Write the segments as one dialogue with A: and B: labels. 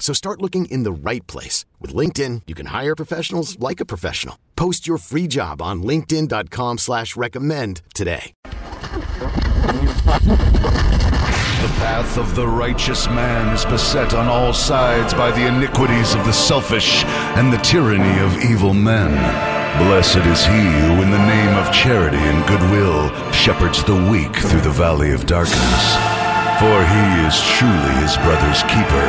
A: So start looking in the right place. With LinkedIn, you can hire professionals like a professional. Post your free job on linkedin.com slash recommend today.
B: The path of the righteous man is beset on all sides by the iniquities of the selfish and the tyranny of evil men. Blessed is he who, in the name of charity and goodwill, shepherds the weak through the valley of darkness. For he is truly his brother's keeper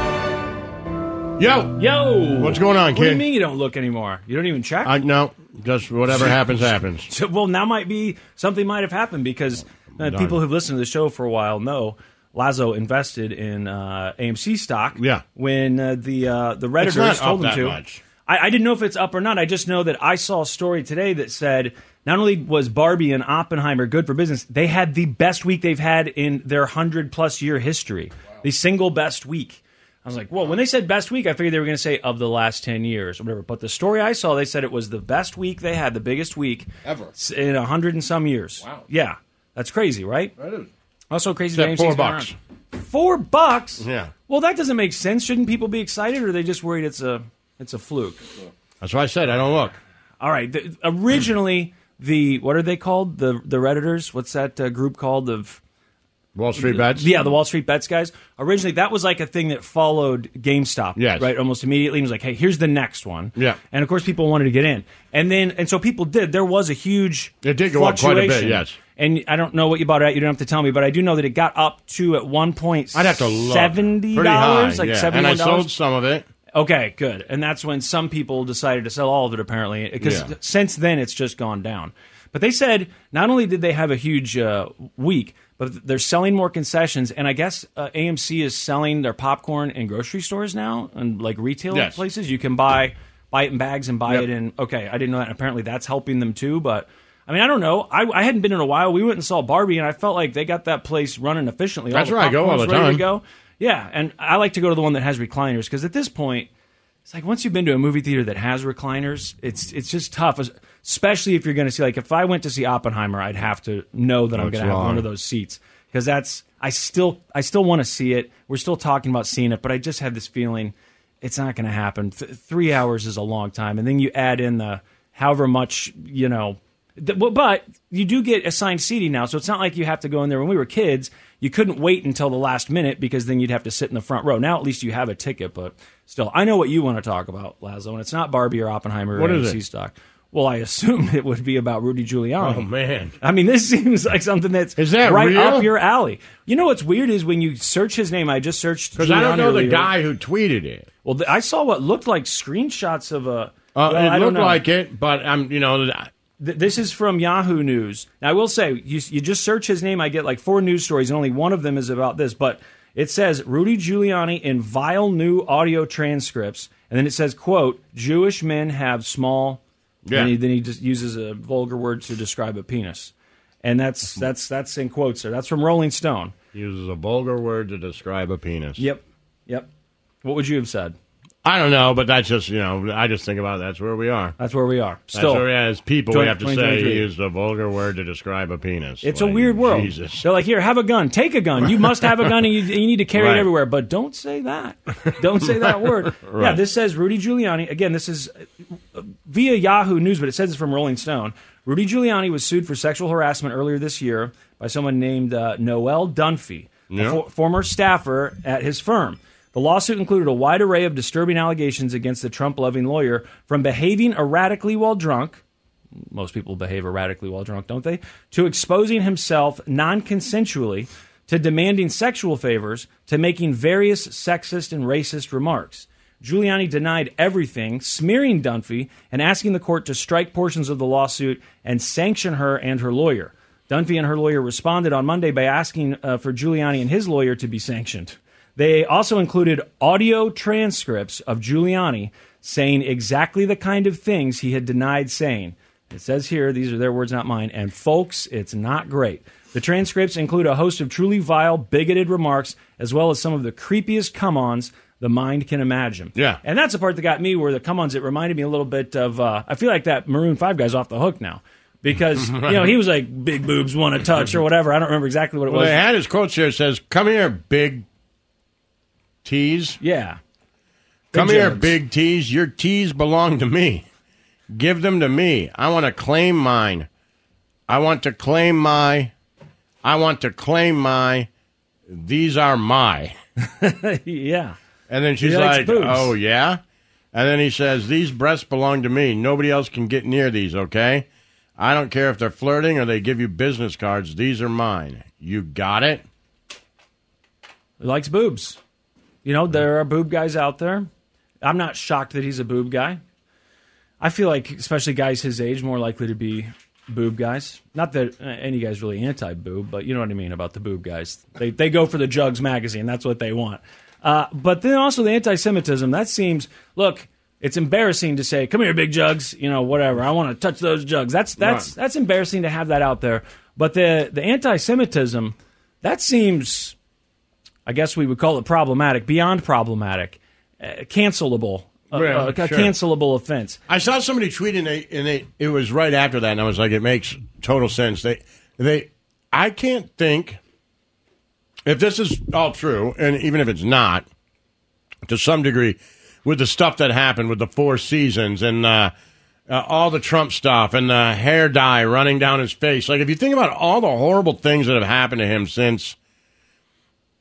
C: Yo,
D: Yo,
C: What's going on,
D: What do you
C: kid?
D: mean you don't look anymore? You don't even check.
C: I, no, just whatever happens, happens.
D: So, well, now might be something might have happened because uh, people who've listened to the show for a while know Lazo invested in uh, AMC stock.
C: Yeah.
D: when uh, the uh, the
C: It's not
D: redditors
C: up
D: told him
C: that
D: to.
C: much.
D: I, I didn't know if it's up or not. I just know that I saw a story today that said not only was Barbie and Oppenheimer good for business, they had the best week they've had in their hundred plus year history. The single best week. I was like, well, when they said best week, I figured they were going to say of the last 10 years or whatever. But the story I saw, they said it was the best week they had, the biggest week ever in a 100 and some years. Wow. Yeah. That's crazy, right? That is. Also crazy that
C: Except
D: AMC's
C: four
D: been
C: bucks.
D: around. Four bucks?
C: Yeah.
D: Well, that doesn't make sense. Shouldn't people be excited or are they just worried it's a it's a fluke?
C: That's why I said I don't look.
D: All right. The, originally, the what are they called? The the redditors. What's that uh, group called? Of
C: Wall Street bets.
D: yeah, the Wall Street bets guys. Originally, that was like a thing that followed GameStop.
C: Yes.
D: Right. Almost immediately, it was like, hey, here's the next one.
C: Yeah.
D: And of course, people wanted to get in, and then and so people did. There was a huge.
C: It did go up quite a bit,
D: fluctuation.
C: yes.
D: And I don't know what you bought it at. You don't have to tell me, but I do know that it got up to at one point.
C: I'd have to look.
D: seventy
C: Pretty high,
D: dollars, like
C: yeah.
D: seventy.
C: And I sold some of it.
D: Okay, good. And that's when some people decided to sell all of it, apparently, because
C: Yeah.
D: since then it's just gone down. But they said not only did they have a huge uh, week, but they're selling more concessions, and I guess uh, AMC is selling their popcorn in grocery stores now and like retail
C: Yes.
D: places. You can buy buy it in bags and buy
C: Yep.
D: it in. Okay, I didn't know that. and apparently, that's helping them too. But I mean, I don't know. I, I hadn't been in a while. We went and saw Barbie, and I felt like they got that place running efficiently.
C: That's
D: all the
C: where I go all
D: popcorn's
C: the
D: ready
C: time.
D: to go. Yeah, and I like to go to the one that has recliners because at this point, it's like once you've been to a movie theater that has recliners, it's it's just tough, especially if you're going to see like if I went to see Oppenheimer, I'd have to know that I'm
C: it's
D: going to have
C: long.
D: one of those seats because that's I still I still want to see it. We're still talking about seeing it, but I just have this feeling it's not going to happen. Th- three hours is a long time, and then you add in the however much you know. Th- well, but you do get assigned seating now, so it's not like you have to go in there. When we were kids, you couldn't wait until the last minute because then you'd have to sit in the front row. Now at least you have a ticket, but still, I know what you want to talk about, Lazo, and it's not Barbie or Oppenheimer or
C: What is
D: AMC
C: it?
D: stock. Well, I assume it would be about Rudy Giuliani.
C: Oh man.
D: I mean, this seems like something that's
C: Is that
D: right
C: real?
D: up your alley. You know what's weird is when you search his name. I just searched
C: Because I don't
D: Giuliani
C: know the
D: earlier.
C: guy who tweeted it.
D: Well, th- I saw what looked like screenshots of a.
C: Uh,
D: well,
C: it
D: I don't
C: looked
D: know.
C: like it, but I'm you know th-
D: Th- this is from Yahoo News. Now, I will say, you, you just search his name, I get like four news stories, and only one of them is about this. But it says Rudy Giuliani in vile new audio transcripts, and then it says, "quote Jewish men have small."
C: Yeah.
D: Then he, then he just uses a vulgar word to describe a penis, and
C: Hmm.
D: that's that's that's in quotes there. That's from Rolling Stone.
C: uses a vulgar word to describe a penis.
D: Yep, yep. What would you have said?
C: I don't know, but that's just you know. I just think about that's where we are.
D: That's where we are.
C: That's
D: Still,
C: where we are. as people, we
D: Join-
C: have to say
D: 2023.
C: use a vulgar word to describe a penis.
D: It's a
C: Like,
D: weird world.
C: Jesus.
D: They're like, here, have a gun, take a gun. You must have a gun, and you, you need to carry
C: Right.
D: it everywhere. But don't say that. Don't say that word. Yeah, this says Rudy Giuliani. Again, this is uh, via Yahoo News, but it says it's from Rolling Stone. Rudy Giuliani was sued for sexual harassment earlier this year by someone named uh, Noel Dunphy, a fo- former staffer at his firm. The lawsuit included a wide array of disturbing allegations against the Trump loving lawyer from behaving erratically while drunk most people behave erratically while drunk, don't they? To exposing himself non consensually, to demanding sexual favors, to making various sexist and racist remarks. Giuliani denied everything, smearing Dunphy and asking the court to strike portions of the lawsuit and sanction her and her lawyer. Dunphy and her lawyer responded on Monday by asking uh, for Giuliani and his lawyer to be sanctioned. They also included audio transcripts of Giuliani saying exactly the kind of things he had denied saying. It says here, these are their words, not mine. And folks, it's not great. The transcripts include a host of truly vile, bigoted remarks, as well as some of the creepiest come ons the mind can imagine.
C: Yeah.
D: And that's the part that got me where the come ons, it reminded me a little bit of, uh, I feel like that Maroon 5 guy's off the hook now. Because, you know, he was like, big boobs want to touch or whatever. I don't remember exactly what it
C: Well,
D: was.
C: they had his quotes here. It says, "Come here, big tease.
D: yeah.
C: Come
D: Big
C: here,
D: jugs.
C: big tees. Your tees belong to me. Give them to me. I want to claim mine. I want to claim my. I want to claim my. These are my."
D: Yeah.
C: And then she's
D: He likes
C: like,
D: boobs.
C: "Oh yeah." And then he says, "These breasts belong to me. Nobody else can get near these, okay? I don't care if they're flirting or they give you business cards. These are mine. You got it?"
D: He likes boobs. You know, there are boob guys out there. I'm not shocked that he's a boob guy. I feel like, especially guys his age, more likely to be boob guys. Not that uh, any guy's really anti boob, but you know what I mean about the boob guys. They, they go for the Jugs magazine. That's what they want. Uh, but then also the anti Semitism. That seems, look, it's embarrassing to say, come here, big jugs, you know, whatever. I want to touch those jugs. That's, that's,
C: Right.
D: that's embarrassing to have that out there. But the, the anti Semitism, that seems. I guess we would call it problematic, beyond problematic, uh, cancelable, uh,
C: Yeah,
D: uh, a
C: sure.
D: cancelable offense.
C: I saw somebody tweet and, they, and they, it was right after that, and I was like, it makes total sense. They, they, I can't think if this is all true, and even if it's not, to some degree, with the stuff that happened with the four seasons and uh, uh, all the Trump stuff and the hair dye running down his face. Like, if you think about all the horrible things that have happened to him since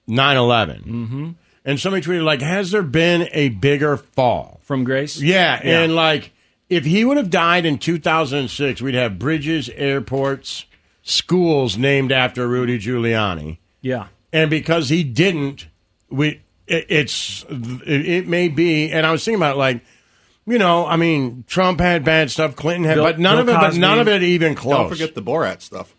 C: 9 11, mm-hmm. and somebody tweeted, like, has there been a bigger fall?
D: From Grace,
C: Yeah, and like if he would have died in 2006, we'd have bridges, airports, schools named after Rudy Giuliani.
D: yeah,
C: And because he didn't, we it, it's it, it may be. And I was thinking about like. You know, I mean, Trump had bad stuff, Clinton had,
D: Bill-
C: but none
D: Bill
C: of it, but
D: Cosby.
C: none of it even close.
E: Don't forget the Borat stuff.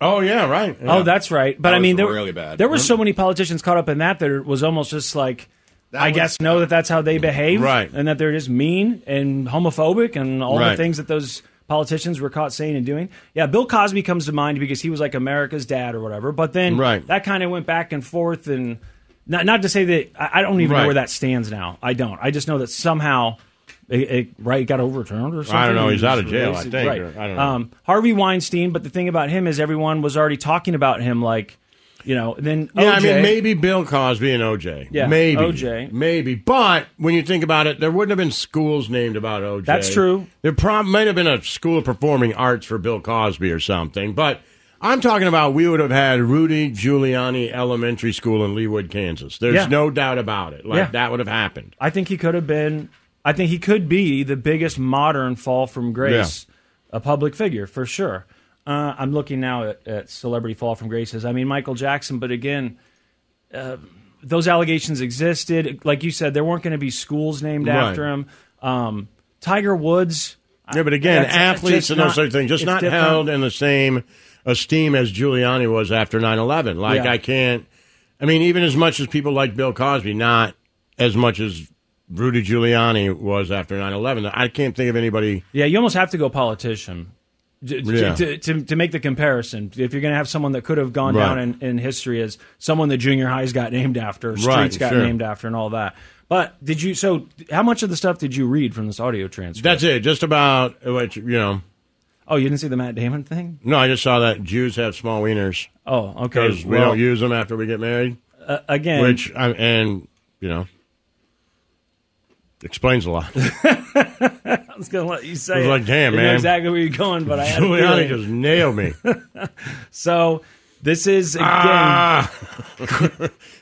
C: oh yeah, right.
D: Oh, that's right. But
E: That
D: I
E: was
D: mean, there were-
E: really bad.
D: There
C: Mm-hmm.
D: were so many politicians caught up in that that it was almost just like. I
E: was-
D: guess know that that's how they behave,
C: Right.
D: And that they're just mean and homophobic and all the
C: Right.
D: things that those politicians were caught saying and doing. Yeah, Bill Cosby comes to mind because he was like America's dad or whatever. But then
C: Right.
D: that kind of went back and forth, and not not to say that I, I don't even know
C: Right.
D: where that stands now. I don't. I just know that somehow it, it right got overturned or something.
C: I don't know. He's
D: and
C: out of
D: was
C: jail,
D: released.
C: I think,
D: Right.
C: or- I don't know.
D: Um, Harvey Weinstein, but the thing about him is everyone was already talking about him, like you know. Then
C: Yeah, I
D: OJ
C: mean, maybe Bill Cosby and OJ.
D: Yeah,
C: maybe
D: OJ.
C: maybe. But when you think about it, there wouldn't have been schools named about OJ.
D: That's true.
C: There prob- might have been a school of performing arts for Bill Cosby or something. But I'm talking about we would have had Rudy Giuliani Elementary School in Leawood, Kansas. There's
D: Yeah.
C: no doubt about it. Like
D: Yeah.
C: that would have happened.
D: I think he could have been. I think he could be the biggest modern fall from grace, a public figure for sure. Uh, I'm looking now at, at celebrity fall from graces. I mean Michael Jackson, but again, uh, those allegations existed. Like you said, there weren't going to be schools named
C: Right.
D: after him. Um, Tiger Woods.
C: Yeah, but again,
D: That's- that's
C: athletes
D: just
C: and those
D: not-
C: sort of things just
D: it's
C: not
D: different.
C: held in the same esteem as Giuliani was after 9-11. Like
D: Yeah.
C: I can't. I mean, even as much as people like Bill Cosby, not as much as Rudy Giuliani was after 9-11. I can't think of anybody.
D: Yeah, you almost have to go politician to,
C: Yeah.
D: to, to, to make the comparison. If you're going to have someone that could have gone
C: Right.
D: down in, in history as someone that junior highs got named after, streets
C: Right,
D: got
C: sure.
D: named after, and all that. But did you? So how much of the stuff did you read from this audio transcript?
C: That's it. Just about what you you know.
D: oh, you didn't see the Matt Damon thing?
C: No, I just saw that Jews have small wieners
D: Oh, okay.
C: because we
D: Well,
C: don't use them after we get married,
D: uh, again,
C: which I, and you know explains a lot.
D: I was going to let you say.
C: was
D: it.
C: like, damn,
D: Didn't know
C: man.
D: exactly where you're going, but I had a
C: Giuliani
D: feeling.
C: just nailed me.
D: So this is again
C: ah,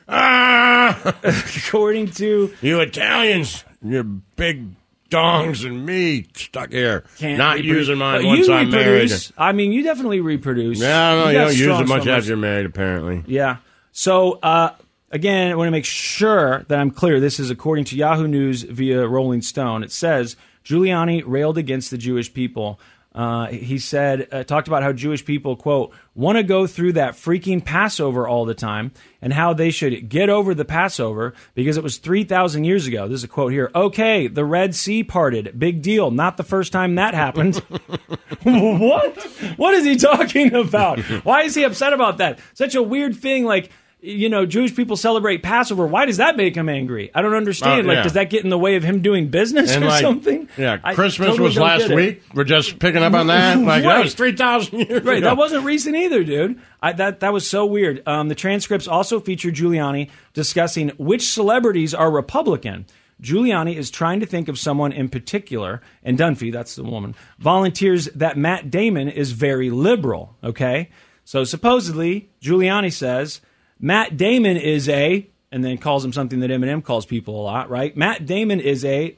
C: ah,
D: according to
C: you Italians, your big dongs and me stuck here,
D: can't
C: not
D: reproduce-
C: using mine
D: But
C: once
D: you
C: I'm married.
D: reproduce. I mean, you definitely reproduce.
C: Yeah, no, you,
D: got
C: don't use
D: strong
C: it much
D: summers.
C: after you're married, apparently.
D: Yeah. So uh, again, I want to make sure that I'm clear. This is according to Yahoo News via Rolling Stone. It says Giuliani railed against the Jewish people. Uh, he said, uh, talked about how Jewish people, quote, want to go through that freaking Passover all the time and how they should get over the Passover because it was 3,000 years ago. This is a quote here. Okay, the Red Sea parted. Big deal. Not the first time that happened. what? What is he talking about? Why is he upset about that? Such a weird thing. Like, you know, Jewish people celebrate Passover. Why does that make him angry? I don't understand.
C: Uh, yeah.
D: Like, does that get in the way of him doing business or something?
C: Yeah,
D: I
C: Christmas
D: totally
C: was
D: don't
C: last
D: get it.
C: week. We're just picking up on that. Like that
D: Right.
C: was three thousand years.
D: Right,
C: ago.
D: that wasn't recent either, dude. I, that that was so weird. Um, the transcripts also feature Giuliani discussing which celebrities are Republican. Giuliani is trying to think of someone in particular, and Dunphy, that's the woman, volunteers that Matt Damon is very liberal. Okay, so supposedly Giuliani says Matt Damon is a, and then calls him something that Eminem calls people a lot, right? Matt Damon is a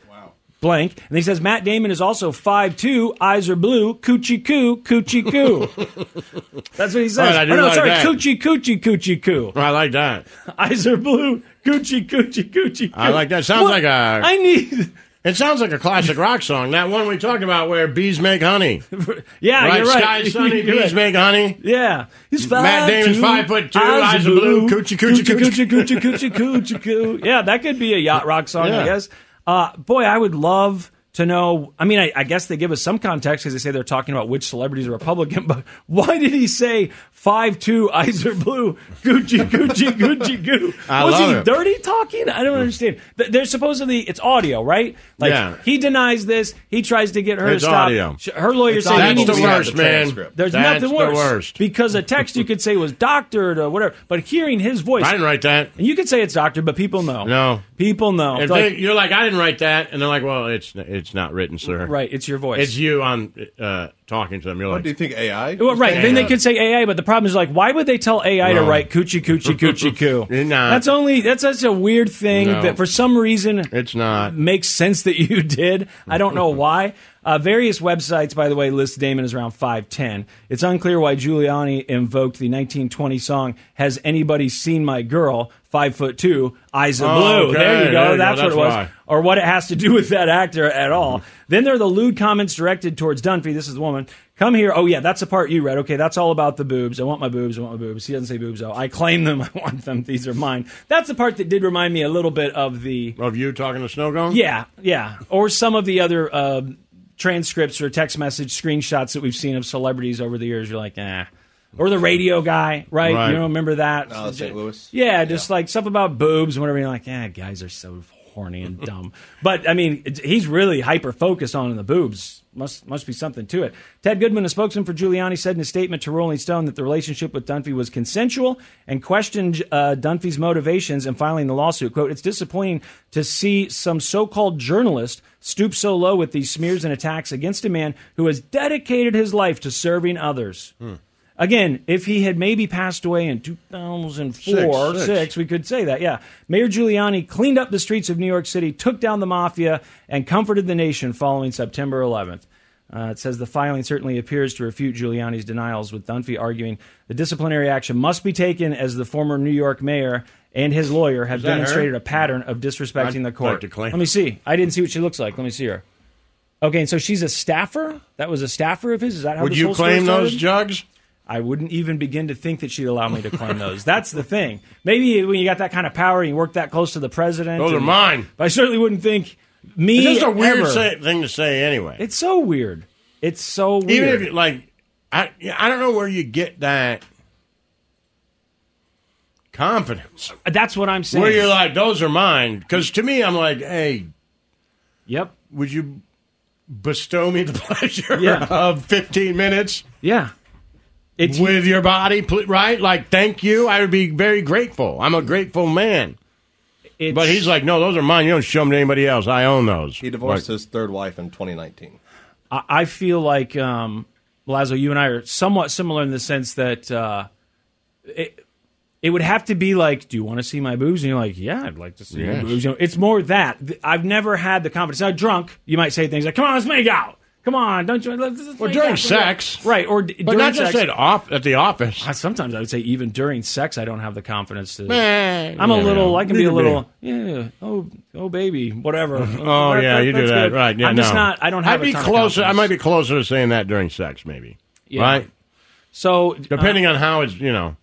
D: blank. And he says Matt Damon is also 5'2, eyes are blue, coochie coo, coochie coo. That's what he says.
C: Right, I do
D: oh, no,
C: like
D: sorry,
C: that.
D: coochie coochie coochie coo.
C: I like that.
D: Eyes are blue, coochie coochie coochie coo.
C: I like that. Sounds like a-
D: I need.
C: It sounds like a classic rock song. That one we talked about where bees make honey.
D: Yeah,
C: right,
D: you're right.
C: sky is sunny,
D: You're
C: bees
D: right.
C: make honey.
D: Yeah, he's five.
C: Matt Damon's
D: two,
C: five foot two, eyes
D: are
C: are blue, coochie, coochie,
D: coochie, coochie, coochie, coochie, coo. Yeah, that could be a yacht rock song,
C: Yeah.
D: I guess. Uh, boy, I would love to know. I mean, I, I guess they give us some context because they say they're talking about which celebrities are Republican. But why did he say five two, eyes are blue, coochie, coochie, coochie, coo?
C: I
D: Was
C: love
D: he
C: it.
D: dirty talking? I don't understand. Th- They're supposedly it's audio, right? Like
C: Yeah.
D: he denies this. He tries to get her
C: It's
D: to stop.
C: audio.
D: Sh- Her lawyer
E: It's
D: says
E: audio,
D: you
C: That's
D: need
C: the
D: to
E: we have
C: worst,
E: the
C: man.
E: transcript.
D: there's
C: That's
D: nothing worse.
C: The worst.
D: Because a text you could say was doctored or whatever, but hearing his voice.
C: I didn't write that.
D: and you could say it's doctored, but people know.
C: No.
D: People know.
C: If
D: It's like,
C: they, you're like, I didn't write that, and they're like, well, it's it's not written, sir.
D: right, it's your voice.
C: It's you on uh, talking to them. You're
E: What
C: like,
E: do you think? AI?
D: well, right, then they
C: Yeah.
D: could say AI, but the problem is like, why would they tell AI to
C: No.
D: write coochie coochie coochie coo?
C: Nah.
D: That's only that's such a weird thing
C: No.
D: that for some reason
C: it's not.
D: makes sense that you did. I don't know why. Uh, various websites, by the way, list Damon as around 5'10. It's unclear why Giuliani invoked the 1920 song, Has Anybody Seen My Girl? Five foot two, eyes of
C: Oh,
D: blue.
C: okay.
D: There
C: There
D: you go.
C: you go.
D: That's,
C: That's
D: what it was.
C: why.
D: Or what it has to do with that actor at all. then there are the lewd comments directed towards Dunphy. This is the woman. Come here. Oh, yeah, that's the part you read. Okay, that's all about the boobs. I want my boobs. I want my boobs. He doesn't say boobs, though. I claim them. I want them. These are mine. That's the part that did remind me a little bit of the.
C: Of you talking to Snow Gone?
D: Yeah, yeah. Or some of the other uh, transcripts or text message screenshots that we've seen of celebrities over the years. You're like, eh. Or the radio guy, right?
C: Right.
D: You don't remember that?
E: Oh, St. Louis.
D: Yeah, just like stuff about boobs and whatever. You're like, eh, guys are so horny and dumb. but I mean, it's- he's really hyper focused on the boobs. Must must be something to it. Ted Goodman, a spokesman for Giuliani, said in a statement to Rolling Stone that the relationship with Dunphy was consensual and questioned uh, Dunphy's motivations in filing the lawsuit. "Quote: It's disappointing to see some so-called journalist stoop so low with these smears and attacks against a man who has dedicated his life to serving others." Again, if he had maybe passed away in 2004
C: Six, six.
D: six, we could say that, yeah. Mayor Giuliani cleaned up the streets of New York City, took down the mafia, and comforted the nation following September 11th. Uh, it says the filing certainly appears to refute Giuliani's denials, with Dunphy arguing the disciplinary action must be taken as the former New York mayor and his lawyer have
C: that her?
D: demonstrated a pattern of disrespecting
C: I'd
D: the court.
C: like to claim-
D: Let me see. I didn't see what she looks like. Let me see her. Okay, and so she's a staffer. That was a staffer of his. Is that how
C: Would
D: this
C: you
D: whole story
C: claim those
D: started?
C: jugs?
D: I wouldn't even begin to think that she'd allow me to claim those. That's the thing. Maybe when you got that kind of power and you work that close to the president.
C: Those are
D: and-
C: mine.
D: But I certainly wouldn't think me.
C: It's just a weird
D: ever.
C: say, thing to say anyway.
D: It's so weird. It's so weird.
C: Even if, you- like, I yeah, I don't know where you get that confidence.
D: That's what I'm saying.
C: Where you're like, those are mine. Because to me, I'm like, hey,
D: yep.
C: would you bestow me the pleasure
D: Yeah.
C: of 15 minutes
D: Yeah. It's
C: with your body, pl- right? Like, thank you. I would be very grateful. I'm a grateful man.
D: it's-
C: But he's like, no, those are mine. You don't show them to anybody else. I own those.
E: He divorced his third wife in 2019.
D: I, I feel like um, Lazo, you and I are somewhat similar in the sense that uh, it it would have to be like, do you want to see my boobs? And you're like, yeah, I'd like to see your
C: Yes.
D: boobs. You know, it's more that Th- I've never had the confidence. Now, drunk, you might say things like, "Come on, let's make out." Come on, don't you? Let's, let's
C: Well,
D: make
C: during
D: out."
C: sex.
D: right? Or d-
C: But
D: during
C: not just
D: sex.
C: at, off, at the office.
D: I- Sometimes I would say even during sex, I don't have the confidence to.
C: Eh,
D: I'm
C: yeah.
D: a little. I can be a
C: Neither
D: little. Yeah. Oh, oh, baby. Whatever.
C: Oh
D: That-
C: yeah,
D: that-
C: you do
D: that's
C: that,
D: good.
C: right? Yeah,
D: I'm just
C: no.
D: not. I don't
C: I'd
D: have. a
C: be
D: ton of
C: closer. I
D: confidence.
C: might be closer to saying that during sex, maybe.
D: Yeah.
C: Right?
D: So
C: Depending on how it's, you know,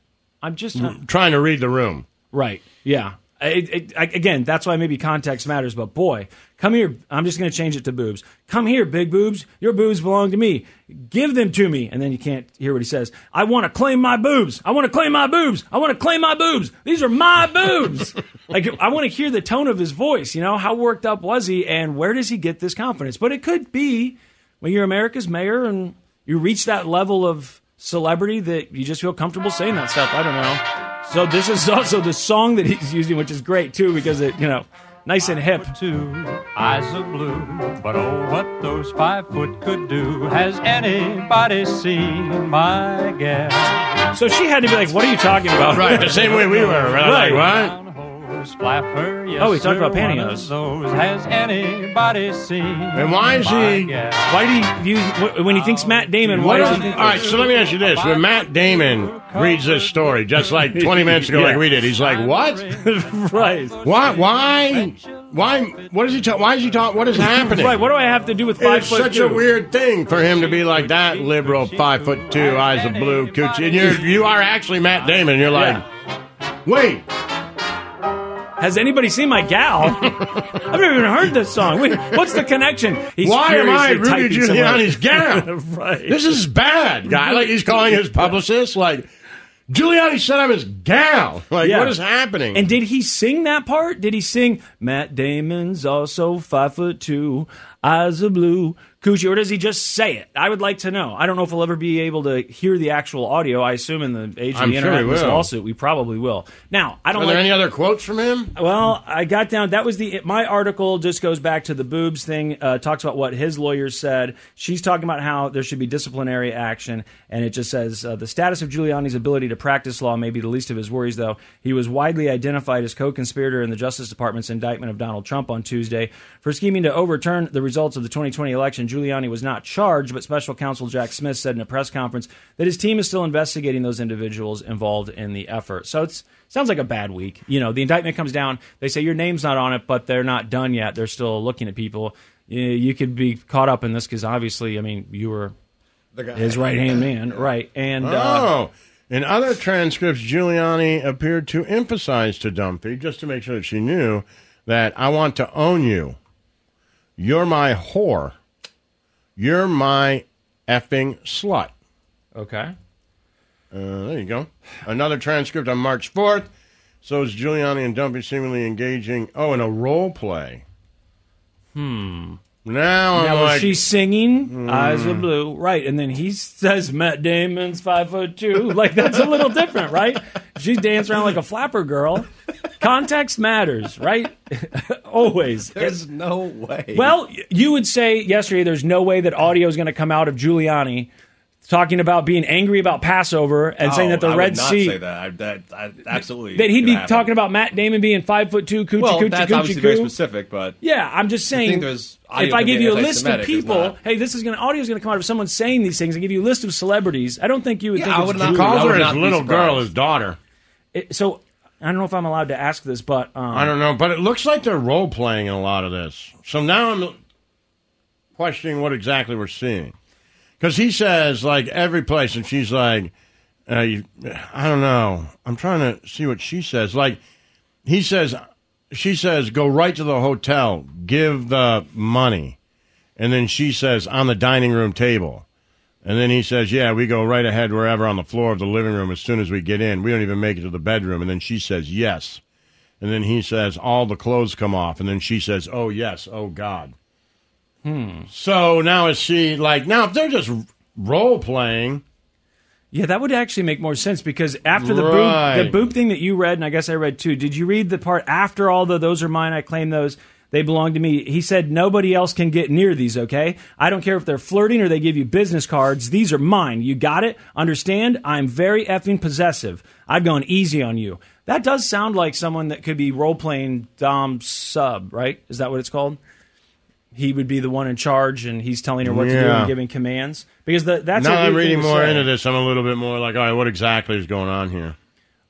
D: I'm just uh,
C: trying to read the room.
D: right. Yeah. It, it, I, again, that's why maybe context matters. But boy, come here. I'm just going to change it to boobs. Come here, big boobs. Your boobs belong to me. Give them to me. And then you can't hear what he says. I want to claim my boobs. I want to claim my boobs. I want to claim my boobs. These are my boobs. like I want to hear the tone of his voice. You know how worked up was he, and where does he get this confidence? But it could be when you're America's mayor and you reach that level of celebrity that you just feel comfortable saying that stuff. I don't know. So this is also the song that he's using, which is great too, because it you know, nice and hip.
F: two eyes of blue. But oh, what those five foot could do. Has anybody seen my gal?
D: So she had to be like, "What are you talking about?"
C: Right, the same way we were. Right?
D: Right.
C: Like, what?
F: Down hose, flapper, yes,
D: Oh, we talked
F: sir,
D: about
F: one of
D: pantyhose.
F: Those has anybody seen?
C: And why is
F: my
C: he-
F: gal?
D: Why do you use when he thinks Matt Damon?
C: What
D: Why does
C: else-
D: he
C: all
D: think?
C: right, so let me ask you this: When Matt Damon reads this story, just like 20 minutes ago,
D: Yeah.
C: like we did, he's like, "What?
D: right,
C: Why? Why? Why? What is he? Ta- why is he talking? What is happening?
D: right. What do I have to do with five
C: It's
D: foot
C: such
D: two?
C: a weird thing for him to be like that liberal, five foot two, eyes of blue, coochie, and you're you are actually Matt Damon. and You're like, wait,
D: Has anybody seen my gal? I've never even heard this song. Wait, what's the connection? He's
C: why am I
D: furiously
C: Rudy
D: typing somewhere.
C: Giuliani's gal?
D: Right.
C: This is bad, guy. Like he's calling his publicist, like Giuliani said I'm his gal. Like
D: Yeah.
C: what is happening?
D: And did he sing that part? Did he sing Matt Damon's also five foot two, eyes of blue, coochie, or does he just say it? I would like to know. I don't know if we'll ever be able to hear the actual audio. I assume in the age of
C: I'm
D: the
C: sure
D: internet,
C: we
D: and this
C: will.
D: lawsuit, we probably will. Now, I don't
C: are
D: like.
C: there any other quotes from him?
D: Well, I got down. That was the my article. Just goes back to the boobs thing. Uh, talks about what his lawyer said. She's talking about how there should be disciplinary action, and it just says uh, the status of Giuliani's ability to practice law may be the least of his worries. Though he was widely identified as co-conspirator in the Justice Department's indictment of Donald Trump on Tuesday for scheming to overturn the results of the 2020 election. Giuliani was not charged, but Special Counsel Jack Smith said in a press conference that his team is still investigating those individuals involved in the effort. So it's sounds like a bad week. You know, the indictment comes down. They say your name's not on it, but they're not done yet. They're still looking at people. You, you could be caught up in this because obviously, I mean, you were his right hand man, right? And uh,
C: Oh. In other transcripts, Giuliani appeared to emphasize to Dumpy, just to make sure that she knew, that I want to own you. You're my whore. You're my effing slut.
D: okay,
C: Uh, there you go. Another transcript on March 4th. So is Giuliani and Dumpy seemingly engaging, oh, in a role play. Hmm. Now I'm
D: now was
C: like, Hmm.
D: she singing "Eyes of Blue," right? And then he says Matt Damon's five foot two. Like that's a little different, right? She's dancing around like a flapper girl. Context matters, right? Always.
E: There's no way.
D: Well, y- you would say yesterday there's no way that audio is going to come out of Giuliani talking about being angry about Passover and
E: Oh,
D: saying that the
E: I would
D: Red
E: not
D: Sea
E: Say that. I, that I, absolutely.
D: that he'd be
E: could happen.
D: talking about Matt Damon being five foot two, coochie
E: Well,
D: coochie
E: that's
D: coochie
E: obviously very
D: coo.
E: specific, but
D: Yeah, I'm just saying.
E: think there's audio
D: if I
E: could
D: give
E: be
D: you a list of
E: anti-Semitic, it's
D: people,
E: not.
D: hey, this is going to audio is going to come out of someone saying these things. I give you a list of celebrities. I don't think you would
E: Yeah,
D: think
E: I
D: it's
E: would not
D: Giuliani.
E: call
C: calls
E: I would
C: her his
E: not be
C: little girl,
E: surprised.
C: his daughter.
D: It- so I don't know if I'm allowed to ask this, but um,
C: I don't know, but it looks like they're role playing in a lot of this. So now I'm questioning what exactly we're seeing. Because he says, like, every place, and she's like, uh, you, I don't know. I'm trying to see what she says. Like, he says, she says, go right to the hotel, give the money. And then she says, on the dining room table. And then he says, Yeah, we go right ahead wherever on the floor of the living room as soon as we get in. We don't even make it to the bedroom. And then she says, Yes. And then he says, All the clothes come off. And then she says, Oh, yes. Oh, God. Hmm. So now is she like, now if they're just role playing,
D: Yeah, that would actually make more sense because after the
C: Right.
D: boob, the boob thing that you read, and I guess I read too. Did you read the part after all the those are mine? I claim those. They belong to me. He said nobody else can get near these. Okay, I don't care if they're flirting or they give you business cards. These are mine. You got it? Understand? I'm very effing possessive. I've gone easy on you. That does sound like someone that could be role playing dom sub. Right? Is that what it's called? He would be the one in charge, and he's telling her what to do
C: Yeah.
D: and giving commands because the, that's a
C: now I'm
D: weird thing
C: reading
D: to
C: more
D: say.
C: into this. I'm a little bit more like, All right, what exactly is going on here?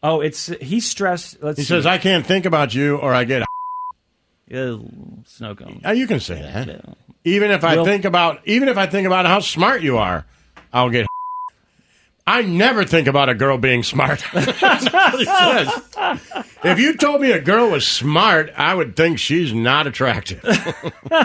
D: Oh, it's he's stressed. Let's
C: He
D: see.
C: says, I can't think about you or I get.
D: Ew, snow cone.
C: Oh, you can say that. Even if I think about even if I think about how smart you are, I'll get I never think about a girl being smart. That's what he says. If you told me a girl was smart, I would think she's not attractive. All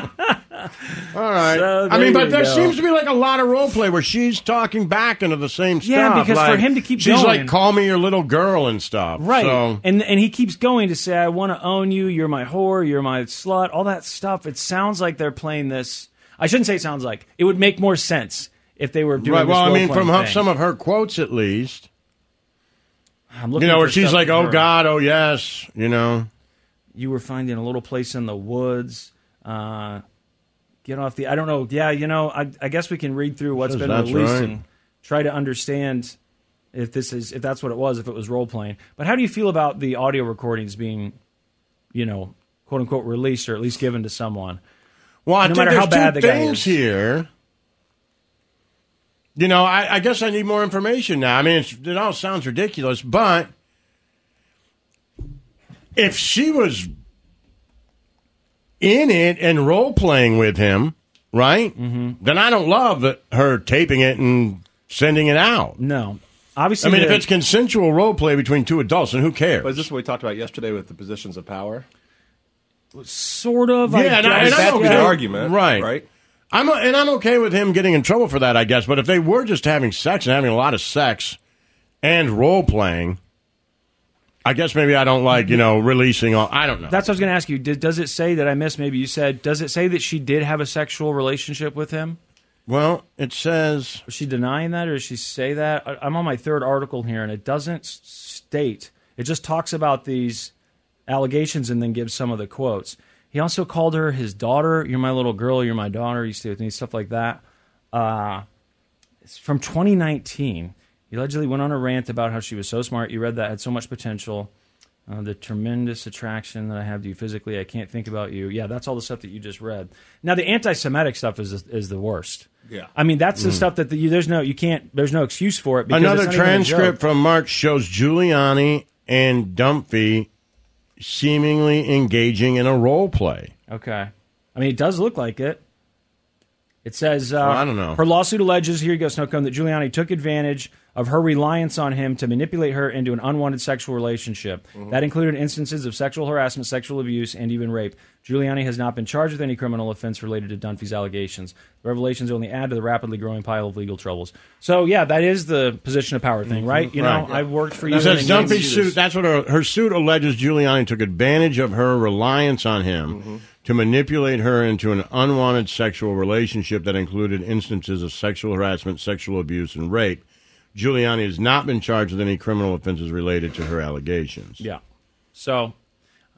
C: right.
D: So
C: I mean,
D: Oh, there
C: but
D: you
C: there
D: go.
C: seems to be like a lot of role play where she's talking back into the same stuff.
D: Yeah, because for
C: like,
D: him to keep
C: she's
D: going-
C: like, "Call me your little girl" and stuff.
D: Right,
C: So,
D: and and he keeps going to say, "I want to own you. You're my whore. You're my slut." All that stuff. It sounds like they're playing this. I shouldn't say it sounds like. It would make more sense if they were doing.
C: right.
D: this
C: Well, I mean, from
D: role-playing
C: her,
D: thing.
C: some of her quotes, at least.
D: I'm
C: You
D: looking
C: know,
D: for
C: where she's
D: stuff
C: like,
D: with
C: "Oh
D: her.
C: God, oh yes," you know.
D: you were finding a little place in the woods." Uh, get off the. I don't know. Yeah, you know, I, I guess we can read through what's
C: Says
D: been
C: that's
D: released
C: right.
D: and try to understand if this is if that's what it was, if it was role playing. But how do you feel about the audio recordings being, you know, quote unquote released or at least given to someone?
C: Well, I
D: No
C: think
D: matter how
C: there's
D: bad
C: two
D: the guy
C: things
D: is.
C: here. You know, I, I guess I need more information now. I mean, it's, it all sounds ridiculous, but if she was in it and role playing with him, right? Mm-hmm. Then I don't love that her taping it and sending it out.
D: No,
C: I
D: obviously.
C: mean, if
D: the-
C: it's consensual role play between two adults, then who cares?
E: But is this what we talked about yesterday with the positions of power?
D: sort of, I
C: Yeah, and I-
D: guess,
C: and I
E: that
C: don't
E: would be
C: care.
E: an
D: yeah.
E: argument,
C: Right.
E: Right.
C: I'm and I'm okay with him getting in trouble for that, I guess. But if they were just having sex and having a lot of sex and role playing, I guess maybe I don't like you know releasing all. I don't know.
D: That's what I was going to ask you. Did, does it say that I missed? Maybe you said. Does it say that she did have a sexual relationship with him?
C: well, it says
D: Is she denying that or does she say that? I, I'm on my third article here and it doesn't s- state, it just talks about these allegations and then gives some of the quotes. He also called her his daughter. You're my little girl. You're my daughter. You stay with me. Stuff like that. Uh, it's from 2019. He allegedly went on a rant about how she was so smart. You read that, had so much potential. Uh, the tremendous attraction that I have to you physically, I can't think about you. Yeah, that's all the stuff that you just read. Now, the anti-Semitic stuff is is the worst.
E: Yeah.
D: I mean that's the stuff that the, you, there's no you can't there's no excuse for it. Because
C: Mm. another
D: it's not even a
C: transcript
D: joke.
C: from March shows Giuliani and Dumphy seemingly engaging in a role play.
D: Okay, I mean it does look like it. It says uh,
C: I don't know.
D: Her lawsuit alleges here you go Snowcone that Giuliani took advantage of her reliance on him to manipulate her into an unwanted sexual relationship.
C: Mm-hmm.
D: That included instances of sexual harassment, sexual abuse, and even rape. Giuliani has not been charged with any criminal offense related to Dunphy's allegations. The revelations only add to the rapidly growing pile of legal troubles. So yeah, that is the position of power thing, right? You
C: Mm-hmm. Right.
D: know, I worked for you.
C: It says
D: and then you-
C: Dumphy's suit. That's what her, her suit alleges. Giuliani took advantage of her reliance on him to manipulate her into an unwanted sexual relationship that included instances of sexual harassment, sexual abuse, and rape. Giuliani has not been charged with any criminal offenses related to her allegations.
D: Yeah. So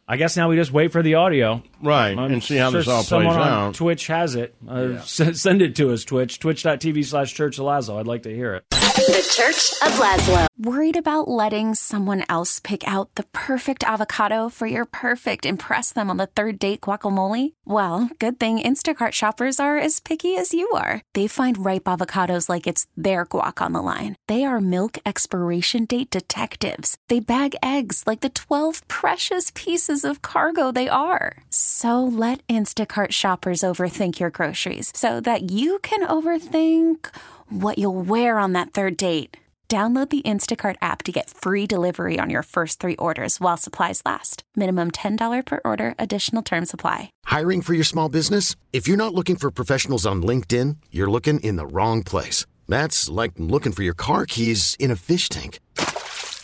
D: I guess now we just wait for the audio.
C: Right,
D: I'm
C: and see how
D: sure
C: this all plays
D: someone on
C: out.
D: Twitch has it. Uh, s- send it to us, Twitch. Twitch.tv slash Church of Lazo. I'd like to hear it.
G: The Church of Laszlo.
H: Worried about letting someone else pick out the perfect avocado for your perfect impress them on the third date guacamole? Well, good thing Instacart shoppers are as picky as you are. They find ripe avocados like it's their guac on the line. They are milk expiration date detectives. They bag eggs like the 12 precious pieces of cargo they are. So let Instacart shoppers overthink your groceries so that you can overthink what you'll wear on that third date. Download the Instacart app to get free delivery on your first three orders while supplies last. Minimum $10 per order, additional term supply.
A: Hiring for your small business? If you're not looking for professionals on LinkedIn, you're looking in the wrong place. That's like looking for your car keys in a fish tank.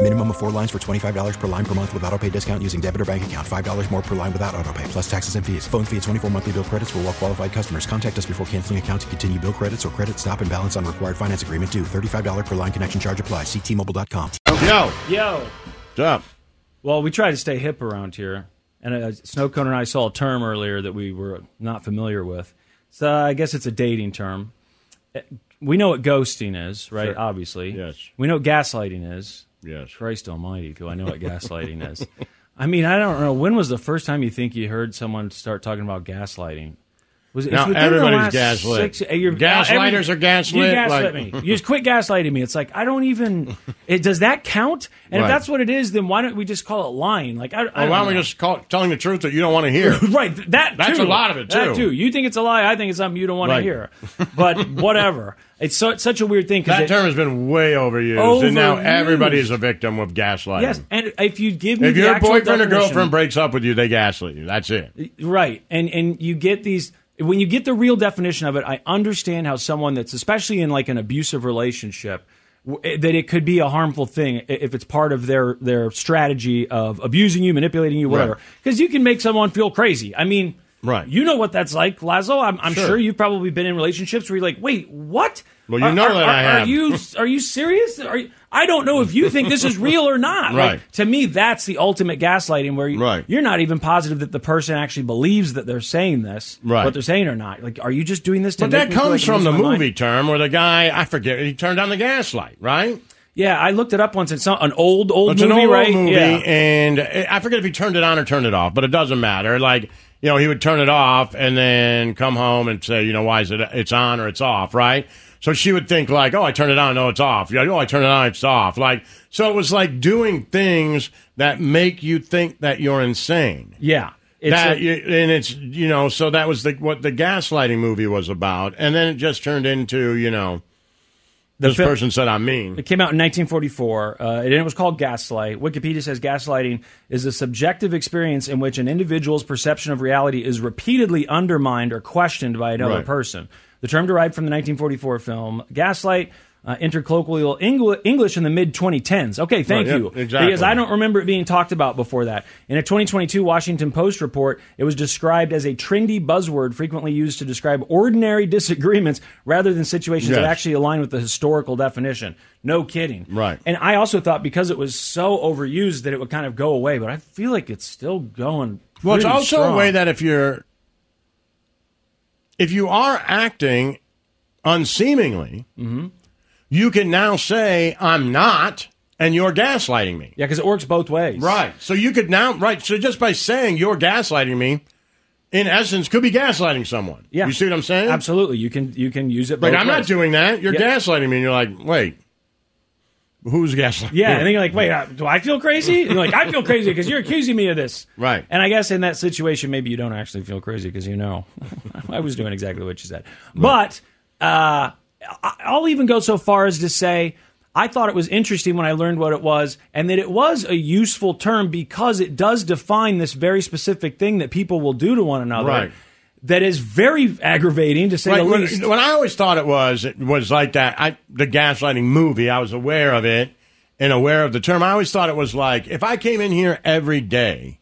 I: Minimum of four lines for $25 per line per month with auto pay discount using debit or bank account. $5 more per line without auto pay, plus taxes and fees. Phone fee at 24 monthly bill credits for all well qualified customers. Contact us before canceling account to continue bill credits or credit stop and balance on required finance agreement due. $35 per line connection charge apply. Ctmobile.com.
C: Yo,
D: Yo.
C: what's up?
D: Well, we try to stay hip around here, and uh, Snowcone and I saw a term earlier that we were not familiar with. So I guess it's a dating term. Uh, We know what ghosting is, right?
C: Sure.
D: Obviously,
C: Yes.
D: We know what gaslighting is.
C: Yes.
D: Christ Almighty, do I know what gaslighting is? I mean, I don't know. When was the first time you think you heard someone start talking about gaslighting? Was it,
C: Now
D: it's within
C: everybody's
D: the last
C: gaslit.
D: six- uh, you're-
C: Gaslighters
D: uh,
C: are gaslit,
D: You gaslit
C: like-
D: me. You just quit gaslighting me. It's like I don't even. It, does that count? And
C: Right.
D: if that's what it is, then why don't we just call it lying? Like I, I
C: Oh,
D: don't
C: why don't we
D: know.
C: just call, telling the truth that you don't want to hear?
D: Right, th- that
C: That's a
D: too.
C: lot of it,
D: That
C: too.
D: too. You think it's a lie? I think it's something you don't want
C: Right.
D: to hear. But whatever. It's so, it's such a weird thing because
C: That term has been way overused, and now
D: Overused.
C: everybody is a victim of gaslighting.
D: yes. And if you give me
C: If
D: the
C: your
D: actual
C: boyfriend or
D: definition-
C: girlfriend breaks up with you, they gaslight you. That's it.
D: Right. And and you get these when you get the real definition of it, I understand how someone that's especially in like an abusive relationship w- eh, that it could be a harmful thing i- if it's part of their their strategy of abusing you, manipulating you, whatever.
C: Right.
D: Because you can make someone feel crazy. I mean,
C: Right.
D: You know what that's like, Lazo. I'm, I'm
C: Sure.
D: sure. you've probably been in relationships where you're like, wait, what?
C: Well, you
D: Are-
C: know
D: are,
C: that I
D: are-
C: have.
D: Are you are you serious? Are you, I don't know if you think this is real or not. Like,
C: Right.
D: to me, that's the ultimate gaslighting where you,
C: Right.
D: you're not even positive that the person actually believes that they're saying this,
C: Right.
D: what they're saying or not. Like, are you just doing this to
C: But that
D: make me feel
C: comes
D: like I
C: from
D: lose
C: the
D: my
C: movie
D: mind?
C: term where the guy, I forget, he turned on the gaslight, right?
D: Yeah, I looked it up once. It's not an old, old
C: It's
D: movie,
C: an old
D: right?
C: movie,
D: Yeah.
C: and I forget if he turned it on or turned it off, but it doesn't matter. Like, you know, he would turn it off and then come home and say, you know, why is it it's on or it's off, right? So she would think like, oh, I turned it on, no, it's off. Yeah, oh, I turned it on, it's off. Like, so it was like doing things that make you think that you're insane.
D: Yeah. It's
C: that
D: a-
C: you- and it's you know so that was the what the gaslighting movie was about, and then it just turned into you know
D: the
C: this
D: fil-
C: person said I'm mean.
D: It came out in 1944, uh, and it was called Gaslight. Wikipedia says gaslighting is a subjective experience in which an individual's perception of reality is repeatedly undermined or questioned by another
C: Right.
D: person. The term derived from the 1944 film Gaslight. Uh, intercolloquial Engl- English in the mid 2010s. Okay, thank
C: Right, yeah,
D: you.
C: exactly.
D: Because I don't remember it being talked about before that. In a 2022 Washington Post report, it was described as a trendy buzzword frequently used to describe ordinary disagreements rather than situations that
C: Yes.
D: actually align with the historical definition. No kidding.
C: Right.
D: And I also thought because it was so overused that it would kind of go away, but I feel like it's still going.
C: Well, it's
D: pretty
C: also
D: strong.
C: a way that if you're if you are acting unseemingly,
D: Mm-hmm.
C: you can now say I'm not, and you're gaslighting me.
D: yeah, because it works both ways.
C: Right. So you could now right. So just by saying you're gaslighting me, in essence, could be gaslighting someone.
D: Yeah.
C: You see what I'm saying?
D: Absolutely. You can you can use it.
C: Like
D: both
C: I'm not
D: ways.
C: doing that. You're
D: Yeah.
C: gaslighting me, and you're like, wait, who's gaslighting?
D: Yeah, and
C: who?
D: then you're like, wait, uh, do I feel crazy? And you're like, I feel crazy because you're accusing me of this.
C: Right.
D: And I guess in that situation, maybe you don't actually feel crazy because you know I was doing exactly what you said. But uh, I- I'll even go so far as to say I thought it was interesting when I learned what it was and that it was a useful term because it does define this very specific thing that people will do to one another.
C: Right.
D: That is very aggravating to say
C: Right,
D: the
C: when,
D: least.
C: when I always thought it was, it was like that. I the gaslighting movie. I was aware of it and aware of the term. I always thought it was like if I came in here every day,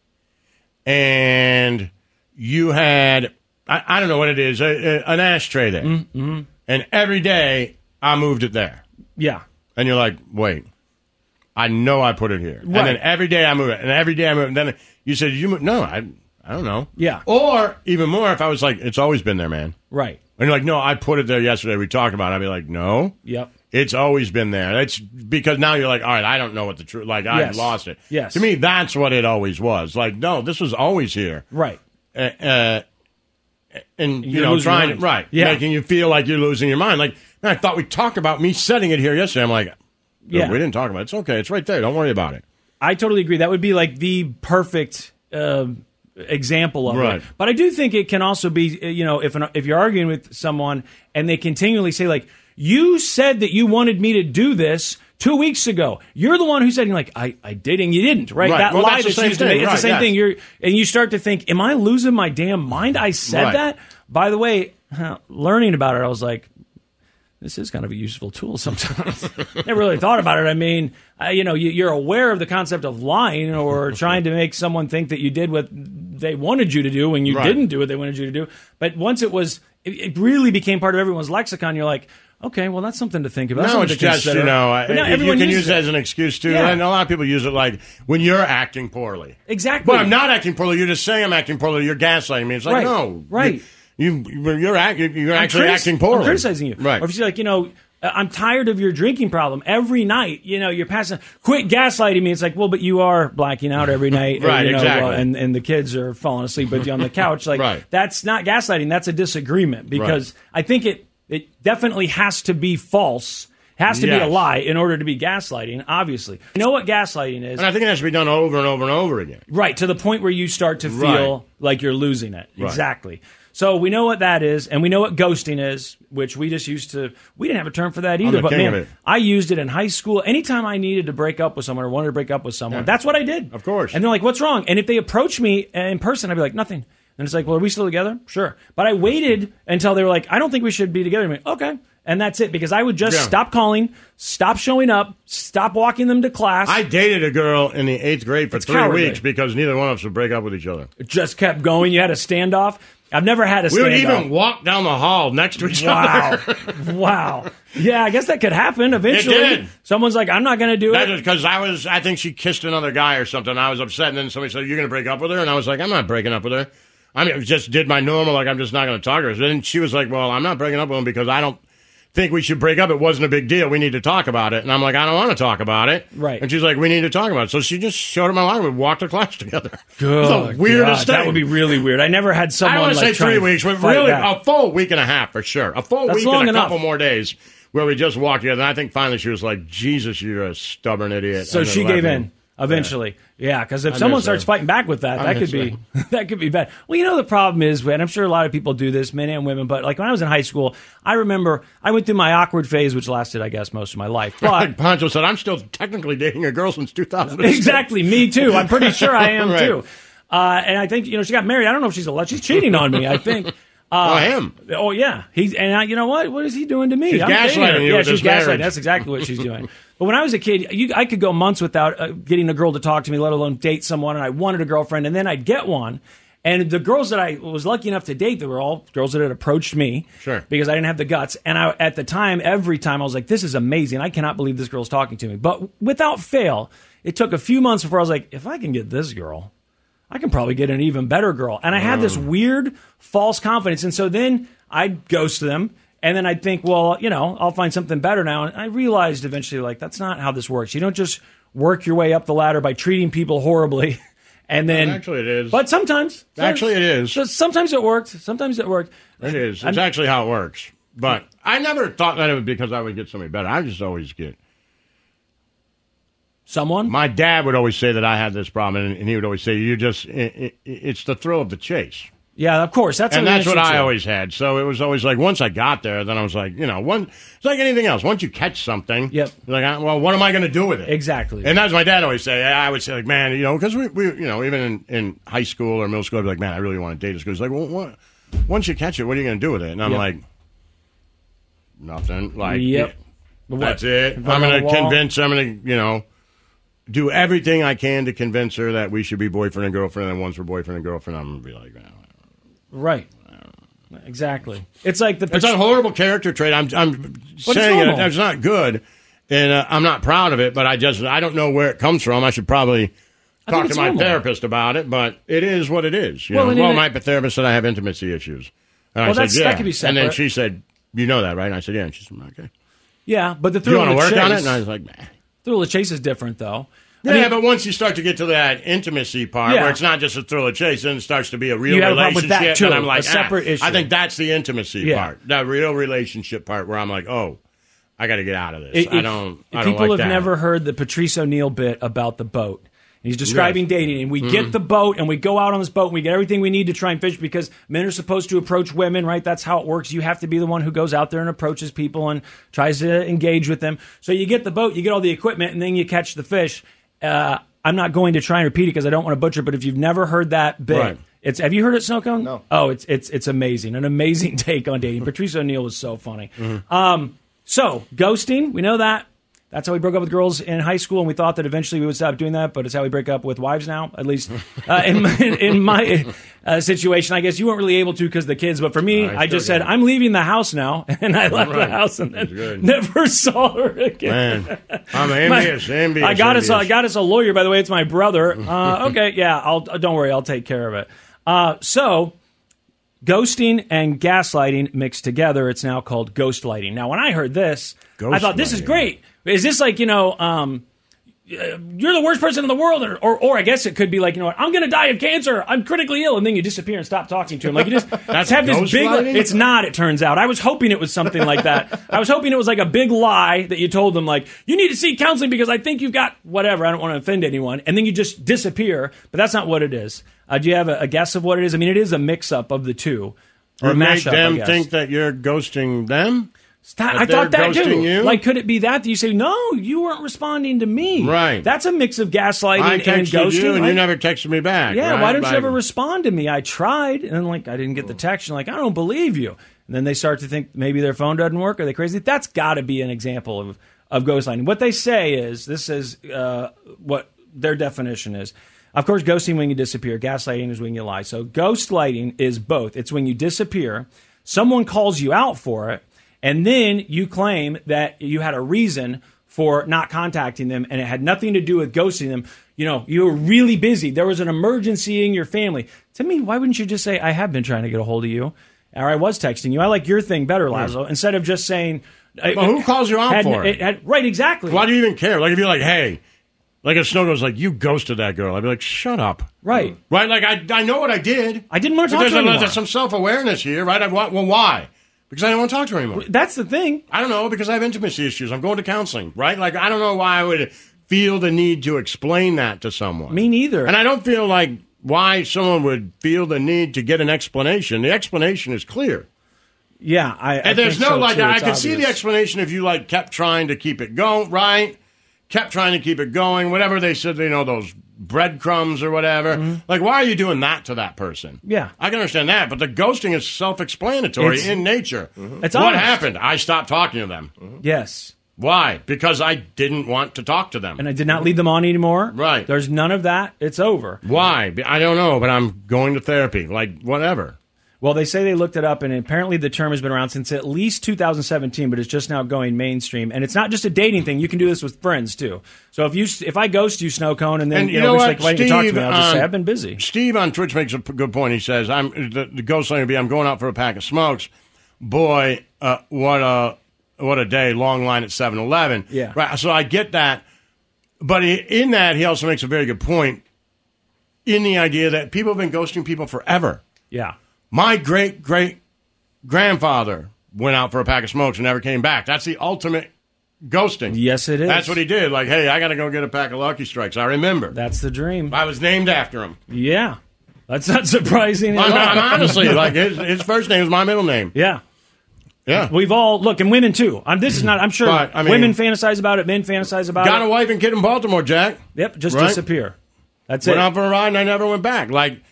C: and you had I, I don't know what it is a, a, an ashtray there,
D: Mm-hmm.
C: and every day I moved it there,
D: yeah.
C: and you're like, wait. I know I put it here,
D: Right.
C: and then every day I move it, and every day I move it. And then you said you move. No, I, I don't know.
D: Yeah.
C: Or even more, if I was like, it's always been there, man.
D: Right.
C: And you're like, no, I put it there yesterday. We talked about it. I'd be like, no.
D: Yep.
C: It's always been there. That's because now you're like, all right, I don't know what the truth. Like I
D: Yes.
C: lost it.
D: Yes.
C: To me, that's what it always was. Like no, this was always here.
D: Right.
C: Uh, uh, and you
D: You're
C: know,
D: losing
C: trying
D: your mind.
C: right,
D: Yeah.
C: making you feel like you're losing your mind. Like man, I thought we talked about me setting it here yesterday. I'm like,
D: Yeah.
C: yeah, we didn't talk about it. It's okay. It's right there. Don't worry about it.
D: I totally agree. That would be like the perfect uh, example of
C: Right.
D: it. But I do think it can also be, uh, you know, if an, if you're arguing with someone and they continually say like, "You said that you wanted me to do this." Two weeks ago, you're the one who said, and "You're like I, I did, and you didn't, right?"
C: Right.
D: That
C: Well,
D: lie
C: that's the
D: that's
C: same
D: used to
C: thing.
D: me. It's the
C: Right,
D: same
C: yes.
D: thing. You're and you start to think, "Am I losing my damn mind? I said
C: Right.
D: that." By the way, huh, learning about it, I was like, this is kind of a useful tool sometimes. Never really thought about it. I mean, uh, you know, you, you're aware of the concept of lying or trying to make someone think that you did what they wanted you to do when you
J: Right.
D: didn't do what they wanted you to do. But once it was, it, it really became part of everyone's lexicon. You're like, okay, well, that's something to think about.
C: No,
D: something
C: it's
D: to
C: just you
D: consider.
C: know,
D: But now
C: I- you
D: everyone
C: can
D: uses
C: use it as an excuse too,
D: Yeah.
C: and a lot of people use it like when you're acting poorly.
D: Exactly.
C: But I'm not acting poorly. You're just saying I'm acting poorly. You're gaslighting me. It's like
D: Right.
C: no,
D: Right.
C: You, you you're act, you're
D: I'm
C: actually
D: critic-
C: acting poorly.
D: I'm criticizing you.
C: Right.
D: Or if she's like, you know, uh, I'm tired of your drinking problem. Every night, you know, you're passing. Quit gaslighting me. It's like, well, but you are blacking out every night, or,
C: Right,
D: you know,
C: exactly.
D: uh, and and the kids are falling asleep with you on the couch. Like,
C: Right.
D: that's not gaslighting. That's a disagreement because I think it it definitely has to be false. Has to be a
C: Yes.
D: lie in order to be gaslighting. Obviously, you know what gaslighting is,
C: and I think it has to be done over and over and over again.
D: right? To the point where you start to
C: Right.
D: feel like you're losing it.
C: Right.
D: Exactly. So we know what that is, and we know what ghosting is, which we just used to. We didn't have a term for that
C: I'm
D: either,
C: the
D: but
C: king of
D: man,
C: it.
D: I used it in high school. Anytime I needed to break up with someone or wanted to break up with someone,
C: Yeah.
D: that's what I did. Of course. And they're like, "What's wrong?" And if they approach me uh, in person, I'd be like, "Nothing." And it's like, "Well, are we still together?" Sure. But I waited until they were like, "I don't think we should be together." I'm like, "Okay." And that's it because I would just
C: Yeah.
D: stop calling, stop showing up, stop walking them to class.
C: I dated a girl in the eighth grade for
D: It's
C: three
D: cowardly.
C: weeks because neither one of us would break up with each other.
D: It just kept going. You had a standoff. I've never had a
C: We
D: standoff.
C: would even walk down the hall next to each
D: Wow.
C: other.
D: wow. Yeah, I guess that could happen eventually.
C: did.
D: Someone's like, I'm not going to do
C: That
D: it.
C: is because I was, I think she kissed another guy or something. I was upset, and then somebody said, "You're going to break up with her," and I was like, "I'm not breaking up with her." I mean, I just did my normal, like I'm just not going to talk to her. So then she was like, "Well, I'm not breaking up with him because I don't think we should break up. It wasn't a big deal. We need to talk about it." And I'm like, "I don't want to talk about it."
D: Right.
C: And she's like, "We need to talk about it." So she just showed up my line. We walked to class together.
D: Good
C: It's the weirdest
D: God,
C: thing.
D: That would be really weird. I never had someone
C: I want
D: like
C: to say
D: try
C: three
D: and
C: weeks, but
D: fight
C: really
D: back.
C: a full week and a half for sure. A full
D: That's
C: week
D: long
C: and a
D: enough.
C: couple more days where we just walked together. And I think finally she was like, "Jesus, you're a stubborn idiot."
D: So
C: and then
D: she
C: left
D: gave
C: me.
D: in eventually. Yeah, because
C: I
D: if
C: miss
D: someone starts
C: her.
D: fighting back with that,
C: I
D: that could
C: miss
D: be that could be bad. Well, you know the problem is, and I'm sure a lot of people do this, men and women. But like when I was in high school, I remember I went through my awkward phase, which lasted, I guess, most of my life. But
C: Like Poncho said, I'm still technically dating a girl since 2000.
D: exactly. Me too. I'm pretty sure I am
C: Right.
D: too. Uh, and I think you know she got married. I don't know if she's a lot. She's cheating on me. I think. Uh,
C: Oh, him.
D: Oh yeah. He's and I, you know what? What is he doing to me?
C: She's
D: I'm dating her.
C: gaslighting you
D: Yeah,
C: with
D: she's
C: this marriage.
D: gaslighting. That's exactly what she's doing. but when I was a kid, you, I could go months without uh, getting a girl to talk to me, let alone date someone. And I wanted a girlfriend, and then I'd get one. And the girls that I was lucky enough to date, they were all girls that had approached me
C: Sure.
D: because I didn't have the guts. And I, at the time, every time I was like, this is amazing. I cannot believe this girl's talking to me. But without fail, it took a few months before I was like, if I can get this girl, I can probably get an even better girl. And I had this weird false confidence. And so then I'd ghost them. And then I'd think, well, you know, I'll find something better now. And I realized eventually, like, that's not how this works. You don't just work your way up the ladder by treating people horribly. And then
C: Actually, it is.
D: But sometimes.
C: Actually, it is.
D: So Sometimes it worked. Sometimes it worked.
C: It is. It's
D: I'm-
C: actually how it works. But I never thought that it was because I would get somebody better. I just always get
D: someone.
C: My dad would always say that I had this problem, and, and he would always say, "You just i i it's the thrill of the chase."
D: Yeah, of course. That's
C: and
D: an
C: that's what
D: issue,
C: I
D: too.
C: always had. So it was always like once I got there, then I was like, you know, one it's like anything else. Once you catch something, yep. Like, I- well, what am I going to do with it?
D: Exactly.
C: And that's what my dad always say. I would say like, man, you know, because we, we, you know, even in, in high school or middle school, I'd be like, man, I really want to date this girl. He's like, well, what? Once you catch it, what are you going to do with it? And I'm
D: Yep.
C: like, nothing. Like,
D: Yep.
C: yeah,
D: What?
C: that's it.
D: Put it
C: I'm
D: on the
C: going to
D: wall?
C: convince. I'm going to, you know, do everything I can to convince her that we should be boyfriend and girlfriend. And once we're boyfriend and girlfriend, I'm going to be like,
D: Right. Exactly. It's like the.
C: It's a horrible character trait. I'm, I'm
D: it's
C: saying it.
D: normal.
C: It's not good, and uh, I'm not proud of it. But I just I don't know where it comes from. I should probably
D: I think
C: talk to
D: it's
C: my
D: normal.
C: therapist about it. But it is what it is. You
D: Well,
C: know?
D: and in
C: well
D: a-
C: my therapist said I have intimacy issues, and
D: Well,
C: I
D: that's-
C: said
D: that
C: yeah.
D: could be
C: and then
D: separate.
C: she said, "You know that, right?" And I said, "Yeah." And she said, "Okay."
D: Yeah, but the
C: You
D: thrill
C: wanna
D: of the
C: work
D: chase,
C: on it? And I was like,
D: thrill of the chase is different though.
C: Yeah, but once you start to get to that intimacy part,
D: Yeah.
C: where it's not just a thrill of chase, then it starts to be a real
D: You have a problem with
C: relationship.
D: that, too,
C: and I'm like,
D: a separate
C: ah.
D: issue.
C: I think that's the intimacy
D: Yeah.
C: part, that real relationship part, where I'm like, oh, I got to get out of this.
D: If-
C: I
D: if-
C: don't.
D: if
C: I don't
D: people
C: like
D: have
C: that.
D: never heard the Patrice O'Neill bit about the boat. And He's describing
C: Yes.
D: dating, and we
C: Mhm.
D: get the boat, and we go out on this boat, and we get everything we need to try and fish because men are supposed to approach women, right? That's how it works. You have to be the one who goes out there and approaches people and tries to engage with them. So you get the boat, you get all the equipment, and then you catch the fish. Uh, I'm not going to try and repeat it because I don't want to butcher. it, But if you've never heard that bit,
C: Right.
D: it's have you heard it, Snowcone? No. Oh, it's it's it's amazing, an amazing take on dating. Patrice O'Neill was so funny. Um, so ghosting, we know that. That's how we broke up with girls in high school, and we thought that eventually we would stop doing that. But it's how we break up with wives now. At least uh, in my, in my uh, situation, I guess you weren't really able to because the kids. But for me,
C: I
D: I, just
C: still
D: said I'm leaving the house now, and I left
C: Right.
D: the house and
C: That's good.
D: then never saw her again.
C: Man, I'm envious, envious.
D: I got us.
C: envious.
D: I got us a lawyer. By the way, it's my brother. Uh, okay, yeah. I'll don't worry. I'll take care of it. Uh, so, ghosting and gaslighting mixed together. It's now called ghostlighting. Now, when I heard this, I thought this is great. Is this like you know? Um, uh, you're the worst person in the world, or, or or I guess it could be like you know what? I'm gonna die of cancer. I'm critically ill, and then you disappear and stop talking to him. Like you just
C: That's
D: have this big.
C: ghostlighting?
D: It's not. It turns out I was hoping it was something like that. I was hoping it was like a big lie that you told them like you need to see counseling because I think you've got whatever. I don't want to offend anyone, and then you just disappear. But that's not what it is. Uh, do you have a, a guess of what it is? I mean, it is a mix up of the two. Or
C: You
D: a
C: make
D: mashup, I
C: them
D: guess.
C: think that you're ghosting them.
D: I thought
C: they're
D: that too.
C: ghosting you?
D: Like, could it be that that you say, "No, you weren't responding to me"?
C: Right.
D: That's a mix of gaslighting
C: I
D: and
C: texted
D: ghosting.
C: you, and
D: right?
C: you never texted me back.
D: yeah.
C: right?
D: Why don't you
C: Like,
D: ever respond to me? I tried, and then like I didn't get the text. And like I don't believe you. And then they start to think maybe their phone doesn't work. Are they crazy? That's got to be an example of of ghostlighting. What they say is this is uh, what their definition is. Of course, ghosting when you disappear. Gaslighting is when you lie. So ghostlighting is both. It's when you disappear. Someone calls you out for it, and then you claim that you had a reason for not contacting them and it had nothing to do with ghosting them. You know, you were really busy. There was an emergency in your family. To me, why wouldn't you just say, I have been trying to get a hold of you? Or I was texting you. I like your thing better, Lazo, instead of just saying,
C: Hmm.
D: uh,
C: Well, who calls you out
D: had-
C: for it?
D: had- Right, exactly.
C: Why do you even care? Like if you're like, hey, like if Snow goes like, you ghosted that girl, I'd be like, shut up.
D: Right.
C: Hmm. Right. Like I, I know what I did.
D: I didn't want to talk
C: because
D: to
C: I-
D: her anymore.
C: There's some self awareness here, right? I want. Well, why? Because I don't want to talk to her anymore.
D: That's the thing.
C: I don't know because I have intimacy issues. I'm going to counseling, right? Like I don't know why I would feel the need to explain that to someone. Me
D: neither.
C: And I don't feel like why someone would feel the need to get an explanation. The explanation is clear.
D: Yeah, I.
C: And there's no like I could see the explanation if you like kept trying to keep it going, right? Kept trying to keep it going, whatever they said, you know, those breadcrumbs or whatever.
D: Mm-hmm.
C: Like, why are you doing that to that person?
D: Yeah.
C: I can understand that, but the ghosting is self explanatory
D: It's- Mm-hmm.
C: in nature.
D: It's
C: what
D: honest. Mm-hmm.
C: happened? I stopped talking to them.
D: Yes.
C: Why? Because I didn't want to talk to them.
D: And I did not lead them on anymore.
C: Right.
D: There's none of that. It's over.
C: Why? I don't know, but I'm going to therapy. Like, whatever.
D: Well, they say they looked it up, and apparently the term has been around since at least 2017, but it's just now going mainstream. And it's not just a dating thing; you can do this with friends too. So if you if I ghost you, snow cone, and then
C: And
D: you know, it's
C: what,
D: like why didn't you talk to
C: Steve
D: me? I'll just say
C: on-
D: I've been busy.
C: Steve on Twitch makes a p- good point. He says, "I'm the, the ghost lady would be. I'm going out for a pack of smokes. Boy, uh, what a what a day! Long line at 7-Eleven.
D: Yeah.
C: right. So I get that, but he, in that he also makes a very good point in the idea that people have been ghosting people forever.
D: Yeah,
C: My great great grandfather went out for a pack of smokes and never came back. That's the ultimate ghosting.
D: Yes, it is.
C: That's what he did. Like, hey, I got to go get a pack of Lucky Strikes. I remember.
D: That's the dream.
C: I was named after him.
D: Yeah, that's not surprising. at
C: I'm,
D: all.
C: I'm honestly like his, his first name is my middle name.
D: Yeah.
C: Yeah.
D: We've all look, and women too. Um, this is not. I'm sure
C: But, I mean-
D: women fantasize about it, men fantasize about
C: Got
D: it.
C: a wife and kid in Baltimore, Jack.
D: Yep, just
C: Right?
D: disappear. That's
C: went
D: it.
C: out for a ride and I never went back. Like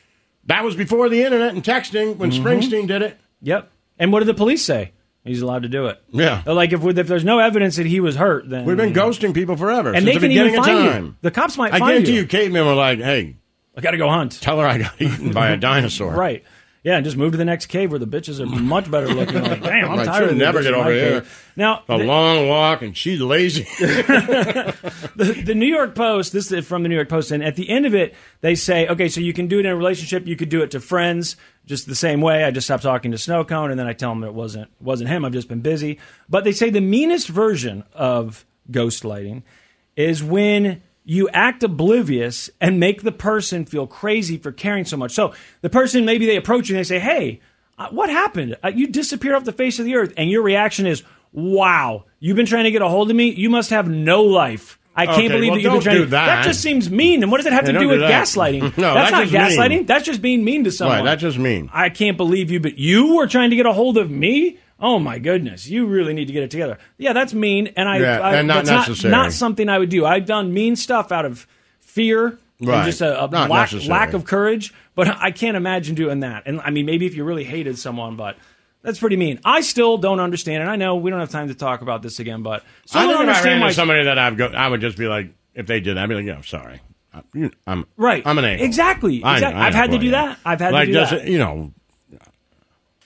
C: that was before the internet and texting when
D: Mm-hmm.
C: Springsteen did it.
D: Yep. And what did the police say? He's allowed to do it.
C: Yeah.
D: Like if if there's no evidence that he was hurt, then
C: We've been ghosting people forever.
D: and
C: since
D: they
C: the
D: can even
C: beginning of
D: find
C: time.
D: you. The cops might
C: I
D: find
C: guarantee
D: you.
C: you, cavemen were like, "Hey,
D: I got to go hunt."
C: Tell her I got eaten by a dinosaur."
D: Right. Yeah, and just move to the next cave where the bitches are much better looking. Like, damn, I'm
C: Right,
D: tired
C: she'll
D: of the
C: never
D: bitches
C: get
D: in
C: over
D: my
C: here.
D: cave. Now,
C: a
D: the-
C: long walk, and she's lazy.
D: the, the New York Post, this is from the New York Post, and at the end of it, they say, okay, so you can do it in a relationship, you could do it to friends, just the same way. I just stopped talking to Snow Cone, and then I tell him it wasn't wasn't him. I've just been busy. But they say the meanest version of ghostlighting is when you act oblivious and make the person feel crazy for caring so much. So the person maybe they approach you and they say, hey. Uh, what happened? Uh, you disappeared off the face of the earth, and your reaction is, "Wow, you've been trying to get a hold of me. You must have no life. I can't
C: Okay, well,
D: believe that you've been
C: don't
D: trying."
C: do
D: to
C: that.
D: just seems mean. And what does it have
C: Yeah,
D: to
C: don't
D: do with
C: do that.
D: gaslighting?
C: No, that's
D: that's, not
C: just
D: gaslighting.
C: mean.
D: That's just being mean to someone.
C: Right, that's just mean.
D: I can't believe you, but you were trying to get a hold of me. Oh my goodness, you really need to get it together. Yeah, that's mean, and I,
C: Yeah,
D: I
C: and not
D: that's
C: necessary.
D: Not, something I would do. I've done mean stuff out of fear. and
C: Right.
D: just a, a
C: Not
D: lack,
C: necessary.
D: lack of courage, but I can't imagine doing that. And I mean, maybe if you really hated someone, but that's pretty mean. I still don't understand, and I know we don't have time to talk about this again, but still
C: I
D: don't
C: think if I ran
D: understand
C: into
D: why
C: somebody that I've go, I would just be like, if they did, that, I'd be like, yeah, I'm sorry. I, you, I'm
D: Right.
C: I'm an a-hole.
D: Exactly.
C: I know,
D: Exact-
C: I
D: I've
C: know
D: had to
C: who I
D: do
C: am.
D: that. I've had to
C: like,
D: do
C: does
D: that.
C: it- You know,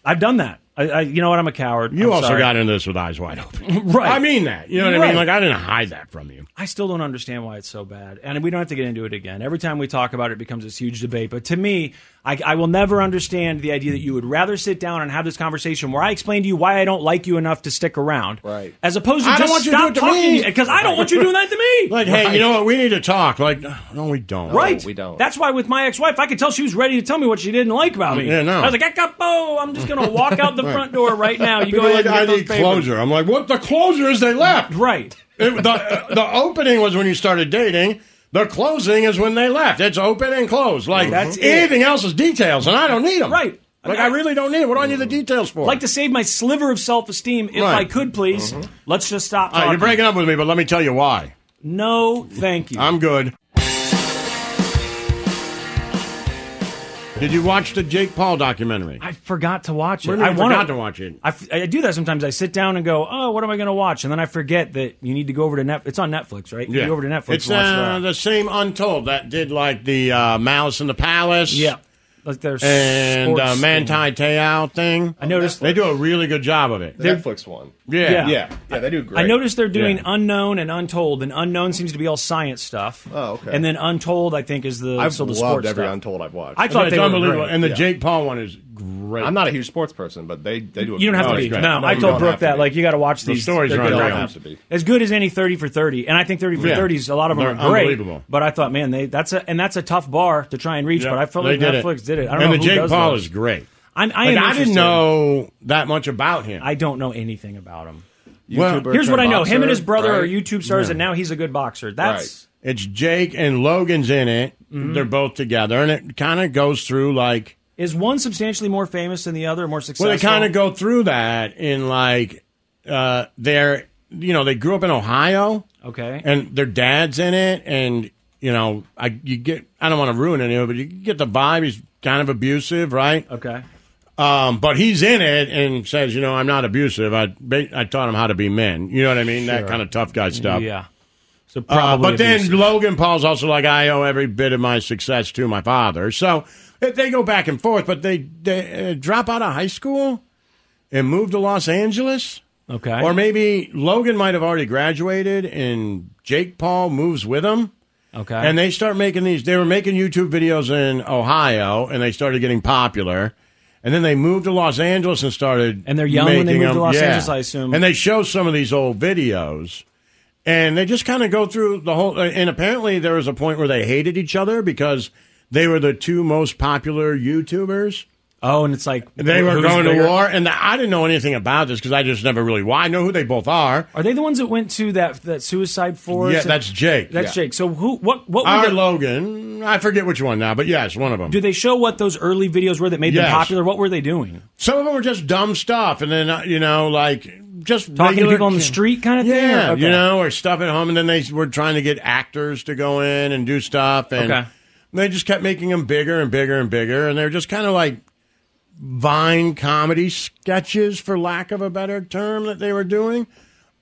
D: I've done that. I, I, you know what? I'm a coward.
C: you
D: I'm
C: also
D: sorry.
C: got into this with eyes wide open.
D: right.
C: I mean that. You know what I
D: Right.
C: mean? Like, I didn't hide that from you.
D: I still don't understand why it's so bad. And we don't have to get into it again. Every time we talk about it, it becomes this huge debate. But to me, I, I will never understand the idea that you would rather sit down and have this conversation where I explain to you why I don't like you enough to stick around. Right. As opposed to
C: I don't
D: just
C: want you to
D: stop
C: do it to
D: talking
C: me.
D: because I don't want you doing that to me.
C: Like, hey, you know what? We need to talk. Like, no, we don't.
D: Right. That's why with my ex-wife, I could tell she was ready to tell me what she didn't like about me.
C: Yeah, no.
D: I was like, I got oh, I'm just going to walk out the
C: Right.
D: front door right now. You go
C: People like,
D: ahead and get
C: I
D: those
C: need
D: papers."
C: closure. I'm like, what? The closure is they left.
D: Right.
C: It, the, the opening was when you started dating. The closing is when they left. It's open and closed. Like
D: That's it.
C: anything else is details, and I don't need them.
D: Right.
C: Like I, really don't need it. What do I need the details for?
D: like to save my sliver of self-esteem if
C: Right. Mm-hmm.
D: I could, please. Let's just
C: All
D: stop
C: right,
D: talking.
C: you're breaking up with me, but let me tell you why.
D: No, thank you.
C: I'm good. Did you watch the Jake Paul documentary?
D: I forgot to watch it.
C: What do you
D: I
C: mean
D: wanna-
C: forgot to watch it?
D: I, f- I do that sometimes. I sit down and go, "Oh, what am I going to watch?" And then I forget that you need to go over to Netflix. It's on Netflix, right? You go over to Netflix.
C: It's
D: and watch
C: uh,
D: that.
C: the same Untold that did like the uh, Malice in the Palace.
D: Yeah. Like their
C: and uh,
D: sports
C: Manti Te'o thing. I
D: noticed
C: they do a really good job of it.
E: The Netflix one.
C: Yeah.
D: Yeah.
E: Yeah. Yeah, they do great.
D: I noticed they're doing
E: Yeah.
D: unknown and untold, and unknown seems to be all science stuff.
E: Oh, okay.
D: And then untold, I think, is the
E: I've
D: so the
E: loved
D: sports
E: every
D: stuff.
E: Untold I've watched.
D: I
E: It's
D: thought
C: it's
D: they were
C: unbelievable.
D: great.
C: And the
D: Yeah.
C: Jake Paul one is great.
E: I'm not a huge sports person, but they, they do. A
D: You don't have
E: great
D: to be.
E: job.
D: No, I
E: you
D: told
E: don't
D: Brooke
E: have to
D: that
E: be.
D: like you got to watch
C: The
D: these.
C: stories
D: they're
C: are
D: good
C: unreal.
D: documentaries.
E: Have to be.
D: As good as any thirty for thirty, and I think thirty for
C: Yeah.
D: thirties, a lot of them
C: They're
D: are great.
C: unbelievable.
D: But I thought, man, they that's a and that's a tough bar to try and reach.
C: Yeah,
D: But I felt
C: they
D: like
C: did
D: Netflix
C: it.
D: did it. I don't
C: and
D: know
C: the
D: who
C: Jake
D: does
C: Paul
D: those.
C: is great.
D: I'm, I
C: Like,
D: am
C: I
D: interested.
C: didn't know that much about him.
D: I don't know anything about him.
C: well,
E: YouTuber
D: Here's what I know: him and his
E: boxer,
D: brother are
E: right?
D: YouTube stars, and now he's a good boxer. That's
C: it's Jake and Logan's in it.
D: Mm-hmm.
C: They're both together, and it kind of goes through like
D: is one substantially more famous than the other, more successful.
C: Well, they kind of go through that in like uh, they're you know they grew up in Ohio
D: okay.
C: and their dad's in it, and you know I you get I don't want to ruin any of it, but you get the vibe he's kind of abusive, right?
D: okay.
C: Um, but he's in it and says, you know, I'm not abusive. I ba- I taught him how to be men. You know what I mean? That kind of tough guy stuff.
D: Yeah. So
C: Uh,
D: probably.
C: but then
D: abusive.
C: Logan Paul's also like, I owe every bit of my success to my father. So eh, they go back and forth, but they, they uh, drop out of high school and move to Los Angeles.
D: okay.
C: Or maybe Logan might have already graduated and Jake Paul moves with him.
D: okay.
C: And they start making these. They were making YouTube videos in Ohio and they started getting popular. And then they moved to Los Angeles and started.
D: And they're young when they
C: making
D: moved to
C: them-
D: Los
C: yeah.
D: Angeles, I assume.
C: And they show some of these old videos. And they just kind of go through the whole. uh, And apparently there was a point where they hated each other because they were the two most popular YouTubers.
D: oh, and it's like
C: They were
D: who's
C: going
D: bigger?
C: to war. And I didn't know anything about this because I just never really. Well, I know who they both are.
D: Are they the ones that went to that that suicide forest?
C: Yeah, that's Jake.
D: That's
C: Yeah.
D: Jake. So who? What? What were
C: Our
D: the,
C: Logan. I forget which one now, but yes, one of them.
D: Do they show what those early videos were that made them
C: Yes.
D: popular? What were they doing?
C: Some of them were just dumb stuff, and then uh, you know, like just
D: Talking to
C: regular-
D: people on the street kind of thing?
C: Yeah,
D: Or- okay.
C: you know, or stuff at home, and then they were trying to get actors to go in and do stuff, and
D: Okay.
C: they just kept making them bigger and bigger and bigger, and they were just kind of like Vine comedy sketches, for lack of a better term, that they were doing.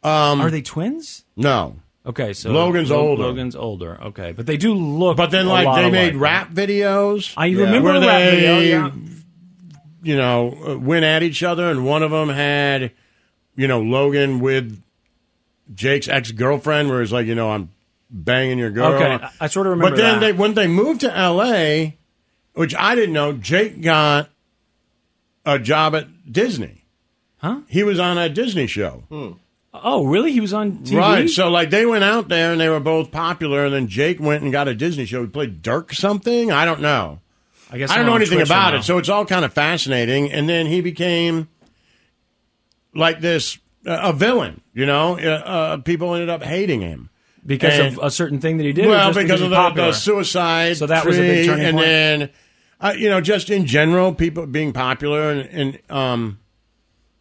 C: Um,
D: Are they twins?
C: No,
D: Okay, so
C: Logan's older.
D: Logan's older. Okay, but they do look.
C: but then
D: a
C: like
D: lot
C: they
D: alike.
C: made rap videos.
D: I remember
C: Where
D: a rap
C: they
D: video. Yeah.
C: you know, uh, went at each other, and one of them had, you know, Logan with Jake's ex girlfriend, where he's like, you know, I'm banging your girl.
D: Okay, I- I sorta remember
C: But then
D: that.
C: they when they moved to L.A., which I didn't know, Jake got a job at Disney.
D: Huh?
C: He was on a Disney show.
D: Oh, really? He was on TV.
C: Hmm. Right. So like they went out there and they were both popular, and then Jake went and got a Disney show. He played Dirk something. I don't know.
D: I guess
C: I
D: I'm
C: don't know
D: on
C: anything
D: Twitch
C: about
D: now.
C: it. So it's all kind of fascinating. And then he became like this uh, a villain. You know, uh, uh, people ended up hating him
D: because
C: And-
D: of a certain thing that he did. or
C: well,
D: just
C: because
D: he
C: of
D: was
C: the,
D: popular?
C: the suicide.
D: So that was a
C: tree,
D: big turning
C: and
D: point.
C: then, uh, you know, just in general, people being popular, and, and um,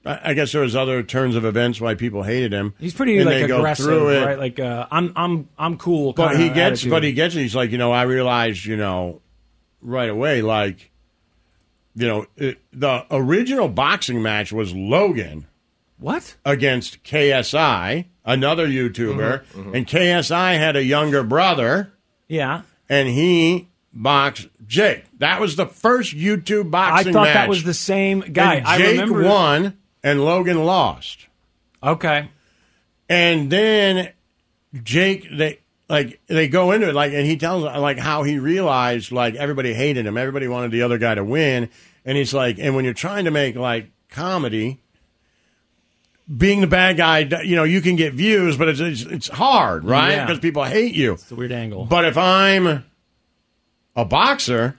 C: I, I guess there was other turns of events why people hated him.
D: He's pretty
C: And
D: like
C: they go
D: aggressive,
C: through it.
D: right? Like uh, I'm, I'm, I'm cool.
C: But
D: kinda
C: he gets,
D: attitude.
C: but he gets. it. He's like, you know, I realized, you know, right away, like, you know, it, the original boxing match was Logan,
D: what
C: against KSI, another YouTuber,
D: Mhm, mhm.
C: and KSI had a younger brother,
D: yeah.
C: and he boxed Jake. That was the first YouTube
D: I
C: boxing.
D: thought
C: match.
D: that was the same guy.
C: And
D: I
C: Jake
D: remember
C: won, and Logan lost.
D: Okay.
C: And then Jake, they like they go into it like, and he tells like how he realized like everybody hated him, everybody wanted the other guy to win, and he's like, and when you're trying to make like comedy, being the bad guy, you know, you can get views, but it's it's, it's hard, right?
D: Yeah.
C: Because people hate you.
D: It's a weird angle.
C: But if I'm a boxer,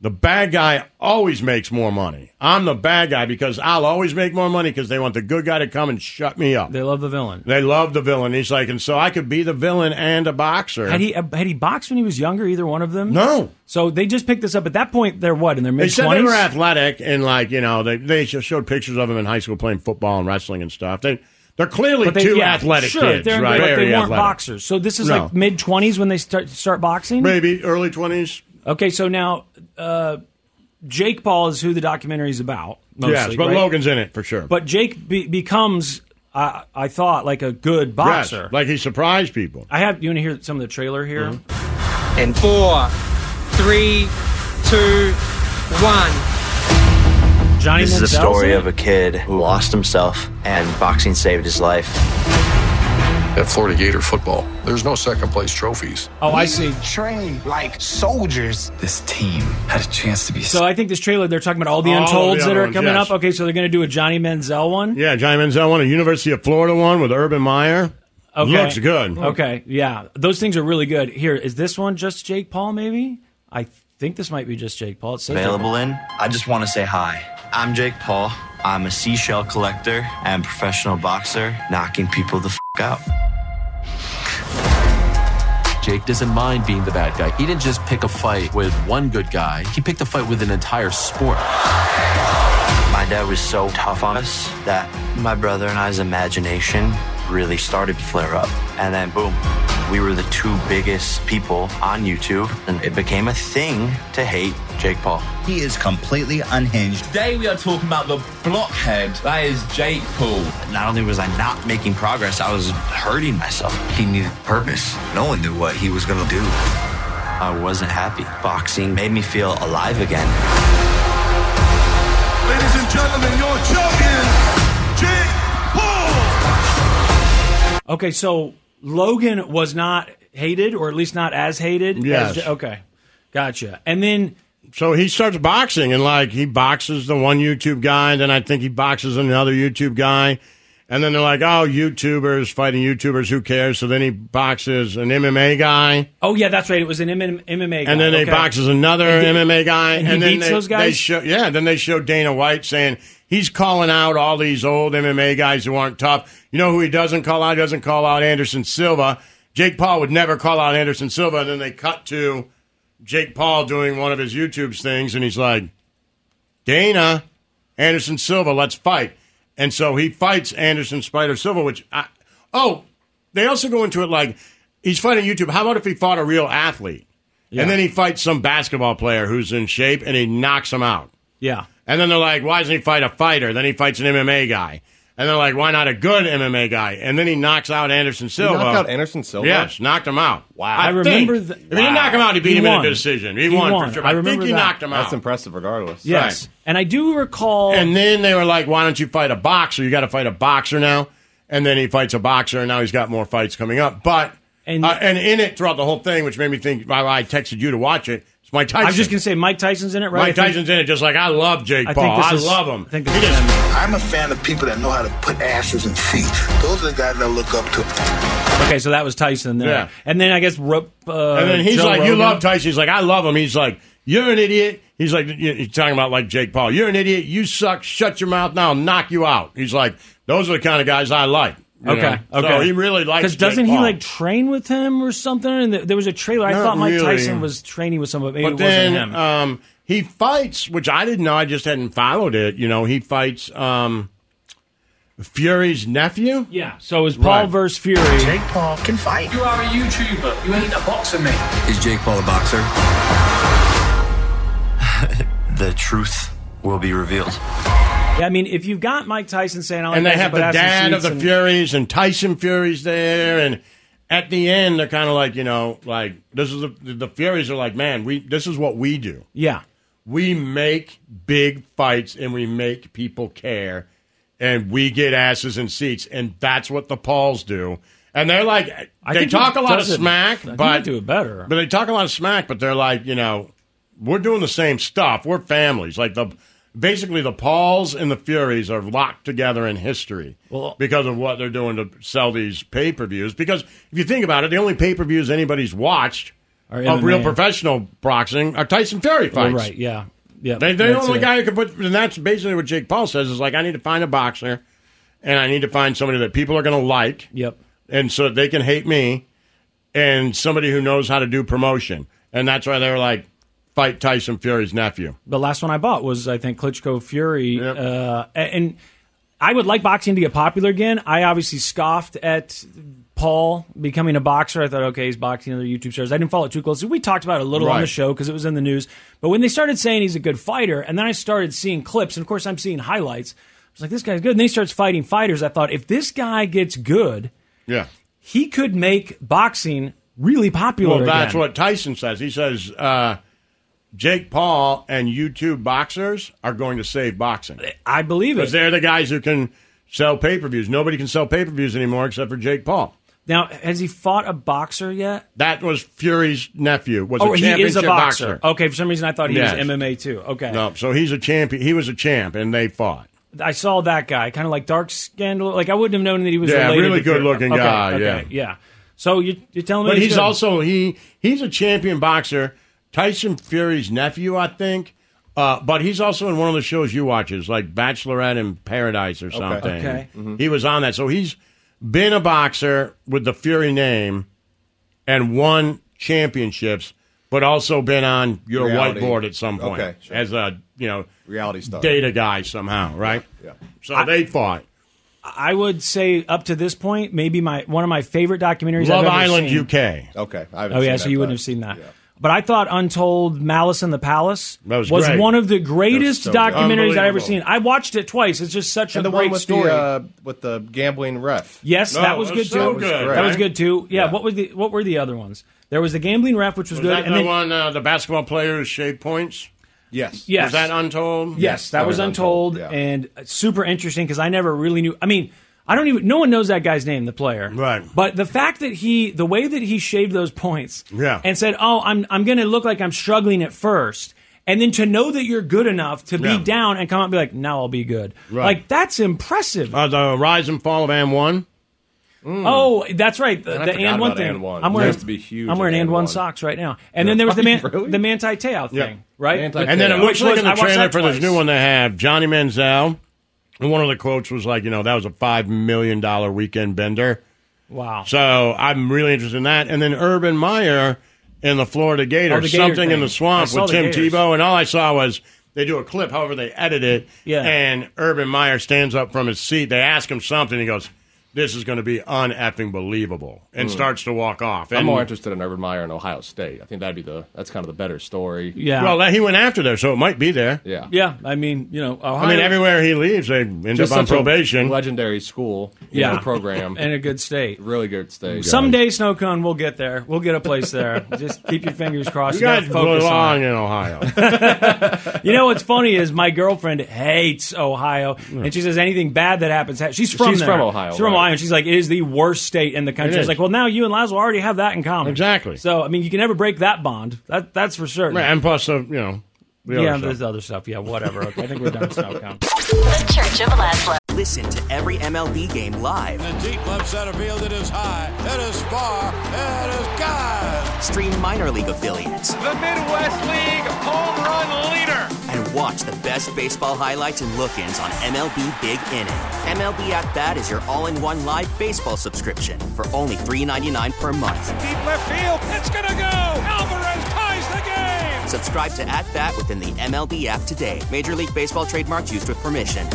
C: the bad guy always makes more money. I'm the bad guy because I'll always make more money because they want the good guy to come and shut me up.
D: They love the villain.
C: They love the villain. He's like, and so I could be the villain and a boxer.
D: Had he uh, had he boxed when he was younger? Either one of them?
C: No.
D: So they just picked this up at that point. They're what in their
C: they
D: mid
C: said they were
D: twenties?
C: athletic and like you know they they just showed pictures of him in high school playing football and wrestling and stuff. They they're clearly two athletic
D: sure,
C: kids,
D: they're,
C: right?
D: But they
C: Very
D: weren't
C: athletic.
D: boxers. So this is
C: No.
D: like mid twenties when they start start boxing.
C: maybe early twenties.
D: Okay, so now uh, Jake Paul is who the documentary is about. Mostly,
C: Yes, but
D: right?
C: Logan's in it for sure.
D: But Jake be- becomes, I I thought, like a good boxer.
C: Yes, like he surprised people. Mm-hmm.
D: I have. You want to hear some of the trailer here?
J: And four, three, two, one.
D: Johnny
K: This is the
D: Manziel's
K: story
D: in it?
K: of a kid who lost himself, and boxing saved his life.
L: At Florida Gator football, there's no second place trophies.
D: Oh, I see.
M: Trained like soldiers.
L: This team had a chance to be.
D: So I think this trailer they're talking about all the
C: All the
D: untolds that
C: other
D: are
C: ones,
D: coming
C: yes.
D: up. Okay, so they're going to do a Johnny Manziel one.
C: Yeah, Johnny Manziel won a University of Florida one with Urban Meyer.
D: Okay.
C: Looks good.
D: Okay, yeah, those things are really good. Here is this one just Jake Paul? Maybe I think this might be just Jake Paul. It says
K: Available in? I just want to say hi. I'm Jake Paul. I'm a seashell collector and professional boxer, knocking people the f out.
N: Jake doesn't mind being the bad guy. He didn't just pick a fight with one good guy, he picked a fight with an entire sport.
K: My dad was so tough on us that my brother and I's imagination really started to flare up. And then, boom, we were the two biggest people on YouTube, and it became a thing to hate Jake Paul.
O: He is completely unhinged. Today we are talking about the blockhead. That is Jake Paul.
K: Not only was I not making progress, I was hurting myself. He needed purpose. No one knew what he was going to do. I wasn't happy. Boxing made me feel alive again.
B: Ladies and gentlemen, your champion, Jake Paul.
D: Okay, so Logan was not hated, or at least not as hated. as
C: Yes.
D: J- okay, gotcha. And then
C: So he starts boxing and like he boxes the one YouTube guy, and then I think he boxes another YouTube guy. And then they're like, oh, YouTubers fighting YouTubers, who cares? So then he boxes an MMA guy,
D: oh yeah, that's right. It was an M- MMA, guy.
C: and then they
D: okay.
C: boxes another
D: And did-
C: MMA guy,
D: and he
C: then
D: beats
C: they,
D: those
C: they
D: guys?
C: show, yeah, then they show Dana White saying he's calling out all these old MMA guys who aren't tough. You know who he doesn't call out? He doesn't call out Anderson Silva. Jake Paul would never call out Anderson Silva. And then they cut to Jake Paul doing one of his YouTube's things, and he's like, Dana, Anderson Silva, let's fight. And so he fights Anderson Spider Silva, which I, oh, they also go into it like he's fighting YouTube. How about if he fought a real athlete?
D: Yeah.
C: And then he fights some basketball player who's in shape and he knocks him out.
D: Yeah.
C: And then they're like, why doesn't he fight a fighter? Then he fights an MMA guy. And they're like, why not a good MMA guy? And then he knocks out Anderson Silva.
E: knocked out Anderson Silva?
C: Yes, knocked him out. Wow. uh, I,
E: I remember
C: remember
E: th-
C: If he didn't
E: wow.
C: knock him out, he beat
E: He
C: him
E: won.
C: in a decision. He,
E: He
C: won,
E: won.
C: for sure.
E: I
C: I, think
E: remember
C: he
E: that.
C: knocked him out.
E: That's impressive regardless.
D: Yes. And I do recall.
C: And then they were like, why don't you fight a boxer? You got to fight a boxer now. And then he fights a boxer, and now he's got more fights coming up. But. And, and in it throughout the whole thing, which made me think, I, I texted you to watch it. It's Mike Tyson.
D: I was just gonna say Mike Tyson's in it, right? I
C: Mike
D: think-
C: Tyson's in it, just like I love Jake
D: I think
C: Paul.
D: this
C: I
D: is-
C: love him.
D: I think
C: He just-
P: I'm a fan of people that know how to put asses in seats. Those are the guys I look up to.
D: Okay, so that was Tyson there,
C: Yeah.
D: and then I guess Ro- uh,
C: and then he's
D: Joe
C: like, "You
D: Rogan.
C: love Tyson." He's like, "I love him." He's like, "You're an idiot." He's like, he's talking about like Jake Paul. You're an idiot. You suck. Shut your mouth now. I'll knock you out. He's like, "Those are the kind of guys I like." you
D: Okay,
C: know?
D: okay.
C: So he really likes.
D: Because
C: Jake
D: doesn't he
C: Paul.
D: like train with him or something? And th- there was a trailer. I
C: Not
D: thought Mike
C: really.
D: Tyson was training with somebody. Maybe
C: but
D: it
C: then
D: wasn't him.
C: Um, he fights, which I didn't know. I just hadn't followed it. You know, he fights um, Fury's nephew.
D: Yeah. So it was Paul versus Fury.
C: Jake
P: Paul can fight.
J: You are a YouTuber. You ain't a boxer, mate.
K: Is Jake Paul a boxer? the truth will be revealed.
D: yeah, I mean, if you've got Mike Tyson saying, "I'll
C: and they
D: guys
C: have
D: put
C: the
D: ass in
C: dad of
D: seats
C: the
D: and-
C: Furies and Tyson Furies there, and at the end they're kind of like you know like this is the the Furies are like man we this is what we do
D: yeah
C: we make big fights and we make people care and we get asses in seats and that's what the Pauls do and they're like
D: I
C: they
D: think he
C: talk a lot of
D: does it- I
C: smack
D: think
C: but
D: they do it better.
C: but they talk a lot of smack but they're like you know we're doing the same stuff we're families like the basically the Pauls and the Furies are locked together in history
D: Well-
C: because of what they're doing to sell these pay per views. Because if you think about it, the only pay per views anybody's watched
D: Are
C: of real
D: MMA.
C: professional boxing are Tyson Fury
D: Well,
C: fights.
D: right? Yeah, yeah.
C: They, they're the
D: that's
C: only
D: it.
C: guy who can put, and that's basically what Jake Paul says is like, I need to find a boxer and I need to find somebody that people are going to like.
D: Yep.
C: And so that they can hate me and somebody who knows how to do promotion. And that's why they're like, fight Tyson Fury's nephew.
D: The last one I bought was I think Klitschko Fury, uh, and I would like boxing to get popular again. I obviously scoffed at Paul becoming a boxer. I thought, okay, he's boxing other YouTube stars. I didn't follow it too closely. We talked about it a little on the
C: Right.
D: show because it was in the news. But when they started saying he's a good fighter, and then I started seeing clips, and of course I'm seeing highlights. I was like, this guy's good. And then he starts fighting fighters. I thought, if this guy gets good,
C: Yeah.
D: he could make boxing really popular.
C: Well, that's
D: again.
C: what Tyson says. He says uh, Jake Paul and YouTube boxers are going to save boxing.
D: I believe it
C: because they're the guys who can sell pay per views. Nobody can sell pay per views anymore except for Jake Paul.
D: Now, has he fought a boxer yet?
C: That was Fury's nephew. Was
D: oh,
C: a
D: he
C: championship
D: is a boxer. Okay, for some reason I thought he
C: Yes.
D: was MMA too. Okay,
C: No, so he's a champion. He was a champ, and they fought.
D: I saw that guy, kind of like dark scandal. Like I wouldn't have known that he was
C: Yeah,
D: related
C: really
D: to Fury.
C: good-looking
D: Okay,
C: guy,
D: okay, yeah. So you, you're telling me,
C: But he's
D: good?
C: also he he's a champion boxer. Tyson Fury's nephew, I think. Uh, but he's also in one of the shows you watches, like Bachelorette in Paradise or something.
D: Okay.
E: Mm-hmm.
D: Mhm.
C: He was on that, so he's been a boxer with the Fury name and won championships, but also been on your
E: Reality.
C: whiteboard at some point
E: Okay, sure.
C: as a you know
E: Reality star.
C: data guy somehow, right?
E: Yeah.
C: So they fought.
D: I would say up to this point, maybe my one of my favorite documentaries.
C: Love
D: I've ever
C: Island
D: seen.
C: UK.
E: Okay. I haven't
D: Oh yeah,
E: seen
D: so
E: that,
D: you
E: but-
D: wouldn't have seen that. But I thought Untold Malice in the Palace
E: That was great.
D: one of the greatest
E: so good.
D: documentaries I've ever
E: Unbelievable.
D: seen. I watched it twice. It's just such
E: And the
D: a great
E: one with
D: story.
E: the uh, with the gambling ref.
D: Yes,
F: Oh,
D: that was good too. That was good too. Yeah, What was the what were the other ones? There was the gambling ref, which was,
C: Was
D: good.
C: that
D: and
C: the
D: then,
C: one uh, the basketball player who shaved points?
E: Yes.
D: Yes.
C: Was that untold?
D: Yes, that was untold, and uh, super interesting because I never really knew. I mean, I don't even. No one knows that guy's name, the player. Right. But the fact that he, the way that he shaved those points,
C: Yeah.
D: and said, "Oh, I'm I'm going to look like I'm struggling at first. And then to know that you're good enough to be
C: Yeah.
D: down and come out and be like, now I'll be good.
C: Right.
D: Like that's impressive.
C: Uh, the rise and fall of Am One.
D: Oh, that's right. The,
C: Man, I
D: the
C: forgot
D: and one
C: about
D: thing.
C: And One.
D: I'm
C: That
D: wearing
C: used to be huge
D: I'm wearing
C: in
D: and
C: And
D: one
C: One.
D: socks right now. And then there was the man, the Manti Te'o thing, right?
C: And then it looks
D: Which
C: like
D: was-
C: in the
D: I watched
C: trailer
D: that
C: for this
D: twice.
C: new one they have Johnny Manziel, and one of the quotes was like, you know, that was a five million dollar weekend bender.
D: Wow.
C: So I'm really interested in that. And then Urban Meyer in the Florida Gator,
D: Oh, the Gator
C: something in
D: thing.
C: the
D: I
C: swamp
D: saw
C: with
D: the
C: Tim
D: Gators.
C: Tebow, and all I saw was they do a clip, however they edit it,
D: Yeah.
C: and Urban Meyer stands up from his seat. They ask him something, he goes, this is going to be uneffing believable, and
E: Mm.
C: starts to walk off.
E: I'm
C: And-
E: more interested in Urban Meyer and Ohio State. I think that'd be the that's kind of the better story.
C: Well, that- he went after there, so it might be there.
E: Yeah.
D: Yeah, I mean, you know, Ohio,
C: I mean, everywhere he leaves, they end
E: Just
C: up on
E: such a
C: probation.
E: Legendary school, you
D: Yeah.
E: know, program,
D: And a good state,
E: really good state.
D: Someday, snow cone, we'll get there. We'll get a place there. Just keep your fingers crossed.
C: You guys
D: gotta focus on
C: belong
D: it.
C: in Ohio.
D: You know what's funny is my girlfriend hates Ohio, and she says anything bad that happens, ha- she's from
E: She's
D: there.
E: from Ohio,
D: She's from
E: right.
D: Ohio. And she's like, it is the worst state in the country.
E: It
D: I
E: is.
D: was like, well, now you and Laszlo already have that in common.
C: Exactly.
D: So I mean, you can never break that bond. That that's for certain.
C: Right, and plus, uh, you know, the
D: yeah,
C: other
D: there's
C: stuff.
D: other stuff. Yeah, whatever. Okay, I think we're done with snow cone.
Q: The Church of Laszlo. Listen to every MLB game live.
R: In the deep left center field, it is high, it is far, it is God.
Q: Stream minor league affiliates
R: The Midwest League home run leader.
Q: and watch the best baseball highlights and look-ins on MLB Big Inning. MLB At Bat is your all-in-one live baseball subscription for only $3.99 per month.
R: Deep left field, it's gonna go. Alvarez ties the game.
Q: Subscribe to At Bat within the MLB app today. Major League Baseball trademarks used with permission.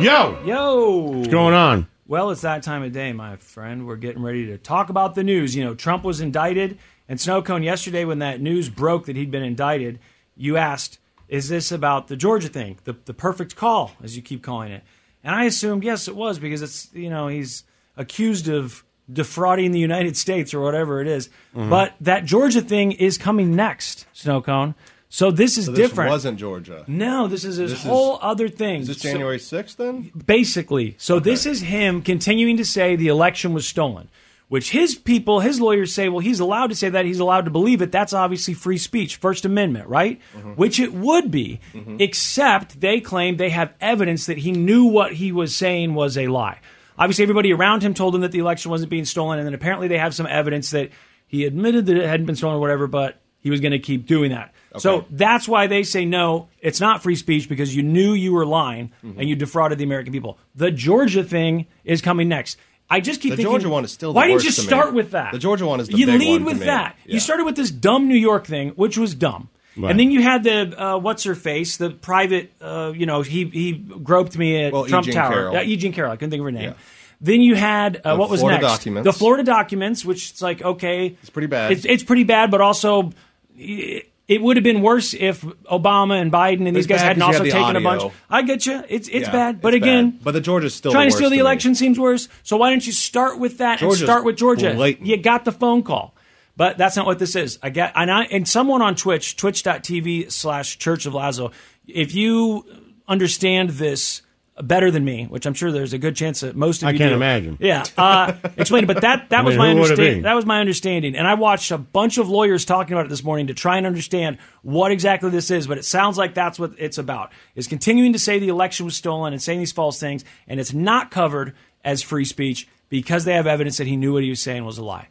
C: Yo,
D: yo, what's
C: going on?
D: Well, it's that time of day, my friend. We're getting ready to talk about the news. You know, Trump was indicted, and Snow Cone yesterday, when that news broke that he'd been indicted, you asked, "Is this about the Georgia thing? The the perfect call, as you keep calling it?" And I assumed yes, it was because it's you know he's accused of defrauding the United States or whatever it is.
E: Mhm.
D: But that Georgia thing is coming next, Snow Cone. So this is
E: So this
D: different.
E: wasn't Georgia.
D: No, this is this,
E: This is-
D: whole other thing.
E: Is this
D: So-
E: January sixth then?
D: Basically. So this is him continuing to say the election was stolen, which his people, his lawyers say, well, he's allowed to say that. He's allowed to believe it. That's obviously free speech, First Amendment, right? Which it would be,
E: Mm-hmm.
D: except they claim they have evidence that he knew what he was saying was a lie. Obviously, everybody around him told him that the election wasn't being stolen, and then apparently they have some evidence that he admitted that it hadn't been stolen or whatever, but he was going to keep doing that. So that's why they say no, it's not free speech because you knew you were lying
E: Mm-hmm.
D: and you defrauded the American people. The Georgia thing is coming next. I just keep
E: The
D: thinking
E: Georgia one is still the
D: Why didn't
E: worst
D: you
E: to me.
D: start with that?
E: The Georgia one is the
D: You
E: big
D: lead
E: one to
D: with
E: me.
D: that. You started with this dumb New York thing, which was dumb.
E: Right.
D: And then you had the uh, what's her face, the private, uh, you know, he he groped me at
E: Well, E.
D: Trump
E: Jean
D: Tower.
E: Carroll.
D: Yeah, E. Jean Carroll. I couldn't think of her name. Then you had uh,
E: The
D: what was
E: Florida
D: next?
E: documents.
D: The Florida documents, which it's like okay, it's
E: pretty bad.
D: It's, it's pretty bad, but also it, it would have been worse if Obama and Biden and these
E: It's
D: guys
E: bad
D: hadn't
E: 'cause you
D: also
E: had the
D: taken a
E: audio.
D: bunch. I get you. It's it's
E: Yeah,
D: bad, but
E: it's
D: again,
E: bad. but the Georgia's still
D: trying
E: the
D: to steal
E: worst
D: the
E: me.
D: election seems worse. So why don't you start with that
E: Georgia's
D: and start with Georgia?
E: blatant.
D: You got the phone call. But that's not what this is. I get and I and someone on Twitch, twitch.tv slash church of Lazo, if you understand this better than me, which I'm sure there's a good chance that most of
C: I
D: you
C: can't
D: do.
C: imagine.
D: Yeah. Uh explain it. But that that
C: I
D: was
C: mean,
D: my
C: who would it be?
D: understanding. That was my understanding. And I watched a bunch of lawyers talking about it this morning to try and understand what exactly this is, but it sounds like that's what it's about. Is continuing to say the election was stolen and saying these false things, and it's not covered as free speech because they have evidence that he knew what he was saying was a lie.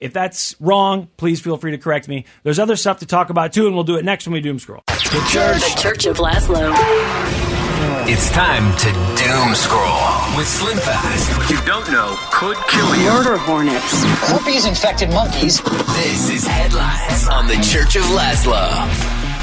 D: If that's wrong, please feel free to correct me. There's other stuff to talk about too, and we'll do it next when we doom scroll.
G: The Church, of Laszlo.
S: It's time to doom scroll with Slim Fast. What you don't know could kill you.
G: Murder hornets.
S: Herpes infected monkeys. This is headlines on the Church of Laszlo.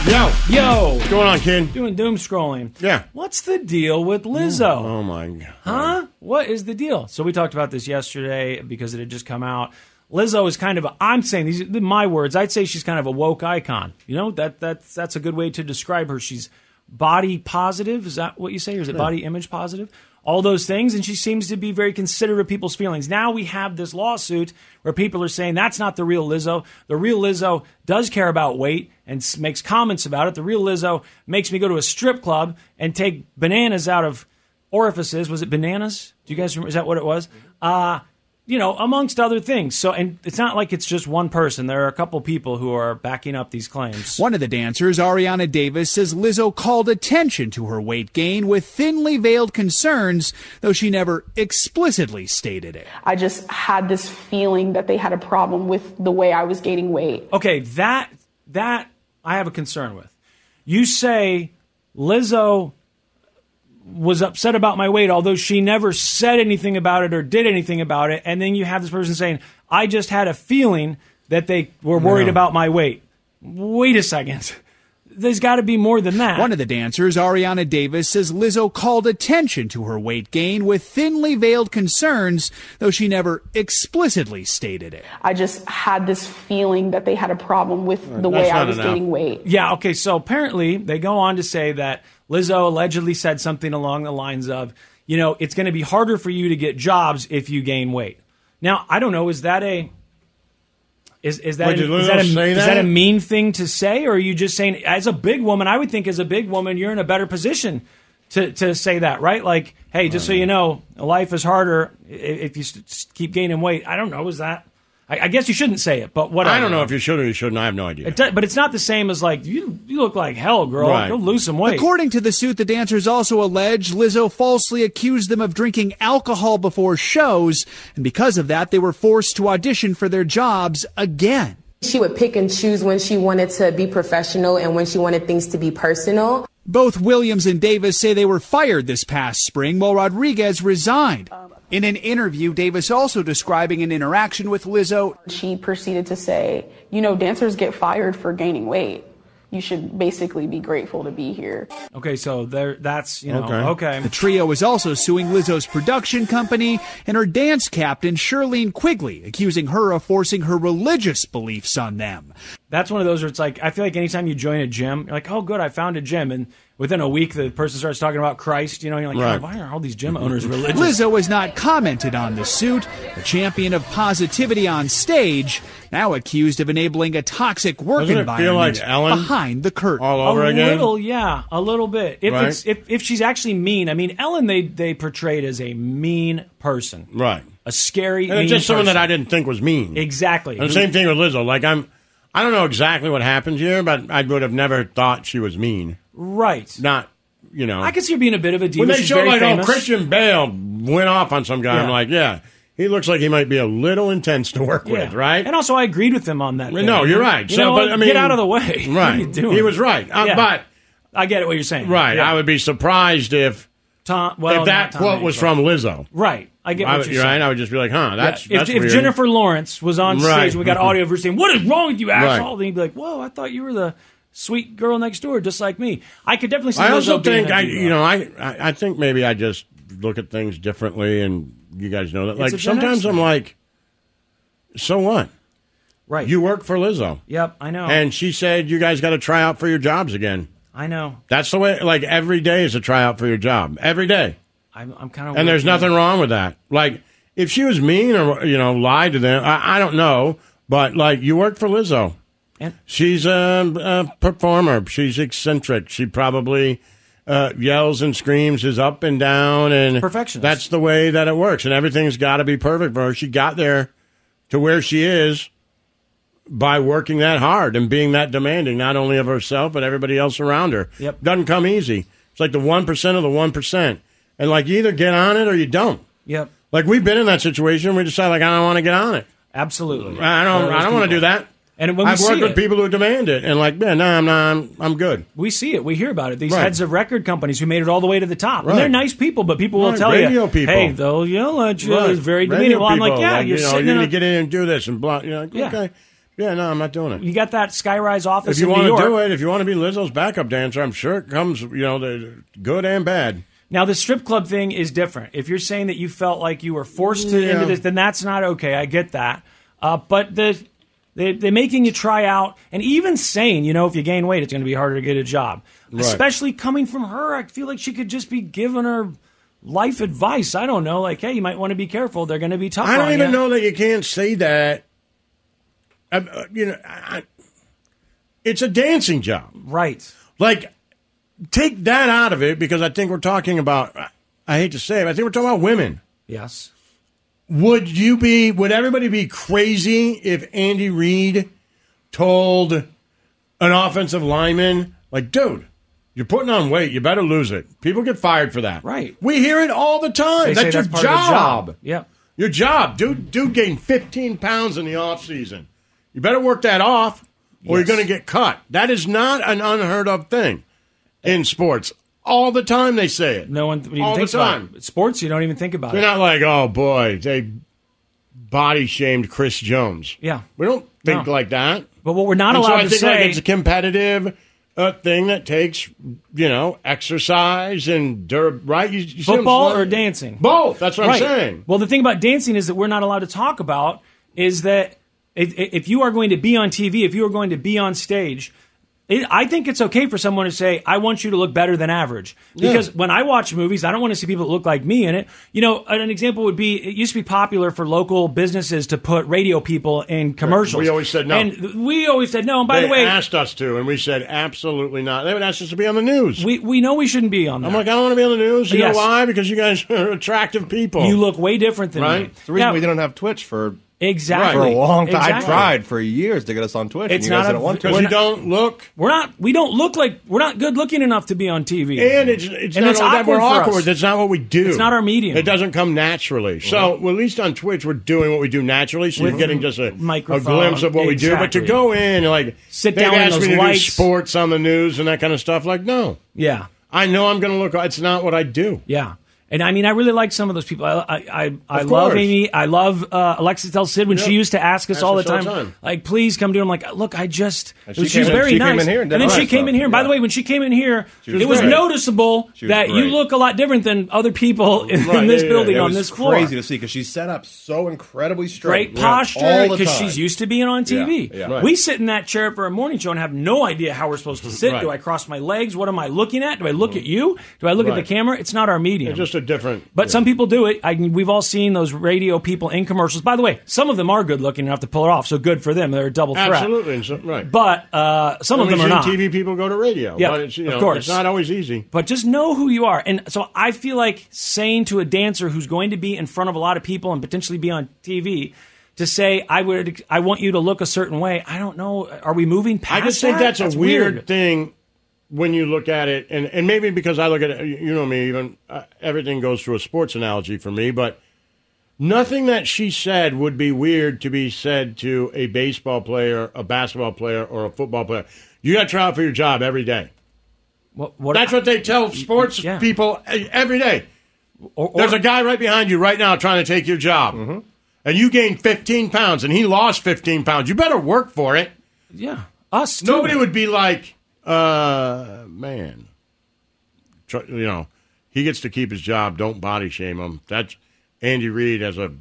C: Yo,
D: yo, what's
C: going on, kid?
D: Doing doom scrolling.
C: Yeah.
D: What's the deal with Lizzo?
C: Oh my god.
D: Huh? What is the deal? So we talked about this yesterday because it had just come out. Lizzo is kind of a, I'm saying these are my words. I'd say she's kind of a woke icon. You know that that's that's a good way to describe her. She's body positive. Is that what you say? Or is it
T: Yeah.
D: body image positive? All those things, and she seems to be very considerate of people's feelings. Now we have this lawsuit where people are saying that's not the real Lizzo. The real Lizzo does care about weight and s- makes comments about it. The real Lizzo makes me go to a strip club and take bananas out of orifices. Was it bananas? Do you guys remember? Is that what it was? Uh, you know, amongst other things. So, and it's not like it's just one person. There are a couple people who are backing up these claims.
U: One of the dancers, Ariana Davis, says Lizzo called attention to her weight gain with thinly veiled concerns, though she never explicitly stated it.
V: I just had this feeling that they had a problem with the way I was gaining weight.
D: Okay, that that I have a concern with. You say Lizzo was upset about my weight, although she never said anything about it or did anything about it, and then you have this person saying, "I just had a feeling that they were worried
C: No.
D: about my weight." Wait a second. There's got to be more than that.
U: One of the dancers, Ariana Davis, says Lizzo called attention to her weight gain with thinly veiled concerns, though she never explicitly stated it.
V: I just had this feeling that they had a problem with the way I was gaining weight.
D: Yeah, okay, so apparently they go on to say that Lizzo allegedly said something along the lines of, you know, it's going to be harder for you to get jobs if you gain weight. Now, I don't know, is that a. Is, is that,
C: Wait, did
D: an- is, that a,
C: Lizzo say
D: is that
C: that?
D: a mean thing to say, or are you just saying, as a big woman, I would think as a big woman, you're in a better position to, to say that, right? Like, hey, just so you know, life is harder i- if you st- st- keep gaining weight. I don't know, is that. I, I guess you shouldn't say it, but what
C: I don't know if you should or you shouldn't. I have no idea.
D: It does, but it's not the same as like you. You look like hell, girl.
C: Right.
D: Go lose some weight.
U: According to the suit, the dancers also allege Lizzo falsely accused them of drinking alcohol before shows, and because of that, they were forced to audition for their jobs again.
H: She would pick and choose when she wanted to be professional and when she wanted things to be personal.
U: Both Williams and Davis say they were fired this past spring while Rodriguez resigned. In an interview, Davis also describing an interaction with Lizzo.
V: She proceeded to say, you know, dancers get fired for gaining weight. You should basically be grateful to be here.
D: Okay, so there. That's you know. Okay.
U: The trio is also suing Lizzo's production company and her dance captain, Shirlene Quigley, accusing her of forcing her religious beliefs on them.
D: That's one of those where it's like I feel like anytime you join a gym, you're like, oh, good, I found a gym, and within a week the person starts talking about Christ. You know, you're like,
U: Right.
D: "God, why are all these gym owners religious?
U: Lizzo has not commented on the suit, a champion of positivity on stage, now accused of enabling a toxic work
D: Doesn't it feel
U: environment
D: like Ellen
U: behind the curtain. All
D: a little, yeah, a little bit. If
U: Right.
D: it's if, if she's actually mean, I mean, Ellen they they portrayed as a mean person,
C: Right.
D: a scary,
C: And
D: mean
C: it's just someone that
D: person.
C: I didn't think was mean.
D: exactly.
C: And the same thing with Lizzo. Like I'm, I don't know exactly what happened here, but I would have never thought she was mean.
D: Right.
C: Not, you know.
D: I could see her being a bit of a diva.
C: when they
D: She's
C: show
D: very
C: like,
D: famous.
C: oh, Christian Bale went off on some guy, I'm
D: Yeah.
C: like, yeah, he looks like he might be a little intense to work with,
D: Yeah.
C: right?
D: And also, I agreed with him on that.
C: Well,
D: thing.
C: no, you're right.
D: You
C: So,
D: know
C: but,
D: what?
C: I mean-
D: get out of the way. What are
C: Right.
D: you doing?
C: He was right. Uh, but-
D: I get it what you're saying.
C: Right.
D: Yeah.
C: I would be surprised if
D: Tom. Well,
C: if that
D: not Tom
C: quote
D: Hanks,
C: was
D: but-
C: from Lizzo.
D: Right. I get
C: I,
D: what
C: would-
D: you're
C: right?
D: saying.
C: I would just be like, huh, that's,
D: Yeah. if,
C: that's
D: if
C: weird.
D: Jennifer Lawrence was on
C: Right. Mm-hmm.
D: stage, and we got audio of her saying, "What is wrong with you,
C: Right.
D: asshole?" Then you'd be like, "Whoa, I thought you were the sweet girl next door, just like me." I could definitely see.
C: I
D: Lizzo
C: also
D: being
C: think
D: a
C: I,
D: diva.
C: you know, I, I I think maybe I just look at things differently, and you guys know that.
D: It's
C: Like
D: a Gen
C: sometimes
D: X
C: I'm
D: thing.
C: like, so what?
D: Right.
C: You work for Lizzo.
D: Yep, I know.
C: And she said you guys got to try out for your jobs again.
D: I know.
C: That's the way. Like every day is a tryout for your job. Every day.
D: I'm, I'm kind of.
C: And there's nothing wrong with that. Like if she was mean or you know lied to them, I, I don't know. But like you work for Lizzo,
D: And-
C: she's a, a performer. She's eccentric. She probably uh, yells and screams, is up and down, and perfectionist. That's the way that it works, and everything's got to be perfect for her. She got there to where she is by working that hard and being that demanding, not only of herself but everybody else around her.
D: Yep.
C: Doesn't come easy. It's like the one percent of the one percent, and like you either get on it or you don't.
D: Yep.
C: Like we've been in that situation. We decide like I don't want to get on it.
D: Absolutely.
C: I don't. I don't want to do that.
D: And when we
C: I've worked
D: see
C: with
D: it-
C: people who demand it, and like, man, no, I'm not. I'm, I'm good.
D: We see it. We hear about it. These
C: Right.
D: heads of record companies who made it all the way to the top.
C: Right.
D: And they're nice people, but people will
C: Right,
D: tell
C: radio
D: you,
C: people.
D: hey, they'll yell at you.
C: Right.
D: It's very
C: Radio
D: demeaning. Well, I'm like,
C: people,
D: yeah, you're
C: Oh, you know,
D: sitting
C: you
D: in
C: need
D: a,
C: to get in and do this and blah. You're like,
D: Yeah.
C: okay, yeah, no, I'm not doing it.
D: you got that sky rise office
C: if you
D: in New
C: want
D: York.
C: to do it, if you want to be Lizzo's backup dancer, I'm sure it comes. You know, the good and bad.
D: Now, the strip club thing is different. If you're saying that you felt like you were forced to,
C: Yeah.
D: into this, then that's not okay. I get that. Uh, but the, they, they're making you try out, and even saying, you know, if you gain weight, it's going to be harder to get a job.
A: Right.
D: Especially coming from her, I feel like she could just be giving her life advice. I don't know, like, hey, you might want to be careful. They're going to be tough.
C: I don't
D: on
C: even
D: ya.
C: know that you can't say that. I, uh, you know, I, I- it's a dancing job,
D: right?
C: Like, take that out of it because I think we're talking about. I- I hate to say it, but I think we're talking about women.
D: Yes.
C: Would you be? Would everybody be crazy if Andy Reid told an offensive lineman, like, dude? You're putting on weight. You better lose it. People get fired for that. Right. We hear it all the time.
D: They say
C: that's your
D: part of the
C: job.
D: Yep.
C: Your job, dude. Dude gained 15 pounds in the offseason. You better work that off, or
D: Yes.
C: you're going to get cut. That is not an unheard of thing in sports. All the time they say it.
D: No one even
C: all
D: thinks
C: the
D: about
C: time.
D: it. Sports, you don't even think about
C: They're
D: it.
C: not like, oh boy, they body shamed Chris Jones.
D: yeah.
C: We don't think
D: No.
C: like that.
D: But what we're not
C: And so
D: allowed
C: I
D: to
C: think,
D: say-
C: like, it's competitive. a thing that takes, you know, exercise and dur- right? You, you see what I'm
D: football
C: saying?
D: or dancing?
C: Both. That's what I'm
D: Right.
C: saying.
D: Well, the thing about dancing is that we're not allowed to talk about is that if, if you are going to be on TV, if you are going to be on stage, it, I think it's okay for someone to say, "I want you to look better than average,"
A: Yeah.
D: because when I watch movies, I don't want to see people that look like me in it. You know, an an example would be it used to be popular for local businesses to put radio people in commercials.
C: We always said no.
D: and we always said no. And by
C: they
D: the way,
C: asked us to, and we said absolutely not. They would ask us to be on the news.
D: We we know we shouldn't be on.
C: I'm like, I don't want to be on the news. You
D: Yes.
C: know why? Because you guys are attractive people.
D: You look way different than
C: right.
D: me. It's the reason Now- we
F: didn't have Twitch for
D: Exactly.
F: for a long time. I
D: Exactly.
F: tried for years to get us on Twitch. and you guys didn't want to.
D: we're not-
C: look.
D: We're not. We don't look like we're not good looking enough to be on TV.
C: And it's it's not only that we're
D: for us.
C: awkward. That's not what we do.
D: It's not our medium.
C: It doesn't come naturally. So well, at least on Twitch, we're doing what we do naturally. So
D: With
C: you're getting just a, a
D: microphone.
C: glimpse of what we do. But to
D: Exactly.
C: go in and like
D: Sit
C: they've
D: down in
C: asked
D: those
C: me to
D: lights.
C: do sports on the news and that kind of stuff. Like no,
D: Yeah,
C: I know I'm going to look. It's not what I do.
D: yeah. And I mean, I really like some of those people. I I I, I
C: Of
D: love
C: course.
D: Amy. I love uh, Alexis Del Cid when
C: Yeah.
D: she used to ask us
C: Ask
D: all the
C: us all
D: time,
C: the time.
D: like, "Please come to." I'm like, "Look, I just."
C: And
D: She was
C: she came in-
D: very
C: she came
D: nice.
C: in here and did
D: then
C: all
D: she
C: that
D: came
C: stuff.
D: in here. And by the way, when she came in here,
C: She was
D: it was
C: great.
D: noticeable
F: She was
D: that you
F: great.
D: look a lot different than other people in,
F: Right,
D: this
F: yeah, yeah,
D: building
F: yeah.
D: on
F: it was
D: this floor.
F: Crazy to see because she's set up so incredibly straight.
D: Great posture
F: all the
D: because
F: time.
D: she's used to being on TV.
F: Yeah, yeah. Right.
D: We sit in that chair for a morning show and have no idea how we're supposed to sit.
C: Right. Mm-hmm.
D: Do I cross my legs? What am I looking at? Do I look at you? Do I look at
C: Right.
D: the camera? It's not our medium.
C: It's just a different.
D: but some people do it. I, we've all seen those radio people in commercials. By the way, some of them are good looking enough to pull it off, so good for them. They're a double threat.
C: Absolutely, and so, right.
D: But uh, some of
C: And
D: them
C: we've
D: are not.
C: seen TV people go to radio.
D: Yeah,
C: but it's, you
D: of
C: know,
D: course.
C: It's not always easy.
D: But just know who you are. And so I feel like saying to a dancer who's going to be in front of a lot of people and potentially be on TV to say I would I want you to look a certain way. I don't know. Are we moving past
C: I just think
D: that?
C: that's, a weird, thing when you look at it, and, and maybe because I look at it, you know me, even uh, everything goes through a sports analogy for me, but nothing that she said would be weird to be said to a baseball player, a basketball player, or a football player. You got to try out for your job every day.
D: What,
C: That's what they tell sports people e- every day. There's a guy right behind you right now trying to take your job, and you gained 15 pounds, and he lost 15 pounds. You better work for it.
D: Yeah, us. too.
C: Nobody would be like, uh, man, tr- you know, he gets to keep his job. Don't body shame him. That's Andy Reid as a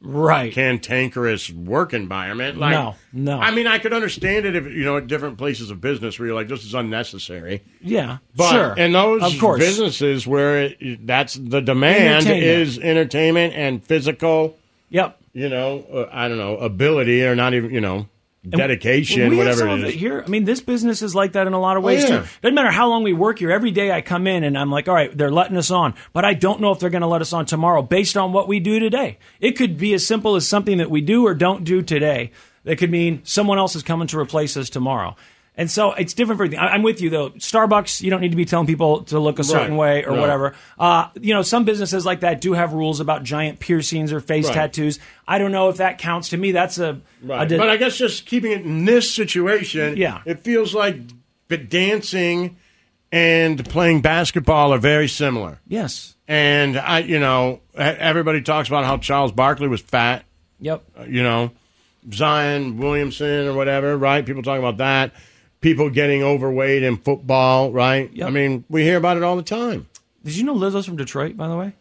D: right
C: cantankerous work environment. Like,
D: No, no.
C: I mean, I could understand it if you know at different places of business where you're like, this is unnecessary.
D: Yeah,
C: But
D: sure.
C: in those
D: of course.
C: businesses where it, that's the demand
D: Entertainment.
C: is entertainment and physical.
D: Yep.
C: You know, uh, I don't know, ability or not even you know
D: And
C: dedication,
D: we have
C: whatever
D: some
C: it
D: of
C: is. Oh,
D: here. I mean, this business is like that in a lot of ways
C: yeah.
D: too. Doesn't matter how long we work here. Every day I come in and I'm like, all right, they're letting us on, but I don't know if they're going to let us on tomorrow based on what we do today. It could be as simple as something that we do or don't do today. That could mean someone else is coming to replace us tomorrow. And so it's different for everything. I- I'm with you though. Starbucks, you don't need to be telling people to look a certain
A: Right.
D: way or
A: No.
D: whatever. Uh, you know, some businesses like that do have rules about giant piercings or face
C: Right.
D: tattoos. I don't know if that counts to me. That's a,
C: Right. but I guess just keeping it in this situation,
D: Yeah.
C: it feels like the dancing and playing basketball are very similar.
D: Yes.
C: And I, you know, e- everybody talks about how Charles Barkley was fat.
D: Yep.
C: Uh, You know, Zion Williamson or whatever, right? People talk about that. People getting overweight in football, right? I mean, we hear about it all the time.
D: Did you know Lizzo's from Detroit, by the way?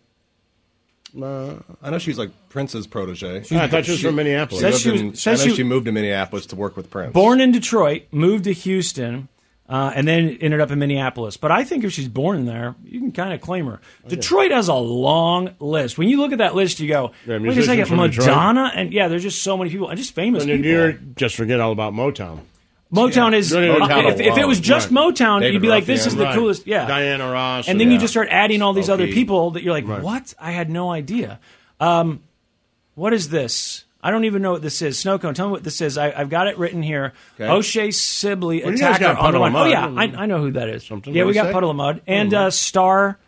F: I know she's like Prince's protege.
C: I thought she was from Minneapolis.
F: She
D: Says she
F: lived in-
D: was- says
F: I know
D: she-
F: she, moved to Minneapolis to work with Prince.
D: Born in Detroit, moved to Houston, uh, and then ended up in Minneapolis. But I think if she's born there, you can kind of claim
C: Oh,
D: her. Detroit has a long list. When you look at that list, you go, wait a
C: musicians
D: second,
C: from Detroit.
D: Madonna? And yeah, there's just so many people, and just famous
C: And then
D: people.
C: you're just forget all about Motown.
D: Motown is.
C: You're in
D: uh, if, if it was just
C: Right.
D: Motown, you'd be like, this is the
C: Right.
D: coolest. Yeah.
C: Diana Ross.
D: and then you just start adding all these
C: Smokey.
D: other people that you're like,
C: Right.
D: what? I had no idea. Um, what is this? I don't even know what this is. Snowcone, tell me what this is. I, I've got it written here.
C: Okay.
D: O'Shea Sibley
C: Well, you guys
D: attacker
C: got
D: on the
C: Puddle of
D: run. Oh
C: Mud.
D: yeah, I, I know who that is.
C: Something
D: yeah,
C: to
D: we got
C: say.
D: Puddle of Mud and
C: Mhm.
D: uh, Star.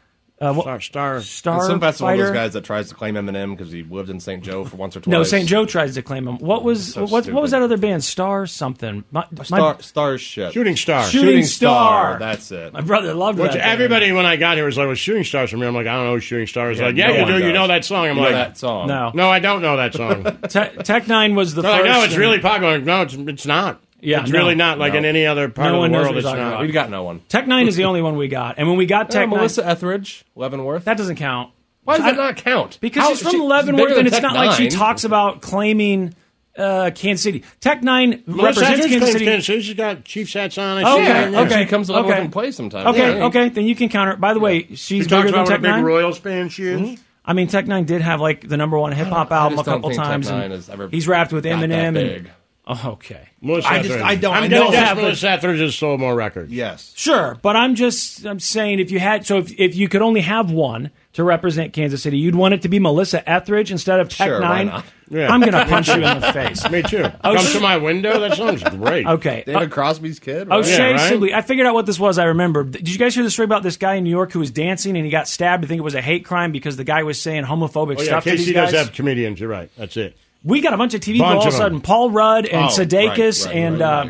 D: Uh, what-
C: Star,
D: Star.
F: And Sinbad's one of those
D: Fighter.
F: guys that tries to claim Eminem because he lived in St. Joe for once or twice.
D: No, St. Joe tries to claim him. What was
F: So
D: what, what
F: stupid.
D: was that other band? Star something. My, my-
F: Star, Starship.
C: Shooting Star.
D: Shooting,
C: Shooting
D: Star.
C: Star,
F: That's it.
D: My brother loved
C: Which
D: that. band.
C: everybody, when I got here, was like, "Well, shooting stars from here." I'm like, "I don't know who shooting stars."
D: Yeah,
C: like, yeah,
D: no
C: you
D: one
C: do. You
D: does.
C: know that song? I'm
D: You know
C: like,
D: that song. No.
C: no, I don't know that song.
D: Te- Tech Nine was the
C: They're like,
D: first.
C: no, it's
D: and-
C: really popular. I'm like, No, it's, it's not.
D: Yeah,
C: it's
D: no.
C: really not like
D: No.
C: in any other part of
D: No
C: the
D: one knows
C: world.
D: what
C: It's
D: we're talking
C: not.
D: about. We've got
E: no one.
D: Tech Nine is the only one we got, and when we got
E: Yeah,
D: Tech Nine,
E: Melissa Etheridge, Leavenworth.
D: That doesn't count.
E: Why does
D: I-
E: that not count?
D: Because
E: How-
D: she's from
E: she- she's
D: Leavenworth,
E: bigger than
D: and it's
E: Tech
D: not like she
E: Nine.
D: talks about claiming uh, Kansas City. Tech Nine
C: Melissa
D: represents
C: Etheridge
D: Kansas
C: claims
D: City.
C: Kansas City. She's got Chiefs hats on. and
D: Okay,
C: she's in there.
D: okay, okay. Okay,
C: Yeah.
D: okay, then you can counter. By the way, she's
C: She talks
D: bigger
C: about
D: than
C: what a
D: Tech
C: big
D: Nine. Hmm? Mm-hmm.
C: Royals fan she is.
D: I mean, Tech Nine did have like the number one hip hop album a
E: just don't
D: couple
E: think Tech
D: times,
E: Nine
D: and
E: has ever
D: he's rapped with
E: got that
D: Eminem.
E: big.
D: And, oh, okay,
C: Melissa
D: I just-
C: Etheridge.
D: I don't-
C: I'm
D: I
C: gonna
D: don't
C: guess
D: have-
C: Melissa Etheridge has sold more records. Yes.
D: Sure, but I'm just I'm saying if you had so if, if you could only have one to represent Kansas City, you'd want it to be Melissa Etheridge instead of Tech Nine. I'm gonna punch you in the face.
C: Me too.
D: Oh,
C: Come
D: sh-
C: to my window. That sounds great.
D: Okay. David Uh,
E: Crosby's kid.
D: Oh, Shay Sibley. I figured out what this was. I remember. Did you guys hear the story about this guy in New York who was dancing and he got stabbed? I think it was a hate crime because the guy was saying homophobic
C: Oh, yeah,
D: stuff to
C: KC
D: these
C: does
D: guys.
C: have comedians. You're right. That's it.
D: we got a bunch of TV
C: Bunch
D: all
C: of
D: of a sudden.
C: them.
D: Paul Rudd
C: Oh,
D: and Sudeikis
C: right, right,
D: and
C: right,
D: uh,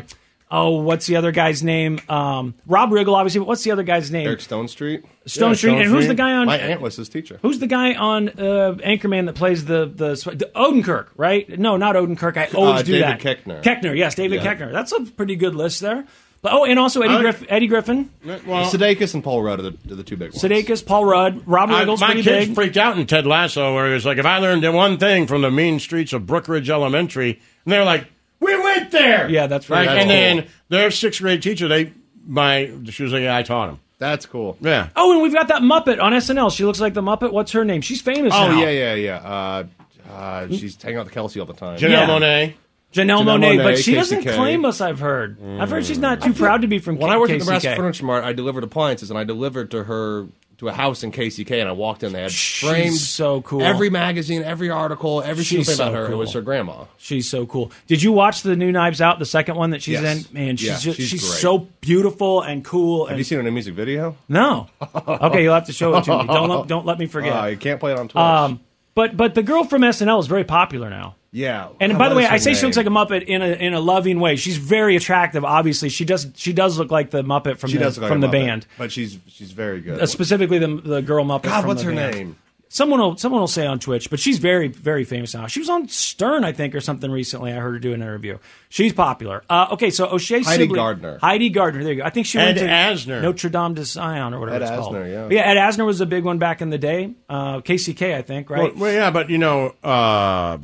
D: oh, what's the other guy's name? Um, Rob Riggle, obviously. But what's the other guy's name?
F: Eric Stone Street.
D: Stone Street. and who's the guy on?
F: My aunt was his teacher.
D: Who's the guy on uh, Anchorman that plays the the, sw- the Odenkirk? Right? No, not Odenkirk. I always
F: Uh,
D: do
F: David
D: that.
F: Koechner.
D: Koechner, yes, David
F: Yeah.
D: Keckner. That's a pretty good list there. But oh, and also Eddie,
F: I-
D: Griff- Eddie Griffin,
F: Uh, Well, Sudeikis and Paul Rudd are the, are the two big ones.
D: Sudeikis, Paul Rudd, Rob
C: I-
D: Riggle's
C: my
D: pretty
C: kids
D: big.
C: freaked out in Ted Lasso, where he was like, "If I learned the one thing from the mean streets of Brookridge Elementary," and they were like, "We went there."
D: Yeah, that's
C: Like,
D: right.
C: and then their sixth grade teacher, they my she was like, "Yeah, I taught him."
F: That's cool.
C: Yeah.
D: Oh, and we've got that Muppet on SNL. She looks like the Muppet. What's her name? She's famous.
F: Oh
D: now.
F: yeah, yeah, yeah. Uh, uh, she's hanging out with Kelsey all the time.
D: Janelle Monáe. Janelle, Monet, but she doesn't claim us. I've heard. I've heard she's not too proud to be from.
F: When
D: K-
F: Mm. I worked
D: KCK.
F: at the Nebraska Furniture Mart, I delivered appliances, and I delivered to her to a house in KCK, and I walked in. They had framed
D: so cool.
F: Every magazine, every article, every single
D: She's
F: thing about
D: so
F: her. It
D: cool.
F: was her grandma.
D: She's so cool. Did you watch the new Knives Out, the second one that she's
F: Yes.
D: in? Man, she's
F: Yeah,
D: just, she's,
F: she's great.
D: so beautiful and cool.
F: Have
D: and
F: you seen her in a music video?
D: No. Okay, you'll have to show it to me. Don't let, don't let me forget.
F: Uh, you can't play it on Twitch.
D: um, but but the girl from SNL is very popular now.
F: yeah.
D: And
F: God,
D: by the
F: what
D: way,
F: is her
D: I say she
F: name?
D: looks like a Muppet in a in a loving way. She's very attractive. Obviously, she does she does look like the Muppet from
F: she
D: the,
F: does look like
D: from
F: a
D: the
F: Muppet,
D: band,
F: but she's she's very good.
D: uh, specifically the the girl Muppet.
F: God,
D: from
F: what's
D: the
F: her
D: band.
F: name?
D: Someone will someone will say on Twitch, but she's very very famous now. She was on Stern, I think, or something recently. I heard her do an interview. She's popular. Uh, okay, so O'Shea
F: Heidi
D: Sibley-
F: Gardner.
D: Heidi Gardner. There you go. I think she
C: Ed
D: went to
C: Asner.
D: Notre Dame de Sion or whatever
C: Ed
D: it's called.
C: Asner, yeah.
D: But Ed Asner was a big one back in the day. Uh, KCK, I think, right?
C: Well, well, yeah, but you know, uh,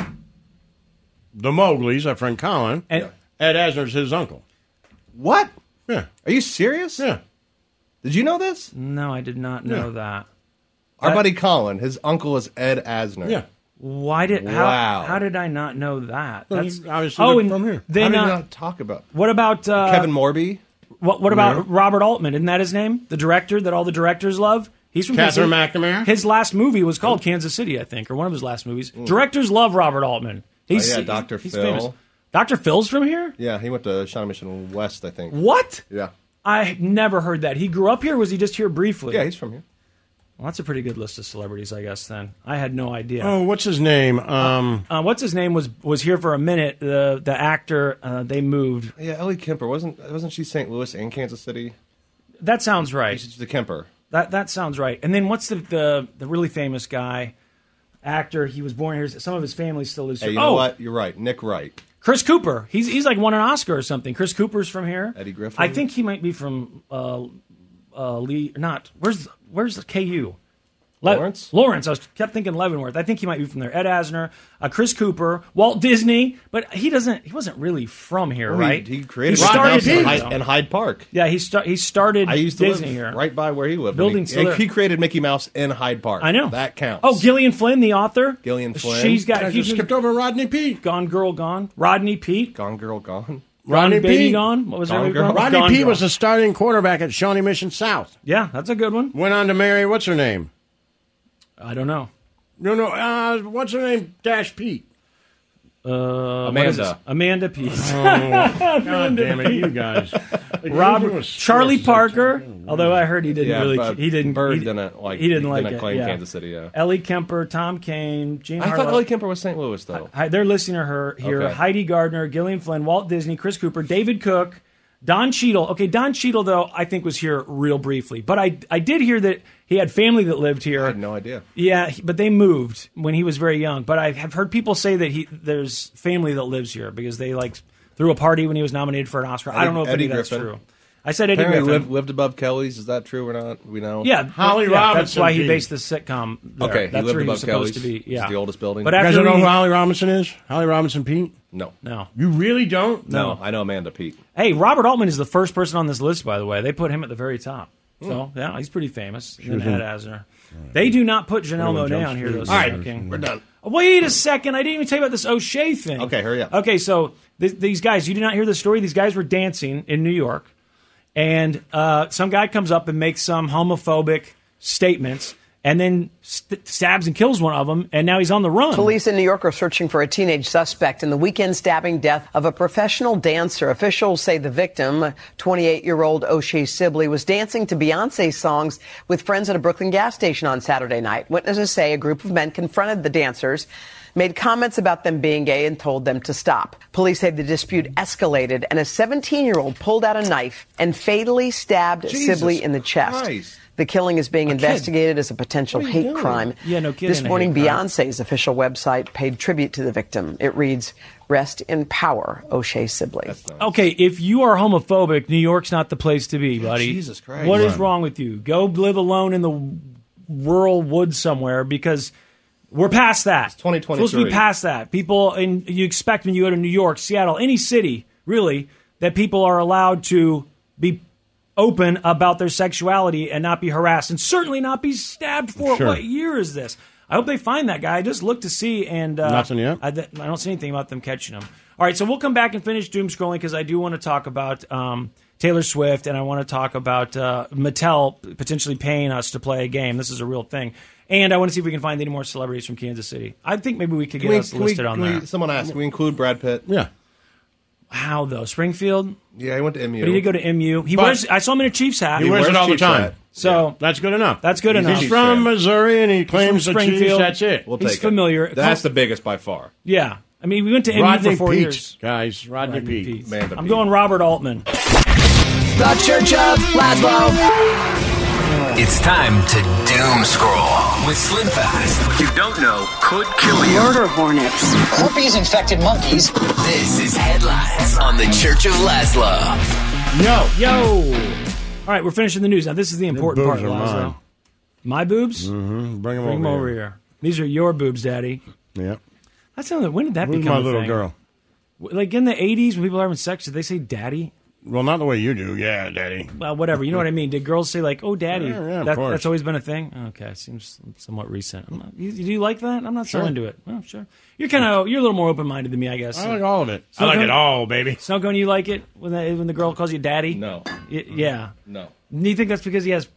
C: the Mowgli's, our friend Colin, Ed Asner's his uncle.
F: What?
C: Yeah.
F: Are you serious?
C: Yeah.
F: Did you know this?
D: No, I did not know
F: Yeah.
D: that.
F: Our
D: That-
F: buddy Colin, his uncle is Ed Asner.
D: Yeah. Why did
F: Wow.
D: how, how did I not know that?
F: Well,
D: That's Oh,
F: you obviously look from here. How
D: Then
F: did you
D: uh,
F: not talk about
D: what about uh,
F: Kevin Morby?
D: What what about
F: Yeah.
D: Robert Altman? Isn't that his name? The director that all the directors love. He's from
C: Catherine
D: Kansas-
C: McNamara?
D: His last movie was called Kansas City, I think, or one of his last movies. Directors love Robert Altman. He's
F: Mm. Oh, yeah,
D: he's-
F: Dr.
D: He's
F: Phil.
D: famous. Dr. Phil's from here.
F: Yeah, he went to Shawnee Mission West, I think.
D: What?
F: Yeah.
D: I never heard that. He grew up here. Or was he just here briefly?
F: Yeah, he's from here.
D: Well, that's a pretty good list of celebrities, I guess. Then I had no idea.
C: Oh, what's his name? Um,
D: Uh, what's his name was was here for a minute. The the actor uh, they moved.
F: Yeah, Ellie Kemper wasn't wasn't she St. Louis and Kansas City?
D: That sounds right.
F: She's the Kemper.
D: That that sounds right. And then what's the the, the really famous guy actor? He was born here. Some of his family still lives
F: Hey,
D: here.
F: you know
D: oh,
F: what? You're right. Nick Wright.
D: Chris Cooper. He's he's like won an Oscar or something. Chris Cooper's from here.
F: Eddie Griffin.
D: I think he might be from uh, uh, Lee. Not where's where's the KU? Le-
F: Lawrence?
D: Lawrence. I was, kept thinking Leavenworth. I think he might be from there. Ed Asner, uh, Chris Cooper, Walt Disney, but he doesn't. He wasn't really from here,
F: Well, he-
D: right?
F: He, created
D: He
F: Rotten
D: started
F: House in
D: here,
F: Hyde,
D: though.
F: in Hyde Park.
D: Yeah, he sta- he started
F: I used to
D: Disney
F: live
D: here.
F: right by where he lived.
D: Building
F: and he,
D: still there.
F: and he created Mickey Mouse in Hyde Park.
D: I know
F: that counts.
D: Oh, Gillian Flynn, the author.
F: Gillian Flynn.
D: She's got.
F: I
D: he
F: just skipped
C: over Rodney Pete.
D: Gone Girl Gone. Rodney Pete.
F: Gone Girl Gone.
D: Rodney
C: Rodney
D: Baby
C: Pete.
D: Gone. What was
C: Gone
D: that?
C: Girl. Rodney Pete was the starting quarterback at Shawnee Mission South.
D: Yeah, that's a good one.
C: Went on to marry what's her name?
D: I don't know.
C: No, no. Uh, what's her name? Dash Pete.
D: Uh, what
C: Amanda.
D: is this? Amanda Pete.
C: Oh. God damn it, you guys.
D: Robert Charlie Parker. Although I heard he didn't
F: Yeah,
D: really,
F: but
D: he didn't.
F: Bird
D: he,
F: didn't like-
D: He didn't
F: he
D: like
F: didn't
D: it,
F: claim
D: yeah.
F: Kansas City, yeah.
D: Ellie Kemper, Tom Kane, Gene.
F: I thought
D: Harlow.
F: Ellie Kemper was St. Louis though.
D: Hi, they're listening to her here.
F: Okay.
D: Heidi Gardner, Gillian Flynn, Walt Disney, Chris Cooper, David Cook, Don Cheadle. Okay, Don Cheadle though I think was here real briefly, but I I did hear that he had family that lived here. I had
F: no idea.
D: Yeah, he- but they moved when he was very young. But I have heard people say that he there's family that lives here because they like threw a party when he was nominated for an Oscar. I, don't know if
F: Eddie
D: any of that's
F: Griffin.
D: true. I said Eddie
F: Apparently
D: Griffin.
F: lived, lived above Kelly's. Is that true or not? We know.
D: Yeah, yeah, That's why he
F: Pete.
D: based the sitcom. There.
F: Okay, he
D: that's
F: lived
D: where he was
F: above
D: supposed to
F: Kelly's.
D: be. Yeah,
F: It's the oldest building.
D: But
C: you guys
D: after
C: don't know
D: we-
C: who Holly Robinson is? Holly Robinson Pete?
F: No.
D: No.
C: You really don't?
F: No, I know Amanda Pete.
D: Hey, Robert Altman is the first person on this list, by the way. They put him at the very top. So yeah, he's pretty famous.
C: Hmm. She
D: and
C: was
D: then
C: in-
D: Ad Asner. They do not put Janelle
C: What about
D: Monae
C: Joan
D: on here. Though,
C: Stewart?
D: so
C: All right,
D: fucking-
C: we're done.
D: Wait a second. I didn't even tell you about this O'Shea thing. Okay, hurry up. Okay, so th- these guys, you did not hear the story. These guys were dancing in New York, and uh, some guy comes up and makes some homophobic statements, and then st- stabs and kills one of them, and now he's on the run.
A: Police in New York are searching for a teenage suspect in the weekend stabbing death of a professional dancer. Officials say the victim, 28 year old O'Shea Sibley, was dancing to Beyonce songs with friends at a Brooklyn gas station on Saturday night. Witnesses say a group of men confronted the dancers, made comments about them being gay, and told them to stop. Police say the dispute escalated, and a 17 year old pulled out a knife and fatally stabbed
W: Jesus
A: Sibley in the chest.
W: Christ.
A: The killing is being investigated as a potential
W: What are you
A: hate
W: doing?
A: crime.
W: Yeah, no kidding,
A: This
W: a hate
A: morning,
W: crime.
A: Beyonce's official website paid tribute to the victim. It reads, Rest in power, O'Shea Sibley.
D: Okay, if you are homophobic, New York's not the place to be, buddy.
A: Jesus Christ.
D: What is
A: Right.
D: wrong with you? Go live alone in the rural woods somewhere because we're past that. It's
F: 2023.
D: Supposed to be past that. People, and you expect when you go to New York, Seattle, any city, really, that people are allowed to be open about their sexuality and not be harassed and certainly not be stabbed for it.
C: Sure.
D: What year is this? I hope they find that guy. I just looked to see and uh,
C: Nothing yet?
D: I, th- I don't see anything about them catching him. All right, so we'll come back and finish doom scrolling because I do want to talk about um, Taylor Swift and I want to talk about uh, Mattel potentially paying us to play a game. This is a real thing, and I want to see if we can find any more celebrities from Kansas City. I think maybe we could get
F: Can we-
D: us
F: can we-
D: listed on
F: can we-
D: there.
F: someone asked, can we include Brad Pitt?
C: Yeah.
D: How though? Springfield.
F: Yeah, he went to MU.
D: But he did go to MU. He
F: But-
D: wears. I saw him in a Chiefs hat.
C: He, wears, it all the
F: Chiefs
C: time.
F: hat.
D: So
C: that's good enough.
D: That's good
C: He's
D: enough.
C: from Missouri and he claims the Chiefs.
D: Springfield.
C: That's it.
D: We'll He's take it. familiar.
F: That's
D: Come-
F: the biggest by far.
D: Yeah, I mean we went to MU
C: Rodney
D: for four
C: Peete,
D: years.
C: guys. Rodney, Pete.
F: Man,
D: I'm going Robert Altman.
W: The Church of Laszlo.
S: It's time to doom scroll with Slim Fast. What you don't know could kill you. Murder hornets.
W: Herpes infected monkeys.
S: This is Headlines on the Church of Laszlo.
D: Yo, yo. All right, we're finishing the news now. This is the important
C: boobs
D: part,
C: are
D: Lazo.
C: mine.
D: My boobs?
C: Mm-hmm. Bring him
D: Bring 'em
C: over,
D: over here. These are your boobs, Daddy.
C: Yeah.
D: That's another. When did that
C: Who's
D: become
C: my
D: a
C: little
D: thing?
C: girl?
D: W- Like in the '80s, when people are having sex, did they say "daddy"?
C: Well, not the way you do. Yeah, daddy.
D: Well, whatever. You know what I mean? Did girls say like, "Oh, daddy"?
C: Yeah, yeah, of
D: That-
C: course.
D: That's always been a thing. Okay, it seems somewhat recent. I'm not, you, do you like that? I'm not so
C: Sure.
D: into it. Well, sure. You're kind of you're a little more open minded than me, I guess.
C: I like all of it. I like
D: Snowcone-
C: it all, baby.
D: Snowcone, you like it when the, when the girl calls you daddy? No. yeah.
F: No.
D: Do you think that's because he has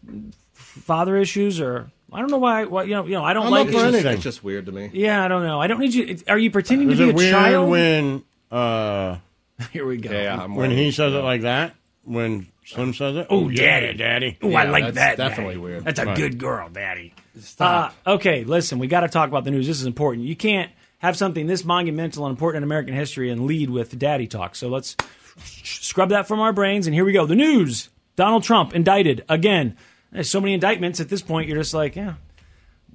D: father issues, or I don't know why? why you know, you know, I don't
F: I'm
D: like
F: up for
D: it.
F: anything. It's just weird to me.
D: Yeah, I don't know. I don't need you. it- Are you pretending
C: Is
D: to be
C: it
D: a
C: weird
D: child?
C: when uh,
D: Here we go.
F: Yeah, I'm
C: when
F: worried.
C: he says it like that? When Slim says it?
D: Oh,
C: yeah,
D: daddy.
C: daddy.
D: Oh, I like that.
F: definitely
D: daddy.
F: weird.
D: That's a
C: Right.
D: good girl, daddy. Uh, okay, listen, we got to talk about the news. This is important. You can't have something this monumental and important in American history and lead with daddy talk. So let's scrub that from our brains. And here we go. The news: Donald Trump indicted again. There's so many indictments at this point. You're just like, yeah,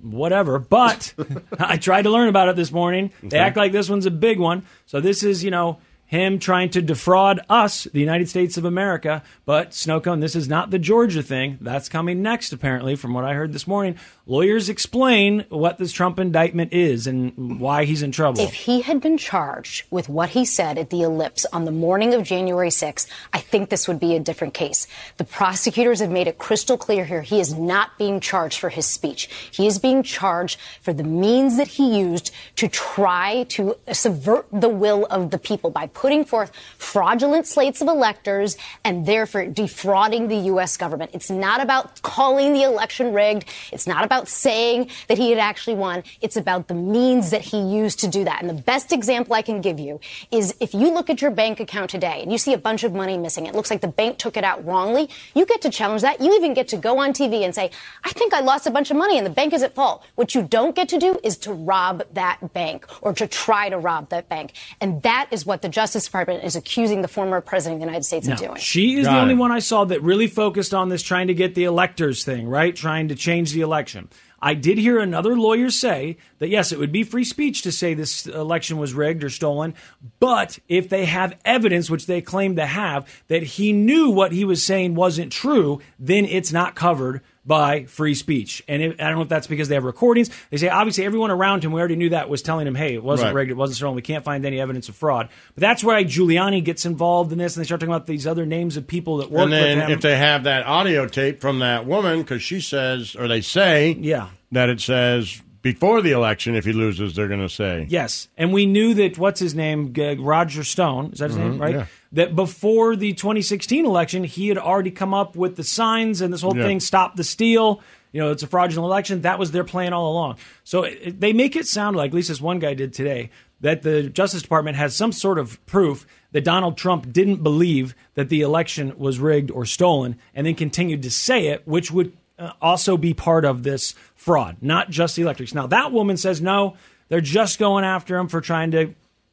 D: whatever. But I tried to learn about it this morning. They
X: Okay.
D: act like this one's a big one. So this is, you know, him trying to defraud us, the United States of America. But Snowcone, this is not the Georgia thing. That's coming next, apparently, from what I heard this morning. Lawyers explain what this Trump indictment is and why he's in trouble.
Y: If he had been charged with what he said at the ellipse on the morning of January 6th, I think this would be a different case. The prosecutors have made it crystal clear here he is not being charged for his speech. He is being charged for the means that he used to try to subvert the will of the people by putting forth fraudulent slates of electors and therefore defrauding the U.S. government. It's not about calling the election rigged. It's not about saying that he had actually won. It's about the means that he used to do that. And the best example I can give you is if you look at your bank account today and you see a bunch of money missing, it looks like the bank took it out wrongly. You get to challenge that. You even get to go on TV and say, I think I lost a bunch of money and the bank is at fault. What you don't get to do is to rob that bank or to try to rob that bank. And that is what the Justice Department is accusing the former president of the United States of
D: No,
Y: doing.
D: She is
Y: Got
D: the
Y: it.
D: only one I saw that really focused on this trying to get the electors thing, right? Trying to change the election. I did hear another lawyer say that yes, it would be free speech to say this election was rigged or stolen, but if they have evidence, which they claim to have, that he knew what he was saying wasn't true, then it's not covered by free speech. And it, I don't know if that's because they have recordings. They say obviously everyone around him, we already knew that, was telling him, hey, it wasn't
C: Right.
D: rigged, it wasn't stolen. We can't find any evidence of fraud. But that's why Giuliani gets involved in this, and they start talking about these other names of people that worked
C: and then
D: with him.
C: if they have that audio tape from that woman, because she says or they say,
D: yeah,
C: that it says before the election, if he loses, they're going to say,
D: Yes, and we knew that what's his name, G- Roger Stone, is that his name,
C: Mhm,
D: right?
C: yeah.
D: That before the 2016 election, he had already come up with the signs and this whole
C: Yeah.
D: thing, stop the steal. You know, it's a fraudulent election. That was their plan all along. So it, it- they make it sound like, at least as one guy did today, that the Justice Department has some sort of proof that Donald Trump didn't believe that the election was rigged or stolen, and then continued to say it, which would uh, also be part of this fraud, not just the electrics. Now that woman says no. They're just going after him for trying to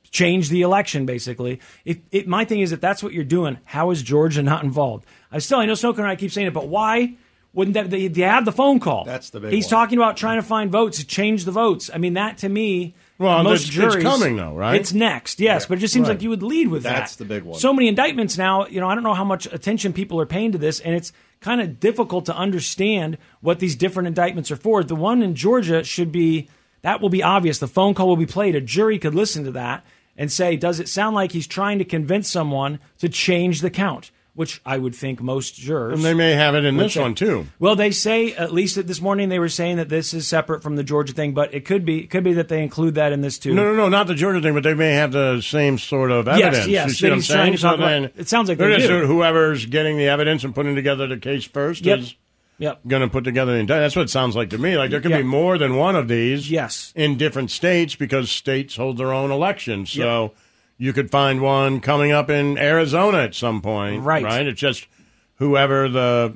D: change the election, basically. If it, my thing is, if that's what you're doing, how is Georgia not involved? I still, I know Snooker and I keep saying it, but why wouldn't that? They, they have the phone call. That's the
X: big
D: He's
X: one.
D: talking about trying to find votes, to change the votes. I mean, that to me.
C: Well, it's-
D: most
C: it's
D: juries,
C: coming, though, right?
D: It's next, yes, but it just seems
C: Right.
D: like you would lead with that.
X: That's the big one.
D: So many indictments now. You know, I don't know how much attention people are paying to this, and it's kind of difficult to understand what these different indictments are for. The one in Georgia should be that will be obvious. The phone call will be played. A jury could listen to that and say, does it sound like he's trying to convince someone to change the count? Which I would think most jurors.
C: and they may have it in
D: would
C: this
D: say.
C: one too.
D: Well, they say at least that this morning they were saying that this is separate from the Georgia thing, but it could be it could be that they include that in this too.
C: No, no, no, not the Georgia thing, but they may have the same sort of
D: Yes,
C: evidence.
D: yes,
C: you see what
D: that
C: I'm
D: he's trying
C: saying?
D: to talk
C: So
D: about-
C: then
D: it sounds like
C: they're
D: they
C: just-
D: do.
C: whoever's getting the evidence and putting together the case first
D: Yep.
C: is
D: Yep.
C: going to put together the entire. That's what it sounds like to me. Like there could
D: Yeah.
C: be more than one of these.
D: Yes.
C: in different states because states hold their own elections. So you could find one coming up in Arizona at some point.
D: Right.
C: Right. It's just whoever the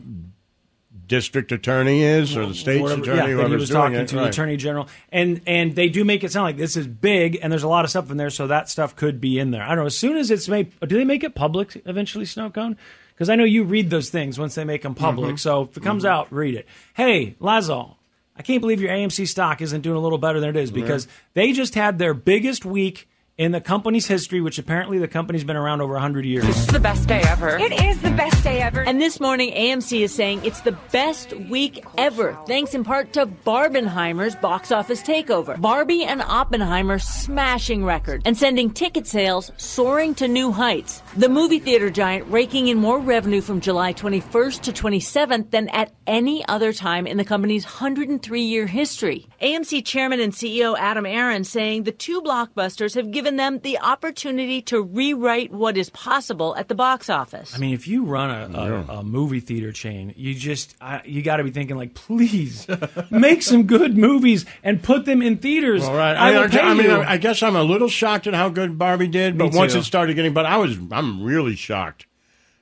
C: district attorney is or the state's
D: Whatever-
C: attorney,
D: yeah, that
C: whoever's
D: he was
C: doing
D: talking
C: it.
D: to the
C: Right.
D: attorney general, and and they do make it sound like this is big, and there's a lot of stuff in there, so that stuff could be in there. I don't know. As soon as it's made, do they make it public eventually? Snow cone. Because I know you read those things once they make them
C: Mm-hmm.
D: public.
X: Mhm.
D: So if it comes
X: Mhm.
D: out, read it. Hey, Lazo, I can't believe your AMC stock isn't doing a little better than it is
X: Yeah.
D: because they just had their biggest week in the company's history, which apparently the company's been around over 100 years.
I: the best day ever.
L: It is the best day ever. And this morning, AMC is saying it's the best week ever, thanks in part to Barbenheimer's box office takeover. Barbie and Oppenheimer smashing records and sending ticket sales soaring to new heights. The movie theater giant raking in more revenue from July 21st to 27th than at any other time in the company's 103 year history. AMC chairman and CEO Adam Aaron saying the two blockbusters have given them the opportunity to rewrite what is possible at the box office.
D: I mean, if you run a, a, a movie theater chain, you just I, you got to be thinking like, please make some good movies and put them in theaters.
C: All right. I,
D: I,
C: mean,
D: will
C: I-
D: pay
C: I mean,
D: you.
C: I guess I'm a little shocked at how good Barbie did, but
D: Me
C: once
D: too.
C: it started getting, but I was, I'm really shocked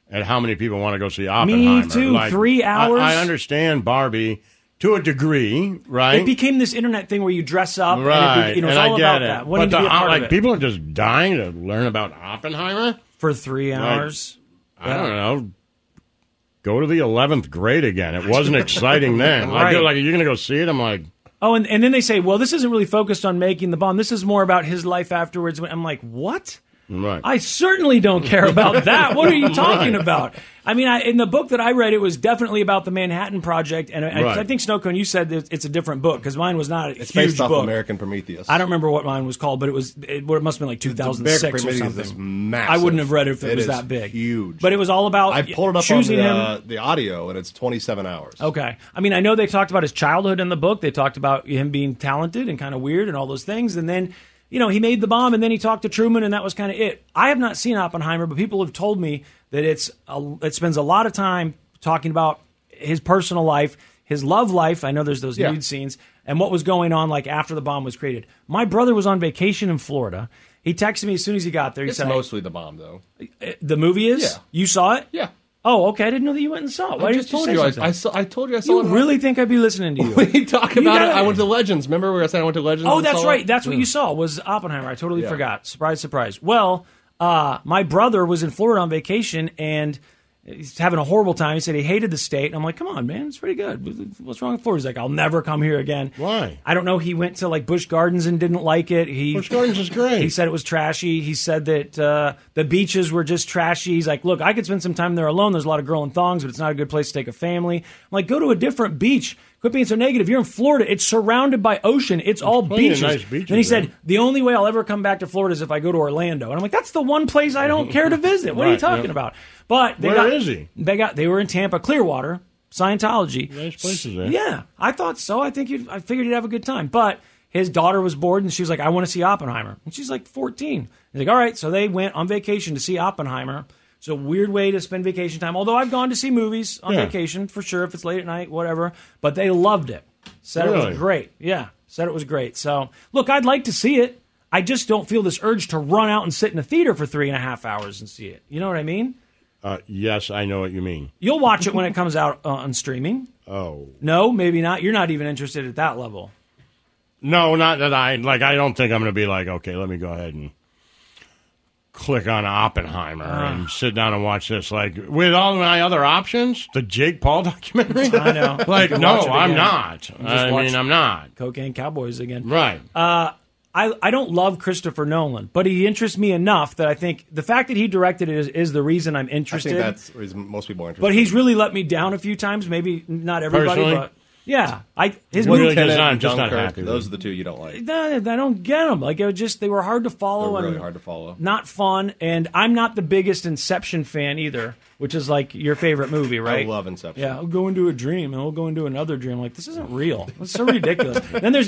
C: at how many people want to go see Oppenheimer.
D: too. Three
C: I-
D: hours?
C: I, understand Barbie to a degree, right?
D: It became this internet thing where you dress up,
C: right.
D: And, it be, you know, it's
C: and I
D: all
C: get
D: about
C: it.
D: that.
C: But
D: Wanting
C: the,
D: to be a part
C: like,
D: of it.
C: people are just dying to learn about Oppenheimer
D: for three hours.
C: I don't know. Go to the eleventh grade again. It wasn't exciting then. Like,
D: Right.
C: you're like, you're gonna go see it. I'm like,
D: Oh, and, and then they say, well, this isn't really focused on making the bomb. This is more about his life afterwards. I'm like, what?
C: right.
D: I certainly don't care about that. What are you talking
X: Right.
D: about? I mean, I, in the book that I read, it was definitely about the Manhattan Project, and I,
F: Right.
D: I, I think Snowcone, you said that it's a different book because mine was not a
F: It's
D: huge
F: based off
D: book.
F: American Prometheus.
D: I don't remember what mine was called, but it was it, well, it must have been like 2006 or
F: Prometheus is
D: something. I
F: massive.
D: wouldn't have read it if it,
F: It
D: was
F: is
D: that big.
X: Huge.
D: But it was all about
X: I pulled it up on
D: choosing
X: the,
D: him.
X: uh, the audio, and it's 27 hours.
D: Okay. I mean, I know they talked about his childhood in the book. They talked about him being talented and kind of weird and all those things. And then, you know, he made the bomb and then he talked to Truman and that was kind of it. I have not seen Oppenheimer, but people have told me that it's a, it spends a lot of time talking about his personal life, his love life. I know there's those
X: Yeah.
D: nude scenes and what was going on like after the bomb was created. My brother was on vacation in Florida. He texted me as soon as he got there. He
F: It's
D: said,
F: mostly the bomb, though.
D: "The movie is
F: Yeah.
D: you saw it?
F: Yeah.
D: Oh, okay. I didn't know that you went and saw it. Why
F: I
D: did
F: just
D: you
F: told
D: say
F: you. I-
D: something?
F: I saw- I told you I saw
D: You
F: it.
D: really think I'd be listening to you?
F: What are you talking
D: You
F: about?
D: gotta-
F: I went to Legends. Remember where I said I went to Legends?
D: Oh,
F: and
D: that's
F: saw
D: right.
F: it? Hmm.
D: That's what
F: Yeah.
D: you saw was Oppenheimer. I totally
F: Yeah.
D: forgot. Surprise, surprise. Well, uh, my brother was in Florida on vacation, and he's having a horrible time. He said he hated the state. And I'm like, come on, man, it's pretty good. What's wrong with Florida? He's like, I'll never come here again.
C: Why?
D: I don't know. He went to like Bush Gardens and didn't like it. He
C: Busch Gardens is great.
D: He said it was trashy. He said that uh, the beaches were just trashy. He's like, look, I could spend some time there alone. There's a lot of girl in thongs, but it's not a good place to take a family. I'm like, go to a different beach. Quit being so negative. You're in Florida. It's surrounded by ocean. It's all
C: plenty of
D: beaches.
C: nice beaches,
D: Then he said,
C: man.
D: the only way I'll ever come back to Florida is if I go to Orlando. And I'm like, that's the one place I don't care to visit. What are you
C: Right,
D: talking
C: yeah.
D: about? But they
C: Where
D: got,
C: is he?
D: They got they were in Tampa, Clearwater, Scientology.
C: Nice places there.
D: Yeah, I thought so. I think you'd, I figured you'd have a good time. But his daughter was bored and she was like, I want to see Oppenheimer. And she's like 14. He's like, all right. So they went on vacation to see Oppenheimer. It's a weird way to spend vacation time. Although I've gone to see movies on
C: Yeah.
D: vacation for sure, if it's late at night, whatever. But they loved it. Said it
C: Really?
D: was great. Yeah, said it was great. So look, I'd like to see it. I just don't feel this urge to run out and sit in a theater for three and a half hours and see it. You know what I mean?
C: Uh, yes, I know what you mean.
D: You'll watch it when it comes out uh, on streaming.
C: Oh
D: No, maybe not. You're not even interested at that level.
C: no, not that I like. I don't think I'm going to be like, okay, let me go ahead and click on Oppenheimer
D: Ah.
C: and sit down and watch this. Like with all my other options, the Jake Paul documentary.
D: I know.
C: like,
D: You can
C: no,
D: watch it
C: I'm
D: again.
C: not.
D: You just
C: I
D: watch
C: mean, I'm not.
D: Cocaine Cowboys again.
C: Right.
D: Uh, I, I don't love Christopher Nolan, but he interests me enough that I think the fact that he directed it is, is the reason I'm
X: I
D: interested.
X: think that's the reason most people are interested.
D: but he's really let me down a few times. Maybe not everybody,
X: Personally?
D: but yeah, I his
X: Blue
D: movie.
X: Tenet
C: I'm
X: and
C: just not
X: Dunkirk,
C: happy with
X: Those
C: it.
X: are the two you don't like.
D: No, I don't get them. Like it was just they were hard to follow
X: They're
D: and
X: really hard to follow.
D: not fun. And I'm not the biggest Inception fan either, which is like your favorite movie, right?
X: love Inception.
D: Yeah, I'll go into a dream and I'll go into another dream. Like this isn't real. It's so ridiculous. then there's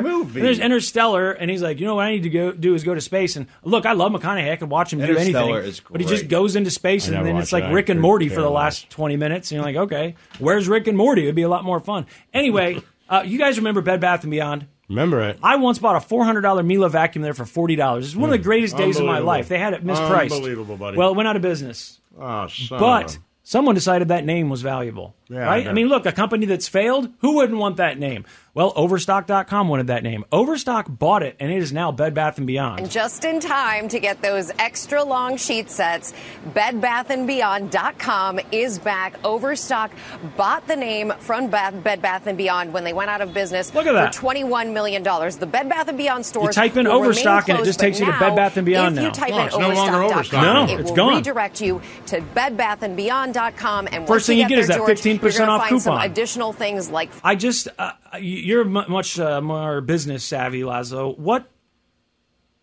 X: It's a movie.
D: Then there's Interstellar, and he's like, you know what I need to go do is go to space. And look, I love McConaughey. I can watch him do anything.
X: Interstellar is
D: But he just
X: great.
D: goes into space,
X: I
D: and
X: never
D: then
X: watched
D: it's like
X: that.
D: Rick and
X: I
D: Morty for the
X: barely
D: last 20 minutes and you're like okay where's rick and morty it'd be a lot more fun anyway uh, you guys remember bed bath and beyond
C: Remember it.
D: i once bought a $400 mila vacuum there for $40 it's one of the greatest days of my
C: Hmm. Unbelievable.
D: life they had it mispriced
C: Unbelievable, buddy.
D: well it went out of business
C: Oh, son of
D: but someone decided that name was valuable
C: Yeah, I
D: right I
C: bet.
D: mean look a company that's failed who wouldn't want that name well overstock.com wanted that name overstock bought it and it is now bed bath and beyond
I: And just in time to get those extra long sheet sets, Bed Bath and bedbathandbeyond.com is back. Overstock bought the name from Bath, Bed Bath and Beyond when they went out of business
D: Look at that.
I: for 21 million dollars. The Bed Bath and Beyond store
D: type in Overstock and it just takes you to Bed Bath and Beyond
I: if
D: now.
I: You type
D: No,
I: in
D: it's no longer
I: overstock.com,
D: Overstock. No,
I: it
D: it's
I: will
D: gone.
I: redirect you to bedbathandbeyond.com and once
D: First thing you get
I: there,
D: is that
I: George,
D: 15%
I: you're gonna
D: off
I: find some
D: coupon.
I: additional things like
D: I just uh, you're mu- much uh, more business savvy, Lazo. What?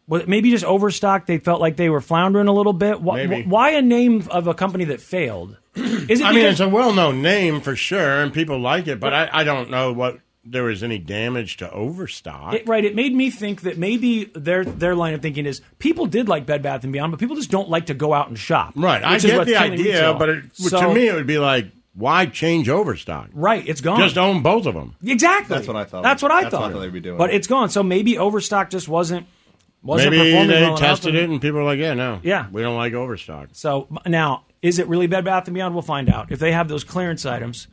D: Well, maybe just overstock. They felt like they were floundering a little bit. Why,
C: Maybe.
D: why a name of a company that failed? Is it
C: I mean,
D: because-
C: it's a well-known name for sure, and people like it. But I, I don't know what there was any damage to Overstock.
D: It, right. It made me think that maybe their their line of thinking is people did like Bed Bath and Beyond, but people just don't like to go out and shop.
C: right. I
D: which is
C: get
D: what's
C: the
D: killing
C: idea,
D: retail.
C: but it,
D: So-
C: to me, it would be like, why change Overstock?
D: right, it's gone.
C: Just own both of them.
D: Exactly.
C: That's what I thought.
D: That's what I
C: That's
D: thought.
C: what I thought they'd be doing.
D: But it's gone. So maybe overstock just wasn't wasn't
C: Maybe
D: performing
C: they
D: well enough
C: tested
D: and-
C: it, and people are like, yeah, no,
D: Yeah.
C: we don't like Overstock.
D: So m- now, is it really Bed Bath and Beyond? We'll find out. If they have those clearance items,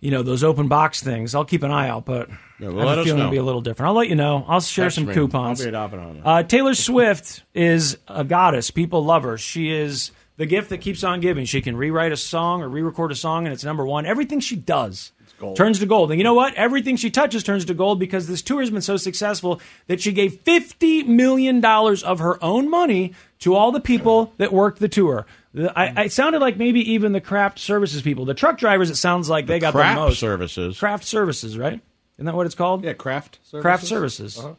D: you know, those open box things, I'll keep an eye out. But
C: well,
D: I have
C: let
D: a
C: us
D: feeling it'll
C: know.
D: be a little different. I'll let you know. I'll share
C: Text
D: some
C: me.
D: coupons.
C: I'll be at Oppenheimer.
D: Uh, Taylor Swift is a goddess. People love her. She is the gift that keeps on giving. She can rewrite a song or re-record a song, and it's number one. Everything she does turns to gold. And you know what? Everything she touches turns to gold because this tour has been so successful that she gave fifty million dollars of her own money to all the people that worked the tour. The- I, I it sounded like maybe even the craft services people, the truck drivers. It sounds like they got
C: Crap
D: the most.
C: services.
D: Craft services, right? Isn't that what it's called? Yeah,
X: craft services.
D: Craft services.
X: Uh-huh.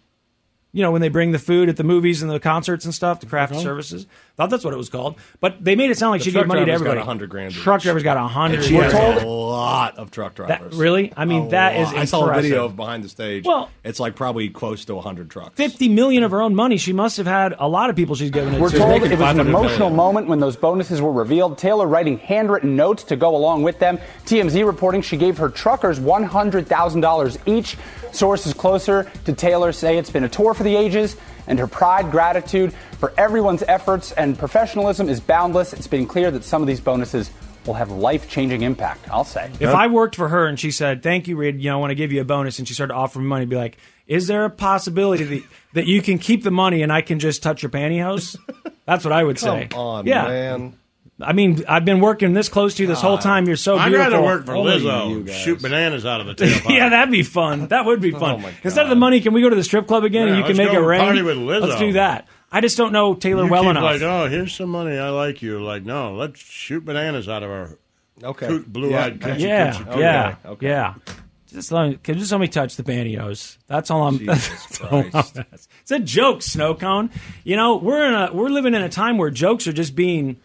D: You know, when they bring the food at the movies and the concerts and stuff, the craft
X: Okay.
D: services. Thought that's what it was called, but they made it sound like
X: The
D: she
X: truck
D: gave money to
X: driver's got
D: everybody.
X: 100 grand.
D: Truck drivers got a hundred.
X: And she has a lot of truck drivers.
D: really? I mean,
X: A
D: that is
X: lot. I saw a video
D: impressive.
X: of behind the stage.
D: Well-
X: it's like probably close to 100 trucks.
D: Fifty million of her own money. She must have had a lot of people she's given it
M: We're
D: to.
M: told it was an emotional moment when those bonuses were revealed. Taylor writing handwritten notes to go along with them. TMZ reporting she gave her truckers $100,000 each. Sources closer to Taylor say it's been a tour for the ages, and her pride, gratitude for everyone's efforts and professionalism is boundless. It's been clear that some of these bonuses will have life changing impact, I'll say.
D: If I worked for her and she said, "Thank you, Reed. You know, I want to give you a bonus," and she started offering me money, I'd be like, "Is there a possibility that, that you can keep the money and I can just touch your pantyhose?" That's what I would
X: Come
D: say.
X: on,
D: yeah.
X: man.
D: I mean, I've been working this close to you this whole time. You're so
C: I'd
D: beautiful.
C: rather work for
D: Only you
C: Lizzo.
D: guys.
C: Shoot bananas out of the tailpipe.
D: yeah, that'd be fun. That would be
C: Oh,
D: fun.
C: my
D: Instead of the money, can we go to the strip club
C: Yeah,
D: again and you can
C: let's
D: make
C: go
D: it rain?
C: party with Lizzo.
D: Let's do that. I just don't know Taylor
C: You
D: well
C: keep
D: enough.
C: Like, oh, here's some money. I like you. Like, no, let's shoot bananas out of our
X: okay
C: blue-eyed. coochie,
D: yeah,
C: coochie, coochie.
D: yeah, yeah. Just let me, can just let me touch the pantyhose. That's all I'm. that's all I'm
C: Christ.
D: asking. it's a joke, snow cone. You know, we're in a we're living in a time where jokes are just being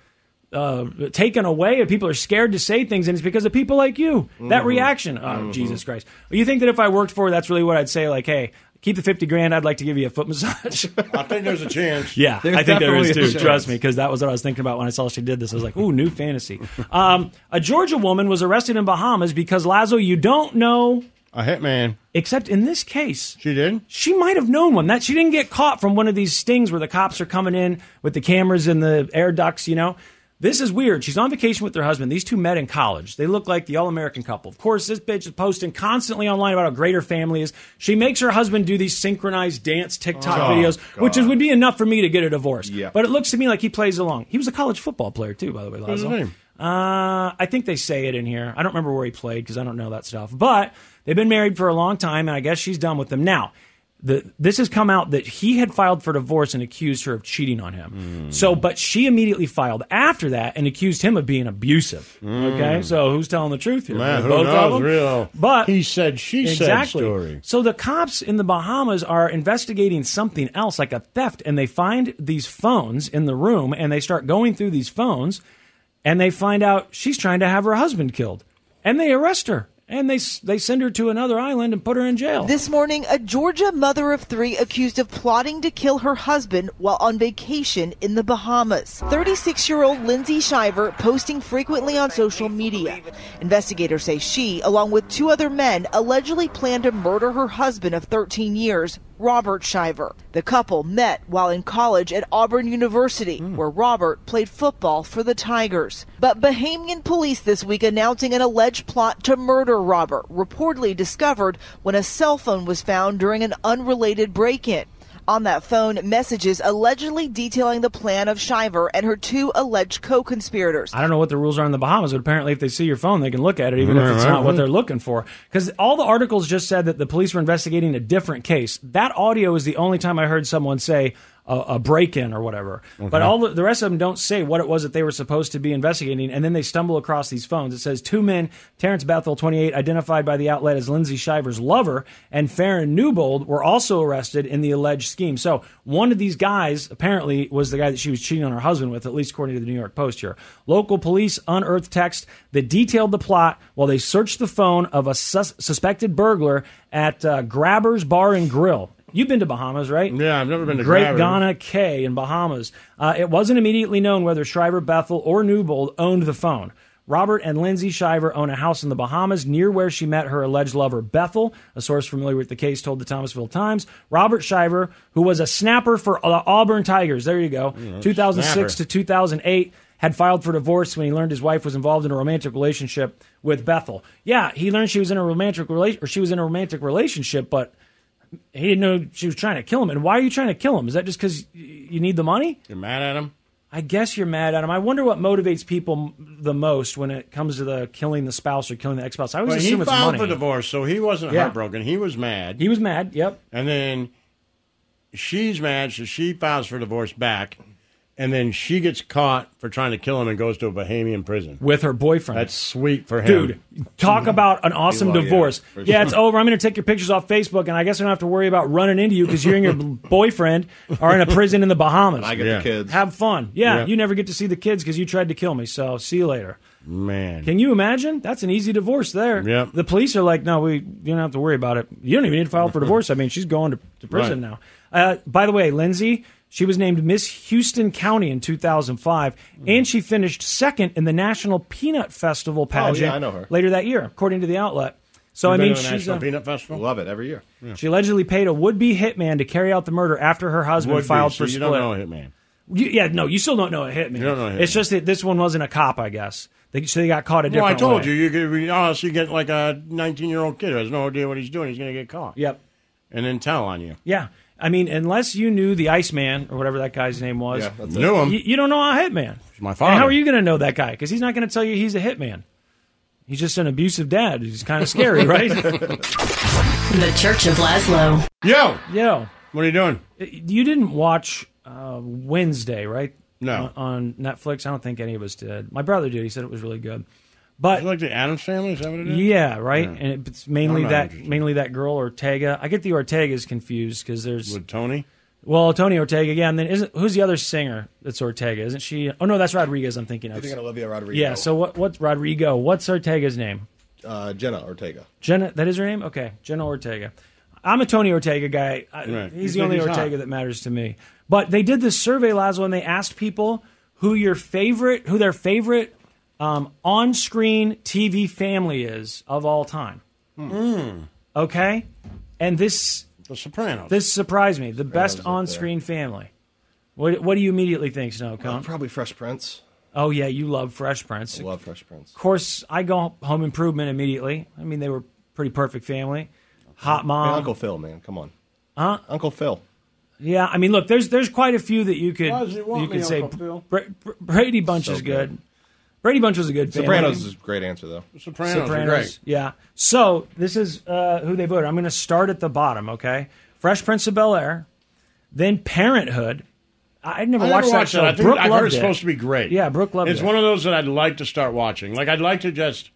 D: uh, taken away, and people are scared to say things, and it's because of people like you. That
C: Mm-hmm.
B: Mhm.
D: reaction. Oh,
B: Mhm.
D: Jesus Christ! You think that if I worked for, her, that's really what I'd say? Like, hey, keep the fifty grand. I'd like to give you a foot massage.
C: I think there's a chance.
D: Yeah,
C: There's
D: I think there is
C: definitely a
D: too. Trust
C: chance.
D: me, because that was what I was thinking about when I saw she did this. I was like, ooh, new fantasy. Um, a Georgia woman was arrested in Bahamas because Lazo, you don't know
C: a hitman.
D: Except in this case,
C: she did.
D: She might have known one that she didn't get caught from one of these stings where the cops are coming in with the cameras and the air ducts. You know, this is weird. She's on vacation with her husband. These two met in college. They look like the all-American couple. Of course, this bitch is posting constantly online about how great her family is. She makes her husband do these synchronized dance TikTok
B: Oh,
D: videos,
B: God.
D: which is, would be enough for me to get a divorce.
B: Yeah.
D: But it looks to me like he plays along. He was a college football player too, by the way.
B: What's his
D: Lazo.
B: name?
D: Uh, I think they say it in here. I don't remember where he played because I don't know that stuff. But they've been married for a long time, and I guess she's done with them now. The, this has come out that he had filed for divorce and accused her of cheating on
C: Hmm.
D: him. So, but she immediately filed after that and accused him of being abusive. Okay, so who's telling the truth here?
C: Hmm. Man, who
D: Both of
C: knows?
D: them?
C: Real.
D: But
C: he said she said
D: exactly.
C: story.
D: So the cops in the Bahamas are investigating something else, like a theft, and they find these phones in the room, and they start going through these phones, and they find out she's trying to have her husband killed, and they arrest her, and they s- they send her to another island and put her in jail.
N: This morning, a Georgia mother of three accused of plotting to kill her husband while on vacation in the Bahamas. 36 year old Lindsay Shiver posting frequently on social media. Investigators say she, along with two other men, allegedly planned to murder her husband of 13 years, Robert Shiver. The couple met while in college at Auburn University, where Robert played football for the Tigers. But Bahamian police this week announcing an alleged plot to murder Robert, reportedly discovered when a cell phone was found during an unrelated break in. On that phone, messages allegedly detailing the plan of Shiver and her two alleged co conspirators.
D: I don't know what the rules are in the Bahamas, but apparently, if they see your phone, they can look at it, even if it's
N: Right,
D: not what
N: right.
D: they're looking for. Because all the articles just said that the police were investigating a different case. That audio is the only time I heard someone say a, a break in or whatever. But all the, the rest of them don't say what it was that they were supposed to be investigating. And then they stumble across these phones. It says two men, Terrence Bethel, 28, identified by the outlet as Lindsay Shiver's lover, and Farron Newbold were also arrested in the alleged scheme. So one of these guys apparently was the guy that she was cheating on her husband with, at least according to the New York Post here. Local police unearthed text that detailed the plot while they searched the phone of a sus- suspected burglar at uh, Grabber's Bar and Grill. You've been to Bahamas, right?
C: Yeah, I've never been to
D: Great
C: Gravity.
D: Ghana K in Bahamas. Uh, it wasn't immediately known whether Shriver, Bethel, or Newbold owned the phone. Robert and Lindsay Shiver own a house in the Bahamas near where she met her alleged lover, Bethel. A source familiar with the case told the Thomasville Times. Robert Shiver, who was a snapper for uh, Auburn Tigers, there you go, 2006
B: snapper.
D: to 2008, had filed for divorce when he learned his wife was involved in a romantic relationship with Bethel. Yeah, he learned she was in a romantic relation or she was in a romantic relationship, but he didn't know she was trying to kill him. And why are you trying to kill him? Is that just because you need the money?
C: You're mad at him.
D: I guess you're mad at him. I wonder what motivates people m- the most when it comes to the killing the spouse or killing the ex-spouse. I always
C: But he
D: assume it's
C: filed
D: money.
C: for divorce, so he wasn't
D: Yeah.
C: heartbroken. He was mad.
D: He was mad. Yep.
C: And then she's mad, so she files for divorce back, and then she gets caught for trying to kill him and goes to a Bahamian prison
D: with her boyfriend.
C: That's sweet for him,
D: Dude, talk about an awesome
C: Well, yeah,
D: divorce.
C: for
D: Yeah,
C: sure.
D: it's over. I'm going to take your pictures off Facebook, and I guess I don't have to worry about running into you because you and your boyfriend are in a prison in the Bahamas.
C: And I get the Yeah. kids.
D: Have fun. Yeah,
C: Yeah.
D: you never get to see the kids because you tried to kill me. So see you later.
C: man.
D: Can you imagine? That's an easy divorce there.
C: Yep.
D: The police are like, no, we you don't have to worry about it. You don't even need to file for divorce. I mean, she's going to, to prison
B: Right.
D: now. Uh, by the way, Lindsay, she was named Miss Houston County in 2005,
C: Mm-hmm.
D: and she finished second in the National Peanut
C: Oh,
D: Festival pageant
X: I know her.
D: later that year, according to the outlet. So I mean, she's uh,
C: Peanut Festival.
X: Love it every year.
D: she allegedly paid a would-be hitman to carry out the murder after her husband
C: Would be,
D: filed
C: so
D: for
C: you
D: split.
C: don't know a hitman.
D: You- yeah, no, you still don't know a hitman.
C: You don't know a
D: It's just that this one wasn't a cop, I guess. They, so they got caught a
C: Well,
D: different
C: I told
D: way.
C: you, you could, honestly get like a 19 year old kid who has no idea what he's doing. He's going to get caught.
D: Yep.
C: and then tell on you.
D: Yeah. I mean, unless you knew the Iceman or whatever that guy's name was,
C: Yeah, that's it. Knew him.
D: You, you don't know a hitman.
C: He's my
D: And
C: father.
D: how are you going to know that guy? Because he's not going to tell you he's a hitman. He's just an abusive dad. He's kind of scary, right?
G: The Church of Laszlo.
C: Yo,
D: yo, Uh,
C: what are you doing?
D: You didn't watch uh, Wednesday, right?
C: No.
D: on, on Netflix. I don't think any of us did. My brother did. He said it was really good. But
C: like the Adams Family, is that what it is?
D: Yeah, right.
C: Yeah.
D: And it's
C: I'm
D: mainly
C: not
D: that
C: interested.
D: mainly that girl Ortega. I get the Ortegas confused because there's
C: With Tony.
D: Well, Tony Ortega, yeah, and then isn't who's the other singer that's Ortega? Isn't she? Oh no, that's Rodriguez. I'm thinking of.
X: You're thinking Olivia Rodrigo.
D: Yeah. So what? What's Rodrigo? What's Ortega's name?
X: Uh, Jenna Ortega.
D: Jenna. That is her name. Okay, Jenna Ortega. I'm a Tony Ortega guy. I,
X: Right.
D: He's
X: You
D: the only
X: think he's
D: Ortega
X: hot.
D: that matters to me. But they did this survey, Lazo, and they asked people who your favorite, who their favorite um, on-screen TV family is of all time.
X: Hmm.
D: Okay, and this
C: The Sopranos.
D: this surprised me. The
X: Sopranos up
D: best
X: there.
D: on-screen family. What What do you immediately think, Snow Cone?
X: Uh, probably Fresh Prince.
D: Oh yeah, you love Fresh Prince.
X: I love Fresh Prince.
D: Of course, I go Home Improvement immediately. I mean, they were pretty perfect family. Hot mom,
X: And Uncle Phil, man, come on.
D: Huh?
X: Uncle Phil.
D: Yeah, I mean, look, there's there's quite a few that you could
X: Why does he want
D: you could
X: me,
D: say
X: Uncle Phil?
D: Bra- Bra- Brady Bunch
X: So
D: is
X: good.
D: good. Brady Bunch was a good family.
X: Sopranos is a great answer though.
C: Sopranos are great.
D: Yeah. So this is uh, who they voted. I'm going to start at the bottom. Okay. Fresh Prince of Bel Air, then Parenthood. I I'd never
C: I
D: watched
C: never
D: that
C: watched it.
D: show.
C: I think
D: Brooke
C: I've
D: loved
C: heard it's
D: it.
C: supposed to be great.
D: Yeah, Brooke loved
C: It's
D: it.
C: one of those that I'd like to start watching. Like I'd like to just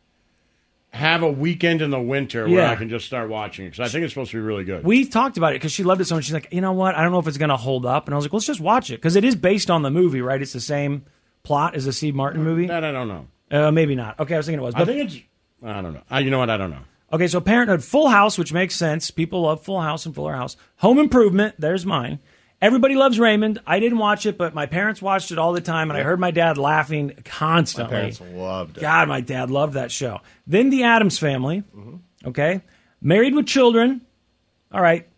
C: have a weekend in the winter where
D: Yeah.
C: I can just start watching because I think it's supposed to be really good.
D: we talked about it because she loved it so much. She's like, you know what? I don't know if it's going to hold up. And I was like, let's just watch it because it is based on the movie, right? It's the same plot as the Steve Martin movie.
C: That I don't know.
D: Uh, maybe not. Okay, I was thinking it was.
C: I think it's. I don't know. I, you know what? I don't know.
D: Okay, so Parenthood, Full House, which makes sense. People love Full House and Fuller House. Home Improvement, there's mine. Everybody loves Raymond. I didn't watch it, but my parents watched it all the time, and I heard my dad laughing constantly.
X: parents loved it.
D: God, my dad loved that show. Then The Adams Family. Okay, Married with Children. All right,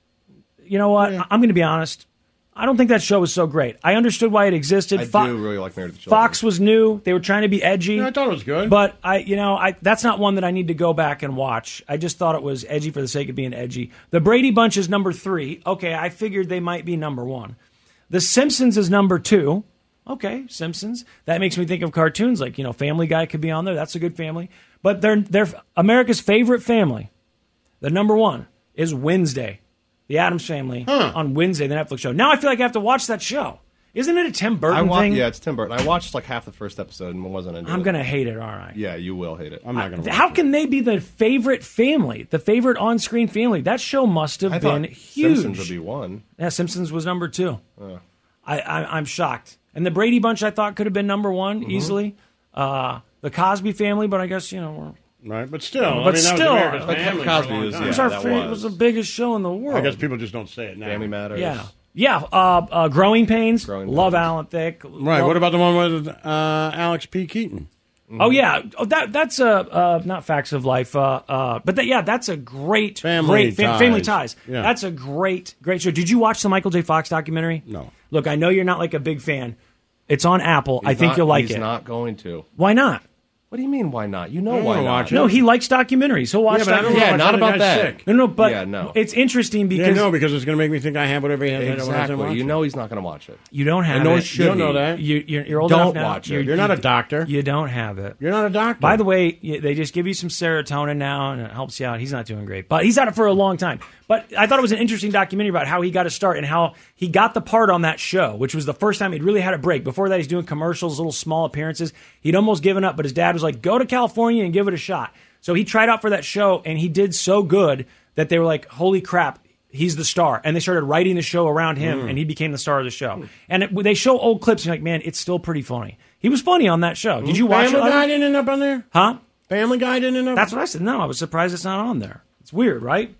D: you know what? I- I'm going to be honest. I don't think that show was so great. I understood why it existed.
X: I
D: Fo-
X: do really like Married to the Children.
D: Fox was new. They were trying to be edgy.
X: Yeah, I thought it was good.
D: But I, you know, I that's not one that I need to go back and watch. I just thought it was edgy for the sake of being edgy. The Brady Bunch is number three. Okay, I figured they might be number one. The Simpsons is number two. Okay, Simpsons. That makes me think of cartoons like you know Family Guy could be on there. That's a good family. But they're they're America's favorite family. The number one is Wednesday, The Adams Family on Wednesday, the Netflix show. Now I feel like I have to watch that show. Isn't it a Tim Burton
X: I wa-
D: thing?
X: Yeah, it's Tim Burton. I watched like half the first episode and wasn't into
D: I'm
X: it.
D: gonna hate it. All right.
X: Yeah, you will hate it. I'm not gonna.
D: How can they be the favorite family, the favorite on-screen family? That show must have
X: I
D: been
X: thought
D: huge.
X: Simpsons would be one.
D: yeah, Simpsons was number two.
X: Uh,
D: I, I, I'm shocked. And the Brady Bunch, I thought could have been number one
X: Mm-hmm.
D: easily. Uh, the Cosby Family, but I guess you know we're.
C: Right, but still, I
D: But
C: mean, that was
D: still,
C: America's
D: like,
C: Family
D: Cosby
C: for a long
X: was-
C: time.
D: it was our fa- it was the biggest show in the world.
C: I guess people just don't say it now.
X: Family Matters.
D: Yeah. Yeah, uh, uh, Growing Pains. love Alan Thicke.
C: Right.
D: Love-
C: What about the one with uh, Alex P. Keaton?
D: Oh yeah, oh, that that's a uh, not facts of life, uh, uh, but that, yeah, that's a great
C: Family
D: great fam- family
C: Ties.
D: ties.
C: Yeah.
D: That's a great great show. Did you watch the Michael J. Fox documentary?
C: No.
D: Look, I know you're not like a big fan. It's on Apple. I
X: he's
D: think
X: not-
D: you'll like
X: he's
D: it.
X: not going to.
D: Why not?
X: What do you mean? Why not? You know
D: I don't
X: why
D: wanna
X: not?
D: watch it. No, he likes documentaries. He'll watch
X: Yeah, but I don't
D: documentaries.
X: wanna Yeah, watch not other about guys that. sick.
D: No, no, but
X: Yeah, no.
D: it's interesting because
C: yeah, no, because it's going to make me think I have whatever he has.
X: Exactly. You know he's not going to watch it.
D: you don't have
X: And nor
D: it.
X: should You don't know he.
C: that.
D: You, you're, you're old
X: Don't
D: enough now.
X: watch it.
D: You're,
X: You're not
D: you-
X: a
C: doctor.
D: You don't have it.
C: You're not a doctor.
D: By the way, y- they just give you some serotonin now, and it helps you out. He's not doing great, but he's had it for a long time. But I thought it was an interesting documentary about how he got his start and how he got the part on that show, which was the first time he'd really had a break. Before that, he's doing commercials, little small appearances. He'd almost given up, but his dad was like, "Go to California and give it a shot." So he tried out for that show, and he did so good that they were like, "Holy crap!" He's the star, and they started writing the show around him,
C: Mm.
D: and he became the star of the
C: Hmm.
D: show. And it, they show old clips, and you're like, man, it's still pretty funny. He was funny on that show. Did you watch
C: Hmm? Family
D: it? Lana?
C: Guy didn't end up on there.
D: Huh?
C: Family Guy didn't end up.
D: That's what I said. No, I was surprised it's not on there. It's weird, right?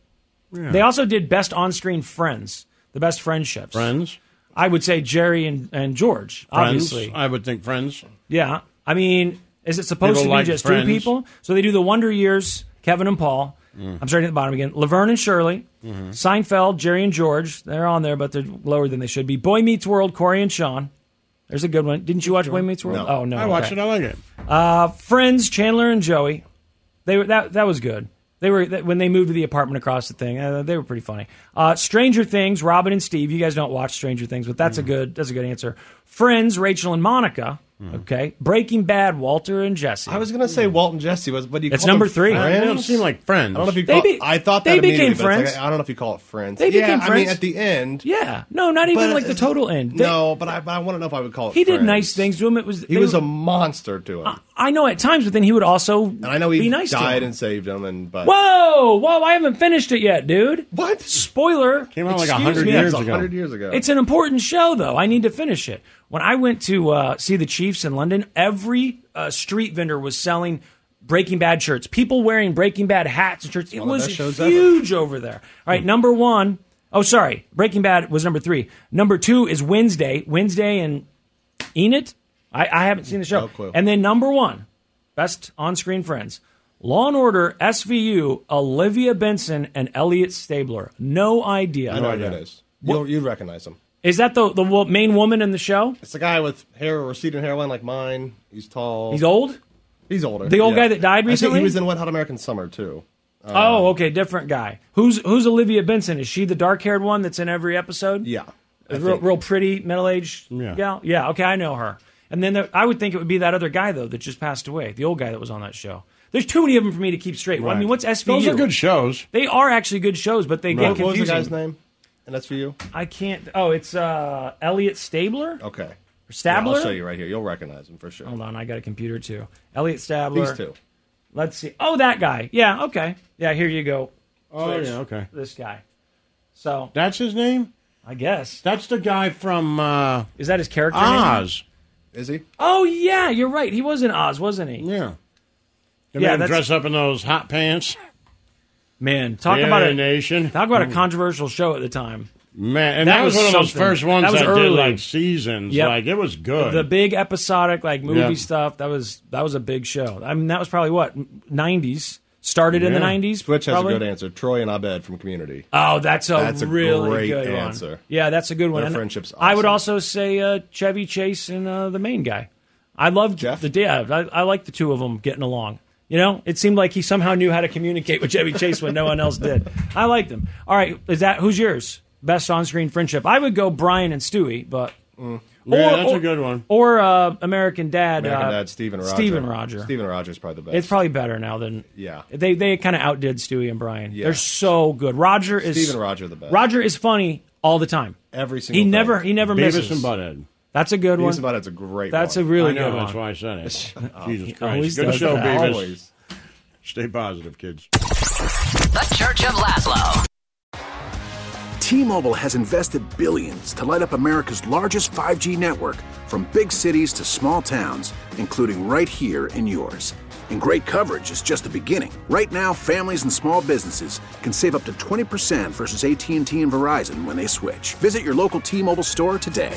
C: Yeah.
D: They also did best on-screen friends, the best friendships.
C: Friends.
D: I would say Jerry and, and George, obviously.
C: Friends, I would think Friends.
D: Yeah. I mean, is it supposed
C: People
D: to be
C: like
D: just
C: Friends.
D: two people? So they do the Wonder Years, Kevin and Paul.
C: Mm.
D: I'm starting at the bottom again. Laverne and Shirley,
C: Mhm.
D: Seinfeld, Jerry and George. They're on there, but they're lower than they should be. Boy Meets World, Corey and Sean. There's a good one. Didn't you watch Boy Meets World?
C: No.
D: Oh no,
C: I watched
D: okay.
C: it. I like it.
D: Uh, Friends, Chandler and Joey. They were that that was good. They were th- when they moved to the apartment across the thing. Uh, they were pretty funny. Uh, Stranger Things, Robin and Steve. You guys don't watch Stranger Things, but
F: Mm-hmm.
D: that's a good that's a good answer. Friends, Rachel and Monica. Okay, Breaking Bad, Walter and Jesse. I
F: Mm-hmm. was gonna say Walt and Jesse was, but you.
D: It's
F: call them
D: number three.
F: friends?
D: They don't seem like
F: I
D: friends.
F: don't know if you.
D: They
F: Call,
D: be-
F: I thought that
D: they became
F: immediately, but it's
D: friends.
F: Like, I don't know if you call it friends.
D: They
F: yeah,
D: became
F: I mean,
D: friends.
F: at the end.
D: Yeah. No, not even
F: But,
D: like
F: uh,
D: the total end. They-
F: no, but I, but I want to know if I would call it.
D: he did
F: friends.
D: nice things to him. It was
F: He
D: they
F: was
D: were-
F: a monster to him.
D: I know at times, but then he would also
F: and I know he
D: be nice to
F: died
D: him.
F: and saved him, and but
D: Whoa, whoa! I haven't finished it yet, dude. What? Spoiler.
F: Came out like
D: Excuse
F: 100
D: me.
F: years It's ago. 100 years ago.
D: It's an important show, though. I need to finish it. When I went to uh, see the Chiefs in London, every uh, street vendor was selling Breaking Bad shirts. People wearing Breaking Bad hats and shirts. It
F: one of
D: was
F: the best shows ever.
D: huge over there. All right, number one. Oh, sorry. Breaking Bad was number three. Number two is Wednesday. Wednesday and Enid. I, I haven't seen the show. And then number one, best on-screen friends. Law and Order, SVU, Olivia Benson, and Elliot Stabler. No idea.
F: I know who that is. You you recognize him.
D: Is that the the wo- main woman in the show?
F: It's the guy with hair receding hairline like mine. He's tall.
D: He's old.
F: He's older.
D: The old
F: yeah.
D: guy that died
F: I think
D: recently?
F: he was in Wet Hot American Summer too. Uh,
D: oh, okay, different guy. Who's who's Olivia Benson? Is she the dark haired one that's in every episode?
F: Yeah,
D: A real, real pretty middle aged
F: Yeah.
D: gal. Yeah, okay, I know her. And then there, I would think it would be that other guy though that just passed away, the old guy that was on that show. There's too many of them for me to keep straight. Well, I mean, what's SVU?
C: Those are good shows.
D: They are actually good shows, but they get
F: What, what was
D: confusing.
F: the guy's name? And that's for you.
D: I can't. Oh, it's uh, Elliot Stabler.
F: Okay.
D: Stabler.
F: Yeah, I'll show you right here. You'll recognize him for sure.
D: Hold on, I got a computer too. Elliot Stabler.
F: These two.
D: Let's see. Oh, that guy. Yeah. Okay. Yeah. Here you go.
C: Oh,
D: Switch.
C: yeah, okay.
D: This guy. So
C: That's his name.
D: I guess
C: that's the guy from. Uh,
D: is that his character? name?
C: Oz.
F: Is he?
D: Oh yeah, you're right. He was in Oz, wasn't he?
C: Yeah. They
D: yeah.
C: made him
D: That's,
C: dress up in those hot pants.
D: Man, talk about
C: a
D: a
C: nation. Mm.
D: Talk about a controversial show at the time.
C: Man, and that, was, one of those
D: something.
C: first ones that,
D: was
C: did
D: early.
C: like seasons.
D: Yep.
C: Like it was good.
D: The big episodic like movie
C: Yeah.
D: stuff. That was that was a big show. I mean, that was probably what nineties started in the nineties.
F: Twitch has
D: probably?
F: a good answer. Troy and Abed from Community.
D: Oh, that's a
F: That's a
D: really
F: great
D: good One.
F: answer.
D: Yeah, that's a good one.
F: Their
D: And
F: friendship's
D: I would also say uh, Chevy Chase and uh, the main guy. I loved the yeah. I, I like the two of them getting along. You know, it seemed like he somehow knew how to communicate with Chevy Chase when no one else did. I liked them. All right, is that who's yours? Best on-screen friendship. I would go Brian and Stewie, but
C: Yeah, that's a good one.
D: Mm. Or uh, American Dad.
F: American
D: uh,
F: Dad, Steven Roger.
D: Steven Roger.
F: Steven Roger's probably the best.
D: It's probably better now than
F: Yeah.
D: They they kind of outdid Stewie and Brian.
F: Yeah.
D: They're so good. Roger is
F: Steven Roger the best.
D: Roger is funny all the time.
F: Every
D: he
F: single
D: never he never
C: Beavis
D: misses.
C: and Butthead.
D: That's a good
F: Beavis
D: one.
F: and Butthead's a great
D: That's
F: one.
D: a really
C: I know,
D: good
C: that's
D: one.
C: why I said it.
F: up.
C: Jesus
F: He
C: Christ.
F: always
C: Good
F: does
C: show,
F: that.
C: Beavis.
F: Always.
C: Stay positive, kids.
S: The Church of Laszlo.
B: T-Mobile has invested billions to light up America's largest 5G network from big cities to small towns, including right here in yours. And great coverage is just the beginning. Right now, families and small businesses can save up to 20% versus AT&T and Verizon when they switch. Visit your local T-Mobile store today.